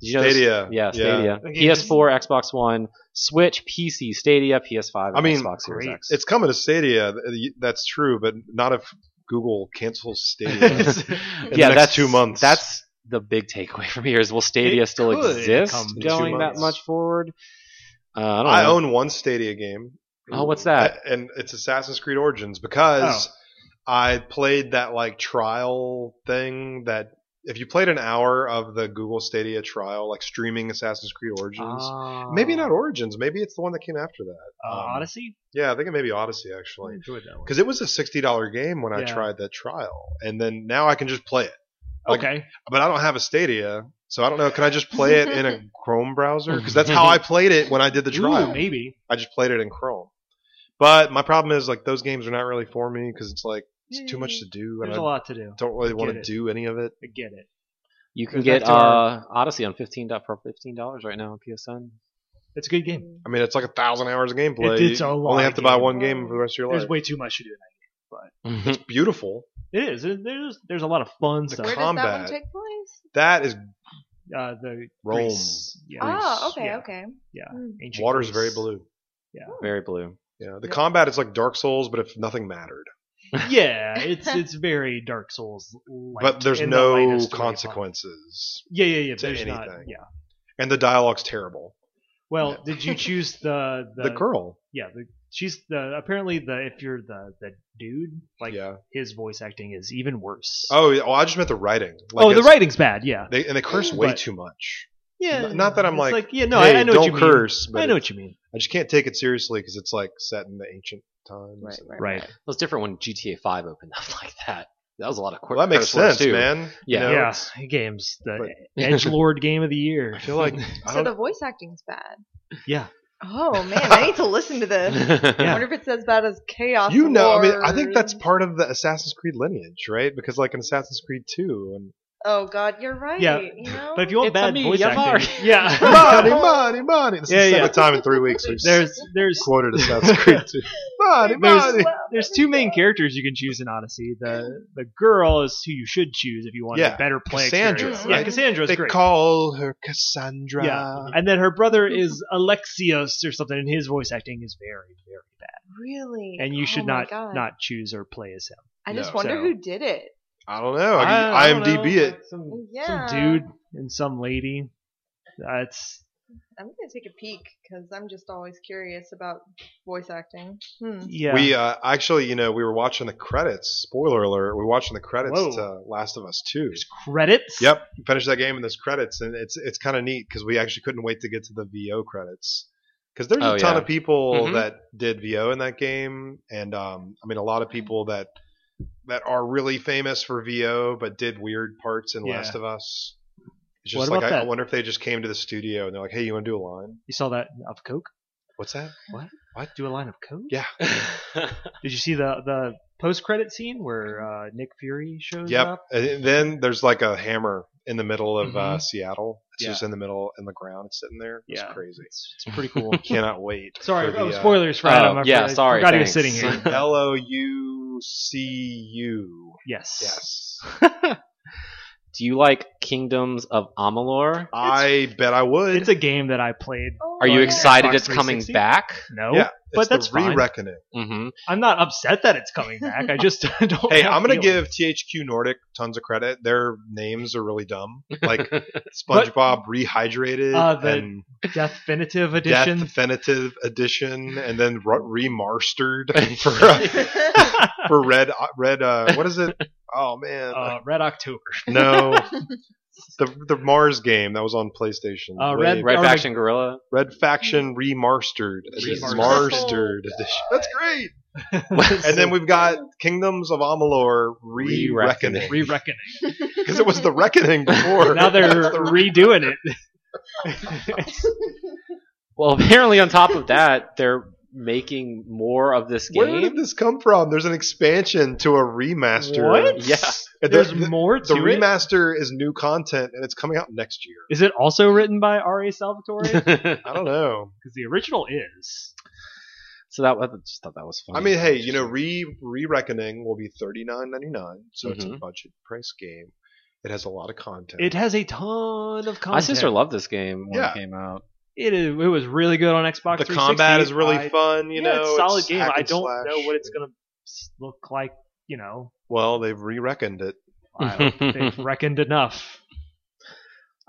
[SPEAKER 1] you know this-
[SPEAKER 4] Stadia.
[SPEAKER 1] Yeah, Stadia.
[SPEAKER 2] Okay,
[SPEAKER 1] PS4, Xbox One, Switch, PC, Stadia, PS5, and
[SPEAKER 4] I mean,
[SPEAKER 1] Xbox Series
[SPEAKER 2] great.
[SPEAKER 1] X.
[SPEAKER 4] It's coming to Stadia. th- That's true, but not if Google cancels Stadia.
[SPEAKER 1] yeah,
[SPEAKER 4] the next
[SPEAKER 1] that's
[SPEAKER 4] two months.
[SPEAKER 1] That's the big takeaway from here is will Stadia
[SPEAKER 2] It
[SPEAKER 1] still
[SPEAKER 2] could come
[SPEAKER 1] exist
[SPEAKER 2] in
[SPEAKER 4] two
[SPEAKER 1] going that
[SPEAKER 4] months.
[SPEAKER 1] much forward? Uh, I don't
[SPEAKER 4] I
[SPEAKER 1] know.
[SPEAKER 4] own one Stadia game.
[SPEAKER 1] oh, what's that? Oh.
[SPEAKER 4] A- and it's Assassin's Creed Origins because I played that like trial thing that if you played an hour of the Google Stadia trial, like streaming Assassin's Creed Origins,
[SPEAKER 1] Oh.
[SPEAKER 2] Ah.
[SPEAKER 4] maybe not Origins, maybe it's the one that came after that.
[SPEAKER 2] Uh,
[SPEAKER 4] um,
[SPEAKER 2] Odyssey.
[SPEAKER 4] Yeah, I think it may be Odyssey
[SPEAKER 2] I
[SPEAKER 4] actually.
[SPEAKER 1] Hmm.
[SPEAKER 2] enjoyed that one.
[SPEAKER 4] Because it was a sixty dollar game when I
[SPEAKER 2] Yeah.
[SPEAKER 4] tried that trial, and then now I can just play it. like-
[SPEAKER 2] Okay,
[SPEAKER 4] But I don't have a Stadia, so I don't know. Can I just play it in a Chrome browser? Because that's how I played it when I did the trial.
[SPEAKER 2] Ooh, maybe.
[SPEAKER 4] I just played it in Chrome. But my problem is like those games are not really for me because it's like it's too much to do, and
[SPEAKER 2] There's
[SPEAKER 4] I
[SPEAKER 2] a lot to do.
[SPEAKER 4] don't really want
[SPEAKER 2] Get
[SPEAKER 4] to
[SPEAKER 2] it.
[SPEAKER 4] do any of it.
[SPEAKER 2] I get it.
[SPEAKER 1] You can
[SPEAKER 2] Goes
[SPEAKER 1] get
[SPEAKER 2] back to our-
[SPEAKER 1] uh, Odyssey on fifteen do- for fifteen dollars right now on PSN.
[SPEAKER 2] It's
[SPEAKER 3] Hmm.
[SPEAKER 2] a good game.
[SPEAKER 4] I mean, it's like a thousand hours of gameplay.
[SPEAKER 2] It- it's a
[SPEAKER 4] You
[SPEAKER 2] lot
[SPEAKER 4] Only
[SPEAKER 2] of
[SPEAKER 4] have to buy
[SPEAKER 2] game.
[SPEAKER 4] one game for the rest of your
[SPEAKER 2] There's
[SPEAKER 4] life.
[SPEAKER 2] way too much to do. in
[SPEAKER 4] Mm-hmm.
[SPEAKER 1] Mhm.
[SPEAKER 4] Beautiful.
[SPEAKER 2] that. It is. It- There's there's a lot of fun
[SPEAKER 4] The
[SPEAKER 2] stuff.
[SPEAKER 3] Where does that
[SPEAKER 4] combat.
[SPEAKER 3] one take place?
[SPEAKER 4] That is
[SPEAKER 2] Uh, the
[SPEAKER 4] Rome.
[SPEAKER 2] Greece. Yeah. Greece.
[SPEAKER 3] Oh, okay,
[SPEAKER 2] Yeah.
[SPEAKER 3] okay.
[SPEAKER 2] Yeah.
[SPEAKER 3] Hmm.
[SPEAKER 2] Ancient
[SPEAKER 4] water's
[SPEAKER 2] Greece.
[SPEAKER 4] very blue.
[SPEAKER 1] Very blue.
[SPEAKER 4] Yeah, the
[SPEAKER 3] Yeah.
[SPEAKER 4] combat is like Dark Souls, but if nothing mattered.
[SPEAKER 2] yeah, it's it's very Dark Souls.
[SPEAKER 4] but there's no consequences,
[SPEAKER 2] Yeah, yeah, yeah.
[SPEAKER 4] to
[SPEAKER 2] There's not.
[SPEAKER 4] anything.
[SPEAKER 2] Yeah.
[SPEAKER 4] and the dialogue's terrible.
[SPEAKER 2] Well,
[SPEAKER 4] Yeah.
[SPEAKER 2] did you choose the the,
[SPEAKER 4] The, girl,
[SPEAKER 2] Yeah, the, she's the apparently the if you're the the dude like
[SPEAKER 4] yeah.
[SPEAKER 2] his voice acting is even worse.
[SPEAKER 4] Oh, yeah, oh, I just meant the writing. Like,
[SPEAKER 2] oh, the
[SPEAKER 4] it's-
[SPEAKER 2] writing's bad. Yeah,
[SPEAKER 4] They, and they curse way
[SPEAKER 2] But-
[SPEAKER 4] too much.
[SPEAKER 2] yeah.
[SPEAKER 4] N- not that I'm
[SPEAKER 2] it's
[SPEAKER 4] like,
[SPEAKER 2] yeah, no,
[SPEAKER 4] hey,
[SPEAKER 2] I, I know
[SPEAKER 4] don't
[SPEAKER 2] what you
[SPEAKER 4] curse.
[SPEAKER 2] mean.
[SPEAKER 4] But
[SPEAKER 2] I know what you mean.
[SPEAKER 4] I just can't take it seriously because it's like set in the ancient times.
[SPEAKER 3] Right, right.
[SPEAKER 2] Right.
[SPEAKER 1] It was different when GTA Five opened up like that. That was a lot of quick.
[SPEAKER 4] Well, that makes
[SPEAKER 1] curse words,
[SPEAKER 4] sense,
[SPEAKER 1] too.
[SPEAKER 4] man.
[SPEAKER 1] Yeah.
[SPEAKER 4] You know,
[SPEAKER 2] yeah, games the
[SPEAKER 1] but-
[SPEAKER 2] Edge Lord game of the
[SPEAKER 4] I
[SPEAKER 2] year.
[SPEAKER 4] feel like I
[SPEAKER 3] So
[SPEAKER 4] don't,
[SPEAKER 3] the voice acting's bad.
[SPEAKER 2] Yeah,
[SPEAKER 3] Oh man, I need to listen to this. I wonder if it's as bad as Chaos.
[SPEAKER 4] you know. I mean, I
[SPEAKER 3] Wars.
[SPEAKER 4] think that's part of the Assassin's Creed lineage, right? Because like in Assassin's Creed Two and
[SPEAKER 3] Oh God, you're right.
[SPEAKER 2] Yeah.
[SPEAKER 3] You know?
[SPEAKER 2] but if you want
[SPEAKER 1] It's a
[SPEAKER 2] bad
[SPEAKER 1] me,
[SPEAKER 2] voice
[SPEAKER 1] Yamar.
[SPEAKER 2] acting, yeah,
[SPEAKER 4] money, money, money. This
[SPEAKER 2] Yeah,
[SPEAKER 4] is the
[SPEAKER 2] yeah.
[SPEAKER 4] second time in three weeks we've
[SPEAKER 2] there's there's
[SPEAKER 4] quoted Assassin's Creed Two. Money,
[SPEAKER 2] There's-
[SPEAKER 4] money.
[SPEAKER 2] there's two main characters you can choose in Odyssey. The the girl is who you should choose if you want
[SPEAKER 4] Yeah,
[SPEAKER 2] a better play
[SPEAKER 4] Cassandra,
[SPEAKER 2] experience. Yeah,
[SPEAKER 3] right?
[SPEAKER 2] Cassandra's
[SPEAKER 4] They
[SPEAKER 2] great.
[SPEAKER 4] call her Cassandra.
[SPEAKER 2] Yeah. And then her brother is Alexios or something, and his voice acting is very, very bad.
[SPEAKER 3] really.
[SPEAKER 2] And you should
[SPEAKER 3] Oh, my
[SPEAKER 2] not
[SPEAKER 3] God.
[SPEAKER 2] not choose or play as him.
[SPEAKER 3] I just
[SPEAKER 4] No.
[SPEAKER 3] wonder
[SPEAKER 2] So-
[SPEAKER 3] who did it.
[SPEAKER 4] I don't know. I, can
[SPEAKER 2] I don't
[SPEAKER 4] Oh, IMDb
[SPEAKER 2] know,
[SPEAKER 4] it.
[SPEAKER 2] like Some,
[SPEAKER 3] Yeah.
[SPEAKER 2] some dude and some lady. That's
[SPEAKER 3] I'm gonna take a peek because I'm just always curious about voice acting. Hmm.
[SPEAKER 2] yeah.
[SPEAKER 4] We uh, actually, you know, we were watching the credits. Spoiler alert: we were watching the credits
[SPEAKER 2] Whoa.
[SPEAKER 4] to Last of Us Two.
[SPEAKER 2] There's credits.
[SPEAKER 4] Yep, finished that game and there's credits, and it's it's kind of neat because we actually couldn't wait to get to the VO credits because there's
[SPEAKER 1] Oh,
[SPEAKER 4] a ton
[SPEAKER 1] yeah.
[SPEAKER 4] of people
[SPEAKER 2] Mm-hmm.
[SPEAKER 1] Mhm.
[SPEAKER 4] that did VO in that game, and um, I mean a lot of people that that are really famous for VO but did weird parts in
[SPEAKER 2] Yeah.
[SPEAKER 4] Last of Us. It's
[SPEAKER 2] What
[SPEAKER 4] just
[SPEAKER 2] about
[SPEAKER 4] like I, I
[SPEAKER 2] that-
[SPEAKER 4] wonder if they just came to the studio and they're like, "Hey, you want to do a line?
[SPEAKER 2] You saw that of Coke?
[SPEAKER 4] What's that?
[SPEAKER 2] Do a line of Coke?
[SPEAKER 4] Yeah.
[SPEAKER 2] Did you see the the post credit scene where uh, Nick Fury shows
[SPEAKER 4] Yep."
[SPEAKER 2] up?
[SPEAKER 4] And then there's like a hammer in the middle of uh, Seattle. It's
[SPEAKER 2] Mm-hmm. Yeah.
[SPEAKER 4] just in the middle in the ground. It's sitting there. It's
[SPEAKER 2] Yeah.
[SPEAKER 4] crazy.
[SPEAKER 2] It's, it's pretty cool.
[SPEAKER 4] Cannot wait.
[SPEAKER 2] Sorry,
[SPEAKER 4] for the,
[SPEAKER 2] oh,
[SPEAKER 4] uh,
[SPEAKER 2] spoilers for
[SPEAKER 1] oh,
[SPEAKER 2] Adam. I
[SPEAKER 1] yeah,
[SPEAKER 2] forgot-
[SPEAKER 1] sorry,
[SPEAKER 2] Forgot he was
[SPEAKER 1] thanks.
[SPEAKER 2] sitting here.
[SPEAKER 4] L O U C U.
[SPEAKER 2] Yes.
[SPEAKER 4] Yes.
[SPEAKER 1] Do you like Kingdoms of Amalur?
[SPEAKER 4] I bet I would.
[SPEAKER 2] It's a game that I played.
[SPEAKER 3] Oh,
[SPEAKER 1] Are you
[SPEAKER 3] yeah.
[SPEAKER 1] excited
[SPEAKER 2] Xbox
[SPEAKER 1] it's coming
[SPEAKER 2] 360?
[SPEAKER 1] back?
[SPEAKER 2] No,
[SPEAKER 4] Yeah,
[SPEAKER 2] but
[SPEAKER 4] It's the
[SPEAKER 2] that's fine.
[SPEAKER 4] re-reckoning.
[SPEAKER 1] Mm-hmm.
[SPEAKER 2] I'm not upset that it's coming back. I just don't.
[SPEAKER 4] Hey,
[SPEAKER 2] have
[SPEAKER 4] I'm gonna
[SPEAKER 2] feelings.
[SPEAKER 4] give THQ Nordic tons of credit. Their names are really dumb, like SpongeBob Rehydrated
[SPEAKER 2] Uh, the
[SPEAKER 4] and
[SPEAKER 2] definitive
[SPEAKER 4] Death
[SPEAKER 2] edition.
[SPEAKER 4] Definitive Edition, and then re- remastered for uh, for Red Red. Uh, what is it? Oh man,
[SPEAKER 2] uh, Red October.
[SPEAKER 4] no. The, the Mars game that was on PlayStation.
[SPEAKER 2] Uh,
[SPEAKER 4] way
[SPEAKER 2] Red-
[SPEAKER 4] back.
[SPEAKER 1] Red
[SPEAKER 2] Or like-
[SPEAKER 1] Faction Gorilla.
[SPEAKER 4] Red Faction remastered. edition.
[SPEAKER 2] Remastered.
[SPEAKER 4] Remastered edition. That's great. And then we've got Kingdoms of Amalur re-reckoning
[SPEAKER 2] re-reckoning.
[SPEAKER 4] because it was the reckoning before.
[SPEAKER 2] Now they're
[SPEAKER 4] That's the-
[SPEAKER 2] redoing it.
[SPEAKER 1] Well, apparently, on top of that, they're making more of this
[SPEAKER 4] Where did
[SPEAKER 1] game.
[SPEAKER 4] this come from? There's an expansion to a remaster.
[SPEAKER 2] What?
[SPEAKER 1] Yeah.
[SPEAKER 4] And
[SPEAKER 2] There's
[SPEAKER 4] the,
[SPEAKER 2] more to
[SPEAKER 4] the
[SPEAKER 2] it. Is
[SPEAKER 4] remaster is new content and it's coming out next year.
[SPEAKER 2] it also written by Ari Salvatore? Because
[SPEAKER 4] I don't know.
[SPEAKER 2] the original is.
[SPEAKER 1] so that was, I just thought that was funny.
[SPEAKER 4] I mean, hey, you know, re re reckoning will be thirty nine ninety nine, so it's a
[SPEAKER 1] Mhm.
[SPEAKER 4] budget price game. It has a lot of content.
[SPEAKER 2] Mm-hmm. It has a ton of content.
[SPEAKER 1] my sister loved this game when
[SPEAKER 4] Yeah.
[SPEAKER 1] it came out.
[SPEAKER 2] it. Is, it was really good on Xbox.
[SPEAKER 4] the
[SPEAKER 2] 360.
[SPEAKER 4] combat is really
[SPEAKER 2] I-
[SPEAKER 4] fun. You
[SPEAKER 2] yeah,
[SPEAKER 4] know,
[SPEAKER 2] it's a solid
[SPEAKER 4] it's
[SPEAKER 2] game.
[SPEAKER 4] hack
[SPEAKER 2] I
[SPEAKER 4] and
[SPEAKER 2] don't
[SPEAKER 4] slash.
[SPEAKER 2] know what it's gonna s- look like. You know,
[SPEAKER 4] Well, they've re-reckoned it.
[SPEAKER 2] I- they've reckoned enough.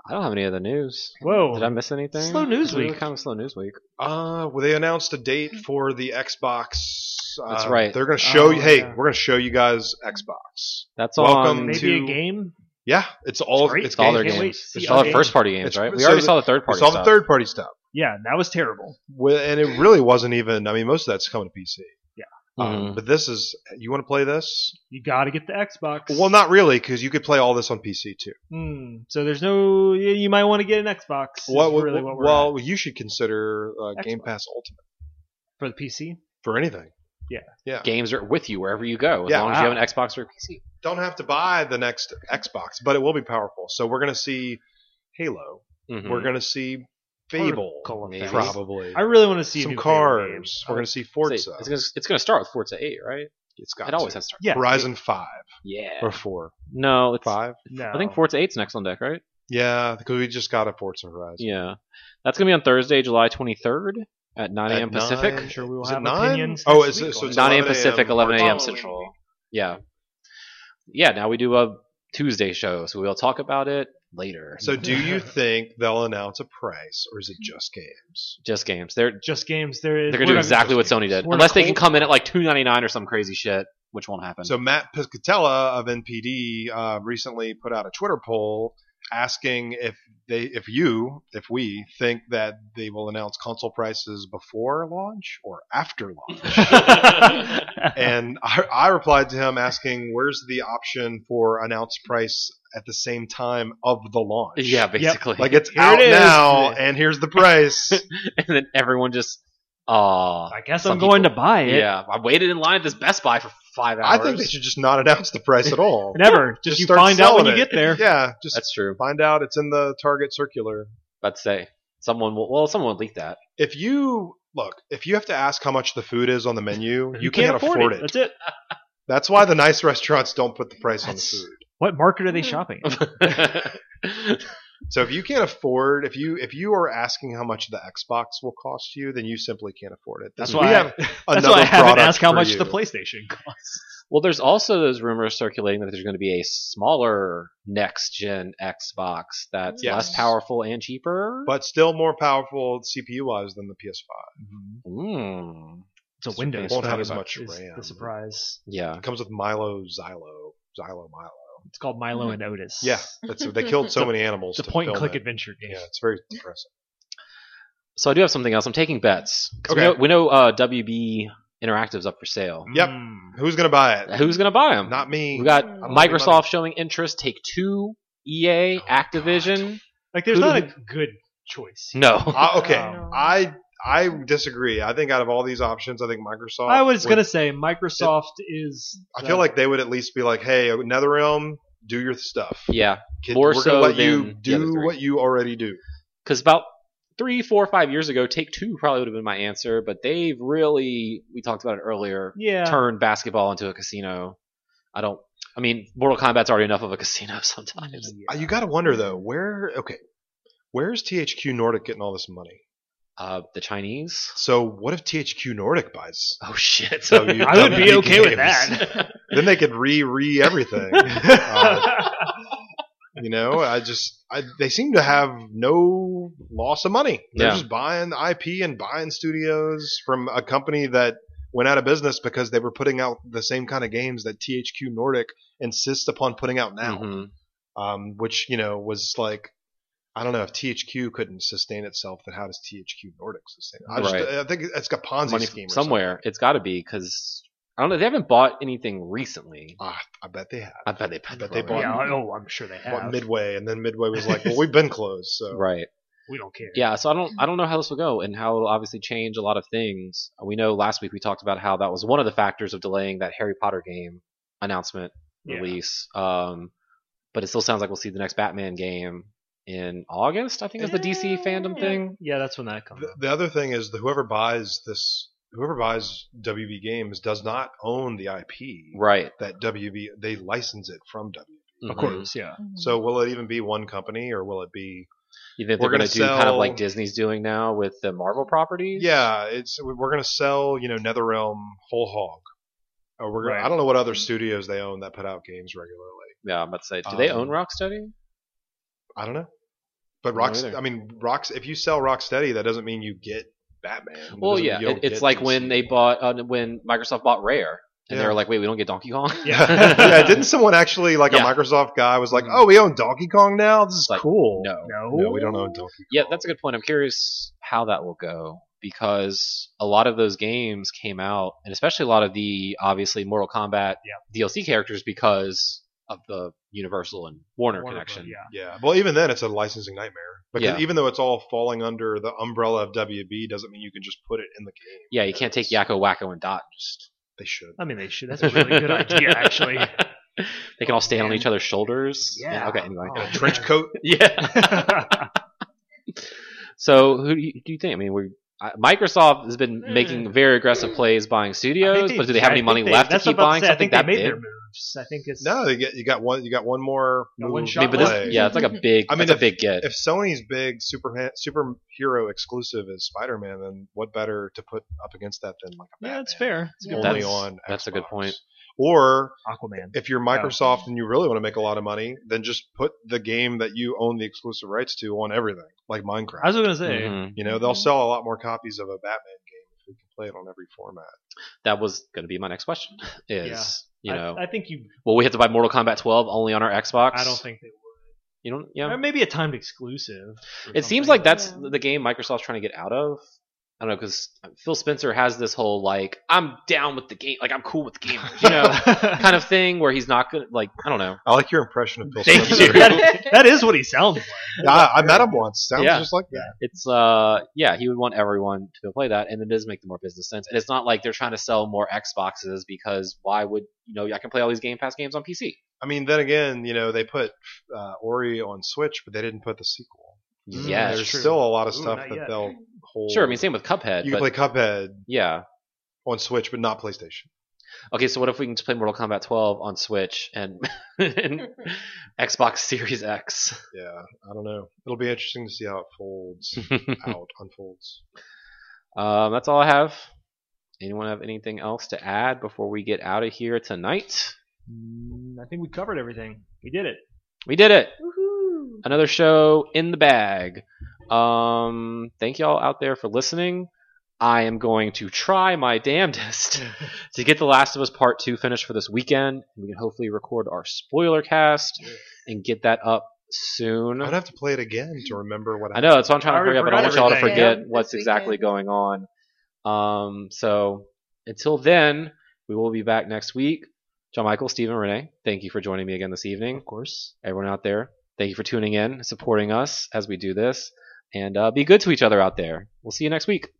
[SPEAKER 1] I don't have any other news.
[SPEAKER 2] Whoa.
[SPEAKER 1] Did I miss anything?
[SPEAKER 2] Slow news
[SPEAKER 1] It's really
[SPEAKER 2] week.
[SPEAKER 1] Kind of slow news week.
[SPEAKER 4] Uh, well, they announced a date for the Xbox. Uh,
[SPEAKER 1] That's right.
[SPEAKER 4] They're gonna show
[SPEAKER 2] Hmm. Oh,
[SPEAKER 4] you. Hey,
[SPEAKER 2] yeah.
[SPEAKER 4] we're gonna show you guys Xbox.
[SPEAKER 1] That's
[SPEAKER 4] Welcome
[SPEAKER 1] on.
[SPEAKER 2] Maybe a
[SPEAKER 4] to-
[SPEAKER 2] game.
[SPEAKER 4] Yeah, it's all
[SPEAKER 2] great.
[SPEAKER 4] it's,
[SPEAKER 1] It's all their
[SPEAKER 2] Can't wait
[SPEAKER 1] games.
[SPEAKER 2] to see
[SPEAKER 1] It's all
[SPEAKER 2] our
[SPEAKER 1] their first party games,
[SPEAKER 4] It's-
[SPEAKER 1] right? We
[SPEAKER 4] so
[SPEAKER 1] already
[SPEAKER 4] the-
[SPEAKER 1] saw the third party.
[SPEAKER 4] It's all the
[SPEAKER 1] stuff.
[SPEAKER 4] third party stuff.
[SPEAKER 2] Yeah, that was terrible.
[SPEAKER 4] Well, and it really wasn't even. I mean, most of that's coming to PC.
[SPEAKER 2] Yeah.
[SPEAKER 1] Mm-hmm.
[SPEAKER 4] Um, but this is you want to play this?
[SPEAKER 2] You got to get the Xbox.
[SPEAKER 4] Well, not really, because you could play all this on PC too.
[SPEAKER 2] Hmm, so there's no. You you might want to get an Xbox. is
[SPEAKER 4] What, what-
[SPEAKER 2] really what we're at.
[SPEAKER 4] well, you should consider uh, Game
[SPEAKER 2] Xbox.
[SPEAKER 4] Pass Ultimate
[SPEAKER 2] for the PC.
[SPEAKER 4] for anything.
[SPEAKER 1] Games are with you wherever you go, as
[SPEAKER 4] Yeah.
[SPEAKER 1] long as you have an Xbox or a PC.
[SPEAKER 4] Don't have to buy the next Xbox, but it will be powerful. So we're gonna see Halo.
[SPEAKER 1] Mhm.
[SPEAKER 4] We're gonna see Fable,
[SPEAKER 2] Particle
[SPEAKER 1] effects.
[SPEAKER 4] Mm-hmm. probably.
[SPEAKER 2] I really want to see a
[SPEAKER 4] some
[SPEAKER 2] new Fable
[SPEAKER 4] cars.
[SPEAKER 2] game.
[SPEAKER 4] We're gonna see
[SPEAKER 1] It's-
[SPEAKER 4] Forza.
[SPEAKER 1] It's gonna, it's gonna start with Forza 8, right?
[SPEAKER 4] it's got
[SPEAKER 1] It always
[SPEAKER 4] to.
[SPEAKER 1] has to start.
[SPEAKER 2] Yeah.
[SPEAKER 4] Horizon Five
[SPEAKER 1] Yeah.
[SPEAKER 4] or Four,
[SPEAKER 1] No, it's
[SPEAKER 4] Five.
[SPEAKER 2] No.
[SPEAKER 1] I think Forza 8's next on deck, right?
[SPEAKER 4] Yeah, because we just got a Forza Horizon.
[SPEAKER 1] Yeah. That's gonna be on Thursday, July 23rd at 9
[SPEAKER 4] At
[SPEAKER 1] a.m. Pacific.
[SPEAKER 4] nine-
[SPEAKER 2] sure we will
[SPEAKER 4] is it
[SPEAKER 2] have
[SPEAKER 4] nine?
[SPEAKER 2] opinions
[SPEAKER 4] Oh,
[SPEAKER 2] next
[SPEAKER 4] is
[SPEAKER 2] week
[SPEAKER 4] it, so
[SPEAKER 2] on
[SPEAKER 4] it's
[SPEAKER 1] 9 a.m.
[SPEAKER 4] 11
[SPEAKER 1] Pacific, 11 a.m.
[SPEAKER 4] Oh,
[SPEAKER 1] Central. Yeah. Yeah, now we do a Tuesday show, so we'll talk about it later.
[SPEAKER 4] So, do you think they'll announce a price, or is it just games?
[SPEAKER 1] Just games. They're
[SPEAKER 2] Just games. There is.
[SPEAKER 1] they're gonna do
[SPEAKER 2] we're not-
[SPEAKER 1] exactly what Sony did,
[SPEAKER 2] we're
[SPEAKER 1] unless
[SPEAKER 2] not
[SPEAKER 1] they can
[SPEAKER 2] cold.
[SPEAKER 1] come in at like 2.99 or some crazy shit, which won't happen.
[SPEAKER 4] So, Matt Piscatella of NPD uh, recently put out a Twitter poll asking if they, if you, if we think that they will announce console prices before launch or after launch. and I, I replied to him asking, "Where's the option for announced price at the same time of the launch?"
[SPEAKER 1] yeah, basically.
[SPEAKER 4] Like it's
[SPEAKER 2] Here it
[SPEAKER 4] out
[SPEAKER 2] is.
[SPEAKER 4] now, and here's the price.
[SPEAKER 1] and then everyone just, ah,
[SPEAKER 2] I guess
[SPEAKER 1] Some
[SPEAKER 2] I'm going
[SPEAKER 1] people-
[SPEAKER 2] to buy it.
[SPEAKER 1] yeah. I waited in line at this Best Buy for five
[SPEAKER 4] I
[SPEAKER 1] hours.
[SPEAKER 4] think they should just not announce the price at all.
[SPEAKER 2] Never. Just,
[SPEAKER 4] Just
[SPEAKER 2] you
[SPEAKER 4] start
[SPEAKER 2] find out when
[SPEAKER 4] selling
[SPEAKER 2] you
[SPEAKER 4] it.
[SPEAKER 2] get there.
[SPEAKER 4] yeah, just
[SPEAKER 1] That's true.
[SPEAKER 4] find out it's in the Target circular.
[SPEAKER 1] I'd say someone will. Well, someone will leak that.
[SPEAKER 4] If you look, if you have to ask how much the food is on the menu, you, can't, afford, it.
[SPEAKER 2] That's it.
[SPEAKER 4] That's why the nice restaurants don't put the price
[SPEAKER 1] That's-
[SPEAKER 4] on the food.
[SPEAKER 2] What market
[SPEAKER 1] Mm-hmm.
[SPEAKER 2] are they shopping? in?
[SPEAKER 4] So if you can't afford, if you if you are asking how much the Xbox will cost you, then you simply can't afford it.
[SPEAKER 2] That's
[SPEAKER 4] we
[SPEAKER 2] why I-
[SPEAKER 4] have
[SPEAKER 2] That's
[SPEAKER 4] another
[SPEAKER 2] why I haven't
[SPEAKER 4] product
[SPEAKER 2] asked how
[SPEAKER 4] for
[SPEAKER 2] much
[SPEAKER 4] you.
[SPEAKER 2] the PlayStation costs.
[SPEAKER 1] well, there's also those rumors circulating that there's going to be a smaller next gen Xbox that's
[SPEAKER 4] Yes.
[SPEAKER 1] less powerful and cheaper.
[SPEAKER 4] but still more powerful CPU wise than the PS5.
[SPEAKER 1] Mm.
[SPEAKER 2] It's a Windows.
[SPEAKER 4] won't have
[SPEAKER 2] product
[SPEAKER 4] as much
[SPEAKER 2] is
[SPEAKER 4] RAM.
[SPEAKER 2] The surprise.
[SPEAKER 1] yeah,
[SPEAKER 4] It comes with Milo Xylo Xylo Milo.
[SPEAKER 2] It's called Milo and Otis.
[SPEAKER 4] Yeah, that's they killed so many animals.
[SPEAKER 2] It's a
[SPEAKER 4] Mm-hmm. to
[SPEAKER 2] point and
[SPEAKER 4] film
[SPEAKER 2] click
[SPEAKER 4] it.
[SPEAKER 2] adventure game.
[SPEAKER 4] Yeah, it's very depressing.
[SPEAKER 1] So I do have something else. I'm taking bets. 'Cause
[SPEAKER 4] Okay.
[SPEAKER 1] We know, we know uh, WB Interactive's up for sale.
[SPEAKER 4] Yep.
[SPEAKER 2] Mm.
[SPEAKER 4] Who's gonna buy it?
[SPEAKER 1] Who's gonna buy them?
[SPEAKER 4] Not me.
[SPEAKER 1] We got
[SPEAKER 3] Mm.
[SPEAKER 4] don't need money.
[SPEAKER 1] Microsoft showing interest. Take two. EA,
[SPEAKER 4] Oh,
[SPEAKER 1] Activision.
[SPEAKER 2] Like, there's
[SPEAKER 1] Who
[SPEAKER 2] not
[SPEAKER 1] do
[SPEAKER 2] a good choice.
[SPEAKER 1] No.
[SPEAKER 4] I- Ah, okay,
[SPEAKER 3] Oh.
[SPEAKER 4] I I disagree. I think out of all these options, I think Microsoft.
[SPEAKER 2] I was
[SPEAKER 4] would-
[SPEAKER 2] gonna say Microsoft is.
[SPEAKER 4] I
[SPEAKER 2] the-
[SPEAKER 4] feel like they would at least be like, "Hey, NetherRealm, do your stuff.
[SPEAKER 1] Yeah,
[SPEAKER 4] Kid,
[SPEAKER 1] more
[SPEAKER 4] we're
[SPEAKER 1] so
[SPEAKER 4] gonna let you
[SPEAKER 1] than the other
[SPEAKER 4] do
[SPEAKER 1] three.
[SPEAKER 4] what you already do."
[SPEAKER 1] because about three, four, five years ago, Take Two probably would have been my answer, but they've really we talked about it earlier.
[SPEAKER 2] yeah.
[SPEAKER 1] Turned basketball into a casino. I don't. I mean, Mortal Kombat's already enough of a casino sometimes.
[SPEAKER 4] Uh, You got to wonder though, where? Okay, where's THQ Nordic getting all this money?
[SPEAKER 1] Uh, the Chinese.
[SPEAKER 4] So what if THQ Nordic buys?
[SPEAKER 1] Oh shit!
[SPEAKER 4] So you-
[SPEAKER 2] I would be
[SPEAKER 4] WB
[SPEAKER 2] okay with
[SPEAKER 4] Games.
[SPEAKER 2] that.
[SPEAKER 4] Then they could re re everything. Uh, you know, I just I, they seem to have no loss of money. They're
[SPEAKER 1] Yeah.
[SPEAKER 4] just buying IP and buying studios from a company that went out of business because they were putting out the same kind of games that THQ Nordic insists upon putting out now.
[SPEAKER 1] Mhm.
[SPEAKER 4] Um, which you know was like, I don't know if THQ couldn't sustain itself, then how does THQ Nordic sustain? It? I just
[SPEAKER 1] Right.
[SPEAKER 4] I think it's got Ponzi
[SPEAKER 1] Money
[SPEAKER 4] scheme or
[SPEAKER 1] somewhere. It's got to be because I don't know. They haven't bought anything recently.
[SPEAKER 4] something. Ah, I bet they have.
[SPEAKER 1] I bet they.
[SPEAKER 4] I bet they bought-
[SPEAKER 2] yeah. Oh, I'm sure they
[SPEAKER 4] Bought
[SPEAKER 2] have.
[SPEAKER 4] Midway, and then Midway was like, "Well, we've been closed, so
[SPEAKER 1] Right.
[SPEAKER 2] we don't care.
[SPEAKER 1] Yeah, so I don't I don't know how this will go and how it'll obviously change a lot of things. We know last week we talked about how that was one of the factors of delaying that Harry Potter game announcement
[SPEAKER 2] Yeah.
[SPEAKER 1] release. Um, but it still sounds like we'll see the next Batman game in August. I think is the
[SPEAKER 4] Eh.
[SPEAKER 1] DC fandom
[SPEAKER 3] Yeah.
[SPEAKER 1] thing.
[SPEAKER 2] Yeah, that's when that comes.
[SPEAKER 4] The, the other thing is that whoever buys this, whoever buys WB Games does not own the IP
[SPEAKER 1] Right.
[SPEAKER 4] that WB. They license it from WB.
[SPEAKER 2] Of
[SPEAKER 1] Mhm.
[SPEAKER 2] course, yeah.
[SPEAKER 3] Hmm.
[SPEAKER 4] So will it even be one company, or will it be?
[SPEAKER 1] You think
[SPEAKER 4] We're
[SPEAKER 1] they're going to
[SPEAKER 4] gonna
[SPEAKER 1] do kind of
[SPEAKER 4] sell-
[SPEAKER 1] like Disney's doing now with the Marvel properties?
[SPEAKER 4] Yeah, it's we're gonna sell you know NetherRealm whole hog. Or we're gonna,
[SPEAKER 2] Right.
[SPEAKER 4] I don't know what other studios they own that put out games regularly.
[SPEAKER 1] Yeah, I'm about to say, do they
[SPEAKER 4] Um,
[SPEAKER 1] own Rocksteady?
[SPEAKER 4] I don't know.
[SPEAKER 1] I
[SPEAKER 4] But
[SPEAKER 1] don't know
[SPEAKER 4] Rocks,
[SPEAKER 1] either.
[SPEAKER 4] I mean, Rocks. If you sell Rocksteady, that doesn't mean you get Batman. It
[SPEAKER 1] Well,
[SPEAKER 4] doesn't-
[SPEAKER 1] yeah,
[SPEAKER 4] you don't
[SPEAKER 1] it, it's
[SPEAKER 4] get
[SPEAKER 1] like
[SPEAKER 4] the
[SPEAKER 1] when they
[SPEAKER 4] sequel.
[SPEAKER 1] bought uh, when Microsoft bought Rare, and they
[SPEAKER 4] Yeah.
[SPEAKER 1] were like, wait, we don't get Donkey Kong.
[SPEAKER 2] Yeah.
[SPEAKER 4] yeah, didn't someone actually like
[SPEAKER 1] Yeah.
[SPEAKER 4] a Microsoft guy was like,
[SPEAKER 1] Mhm.
[SPEAKER 4] "Oh, we own Donkey Kong now. This is
[SPEAKER 1] Like,
[SPEAKER 4] cool."
[SPEAKER 1] No.
[SPEAKER 4] No, we don't own Donkey Kong.
[SPEAKER 1] Yeah, that's a good point. I'm curious how that will go because a lot of those games came out, and especially a lot of the obviously Mortal Kombat DLC characters because of the Universal and Warner,
[SPEAKER 2] Warner Bros.
[SPEAKER 1] connection.
[SPEAKER 2] Yeah.
[SPEAKER 4] Yeah. Well, even then, it's a licensing nightmare because
[SPEAKER 1] Yeah.
[SPEAKER 4] even though it's all falling under the umbrella of WB, doesn't mean you can just put it in the game.
[SPEAKER 1] Yeah, you can't take Yakko, Wacko, and Dot. and Just
[SPEAKER 4] They should.
[SPEAKER 2] I mean, they should. That's a really good idea, actually.
[SPEAKER 1] they can all stand on
[SPEAKER 2] man.
[SPEAKER 1] each other's shoulders.
[SPEAKER 2] Yeah.
[SPEAKER 1] okay. Anyway.
[SPEAKER 2] Oh.
[SPEAKER 4] A trench coat.
[SPEAKER 1] Yeah. so who do you, do you think? I mean, we. I- Microsoft has been
[SPEAKER 2] Hmm.
[SPEAKER 1] making very aggressive plays buying
[SPEAKER 2] I
[SPEAKER 1] studios,
[SPEAKER 2] think
[SPEAKER 1] but do
[SPEAKER 2] they-
[SPEAKER 1] they have
[SPEAKER 2] I
[SPEAKER 1] any
[SPEAKER 2] think
[SPEAKER 1] money
[SPEAKER 2] they-
[SPEAKER 1] left to
[SPEAKER 2] that's what
[SPEAKER 1] keep
[SPEAKER 2] I'm about
[SPEAKER 1] buying
[SPEAKER 2] say. I
[SPEAKER 1] something
[SPEAKER 2] think they
[SPEAKER 1] that
[SPEAKER 2] made
[SPEAKER 1] big?
[SPEAKER 2] their moves. I think it's
[SPEAKER 4] No, you get you got one. You got one more.
[SPEAKER 2] Yeah,
[SPEAKER 4] move
[SPEAKER 2] one
[SPEAKER 1] I mean,
[SPEAKER 2] shot
[SPEAKER 1] but
[SPEAKER 4] away.
[SPEAKER 1] this, yeah, it's like a big.
[SPEAKER 4] I mean,
[SPEAKER 1] that's a
[SPEAKER 4] if-
[SPEAKER 1] big get.
[SPEAKER 4] If Sony's big super superhero exclusive is Spider-Man, then what better to put up against that than like a
[SPEAKER 2] Yeah, it's
[SPEAKER 4] Batman?
[SPEAKER 2] fair. It's a good
[SPEAKER 1] That's-
[SPEAKER 4] Only
[SPEAKER 2] point.
[SPEAKER 4] on
[SPEAKER 1] that's a good
[SPEAKER 4] Xbox.
[SPEAKER 1] point.
[SPEAKER 4] Or
[SPEAKER 2] Aquaman.
[SPEAKER 4] if you're Microsoft and you really want to make a lot of money, then just put the game that you own the exclusive rights to on everything, like Minecraft.
[SPEAKER 2] I was gonna say.
[SPEAKER 1] Mhm.
[SPEAKER 4] You know, they'll
[SPEAKER 3] Mhm.
[SPEAKER 4] sell a lot more copies of a Batman game if we can play it on every format.
[SPEAKER 1] That was going to be my next question. Is
[SPEAKER 2] I-
[SPEAKER 1] you know,
[SPEAKER 2] I, think you.
[SPEAKER 1] well, we have to buy Mortal Kombat 12 only on our Xbox.
[SPEAKER 2] I don't think they would.
[SPEAKER 1] you don't. Yeah,
[SPEAKER 2] Or maybe a timed exclusive. or
[SPEAKER 1] it seems
[SPEAKER 2] something.
[SPEAKER 1] like that's
[SPEAKER 3] Yeah.
[SPEAKER 1] the game Microsoft's trying to get out of. I don't know because Phil Spencer has this whole like I'm down with the game, like I'm cool with the gamers, you know, kind of thing where he's not gonna like I don't know.
[SPEAKER 4] I like your impression of Bill
[SPEAKER 1] Thank
[SPEAKER 4] Spencer.
[SPEAKER 1] you.
[SPEAKER 2] That- that is what he sounds like.
[SPEAKER 4] I, I met him once. Sounds
[SPEAKER 1] Yeah.
[SPEAKER 4] just like that.
[SPEAKER 1] It's uh yeah, he would want everyone to go play that, and it does make the more business sense. And it's not like they're trying to sell more Xboxes because why would you know I can play all these Game Pass games on PC?
[SPEAKER 4] I mean, then again, you know, they put uh, Ori on Switch, but they didn't put the sequel.
[SPEAKER 2] Mm,
[SPEAKER 1] yeah,
[SPEAKER 4] Mm-hmm. There's
[SPEAKER 2] true.
[SPEAKER 4] still a lot of
[SPEAKER 2] Ooh,
[SPEAKER 4] stuff
[SPEAKER 2] not
[SPEAKER 4] that
[SPEAKER 2] yet.
[SPEAKER 4] they'll hold.
[SPEAKER 1] sure. I mean, same with Cuphead.
[SPEAKER 4] You
[SPEAKER 1] but
[SPEAKER 4] can play Cuphead
[SPEAKER 1] yeah,
[SPEAKER 4] on Switch, but not PlayStation.
[SPEAKER 1] Okay, so what if we can just play Mortal Kombat 12 on Switch and, and Xbox Series X?
[SPEAKER 4] Yeah, I don't know. It'll be interesting to see how it folds out, unfolds.
[SPEAKER 1] um, that's all I have. Anyone have anything else to add before we get out of here tonight?
[SPEAKER 2] Mm, I think we covered everything. We did it.
[SPEAKER 1] We did it.
[SPEAKER 3] Woohoo.
[SPEAKER 1] Another show in the bag. Um, thank y'all out there for listening. I am going to try my damnedest to get The Last of Us Part 2 finished for this weekend. We can hopefully record our spoiler cast and get that up soon.
[SPEAKER 4] I'd have to play it again to remember what
[SPEAKER 1] I
[SPEAKER 4] happened.
[SPEAKER 1] know that's what I'm trying to
[SPEAKER 2] I
[SPEAKER 1] hurry up. I don't
[SPEAKER 2] regret
[SPEAKER 1] want y'all to
[SPEAKER 2] everything.
[SPEAKER 1] forget
[SPEAKER 3] Yeah,
[SPEAKER 1] what's
[SPEAKER 3] this
[SPEAKER 1] exactly going on. Um, so until then, we will be back next week. John Michael, Stephen, Renee, thank you for joining me again this evening.
[SPEAKER 4] Of course.
[SPEAKER 1] Everyone out there, thank you for tuning in, supporting us as we do this, and uh, be good to each other out there. We'll see you next week.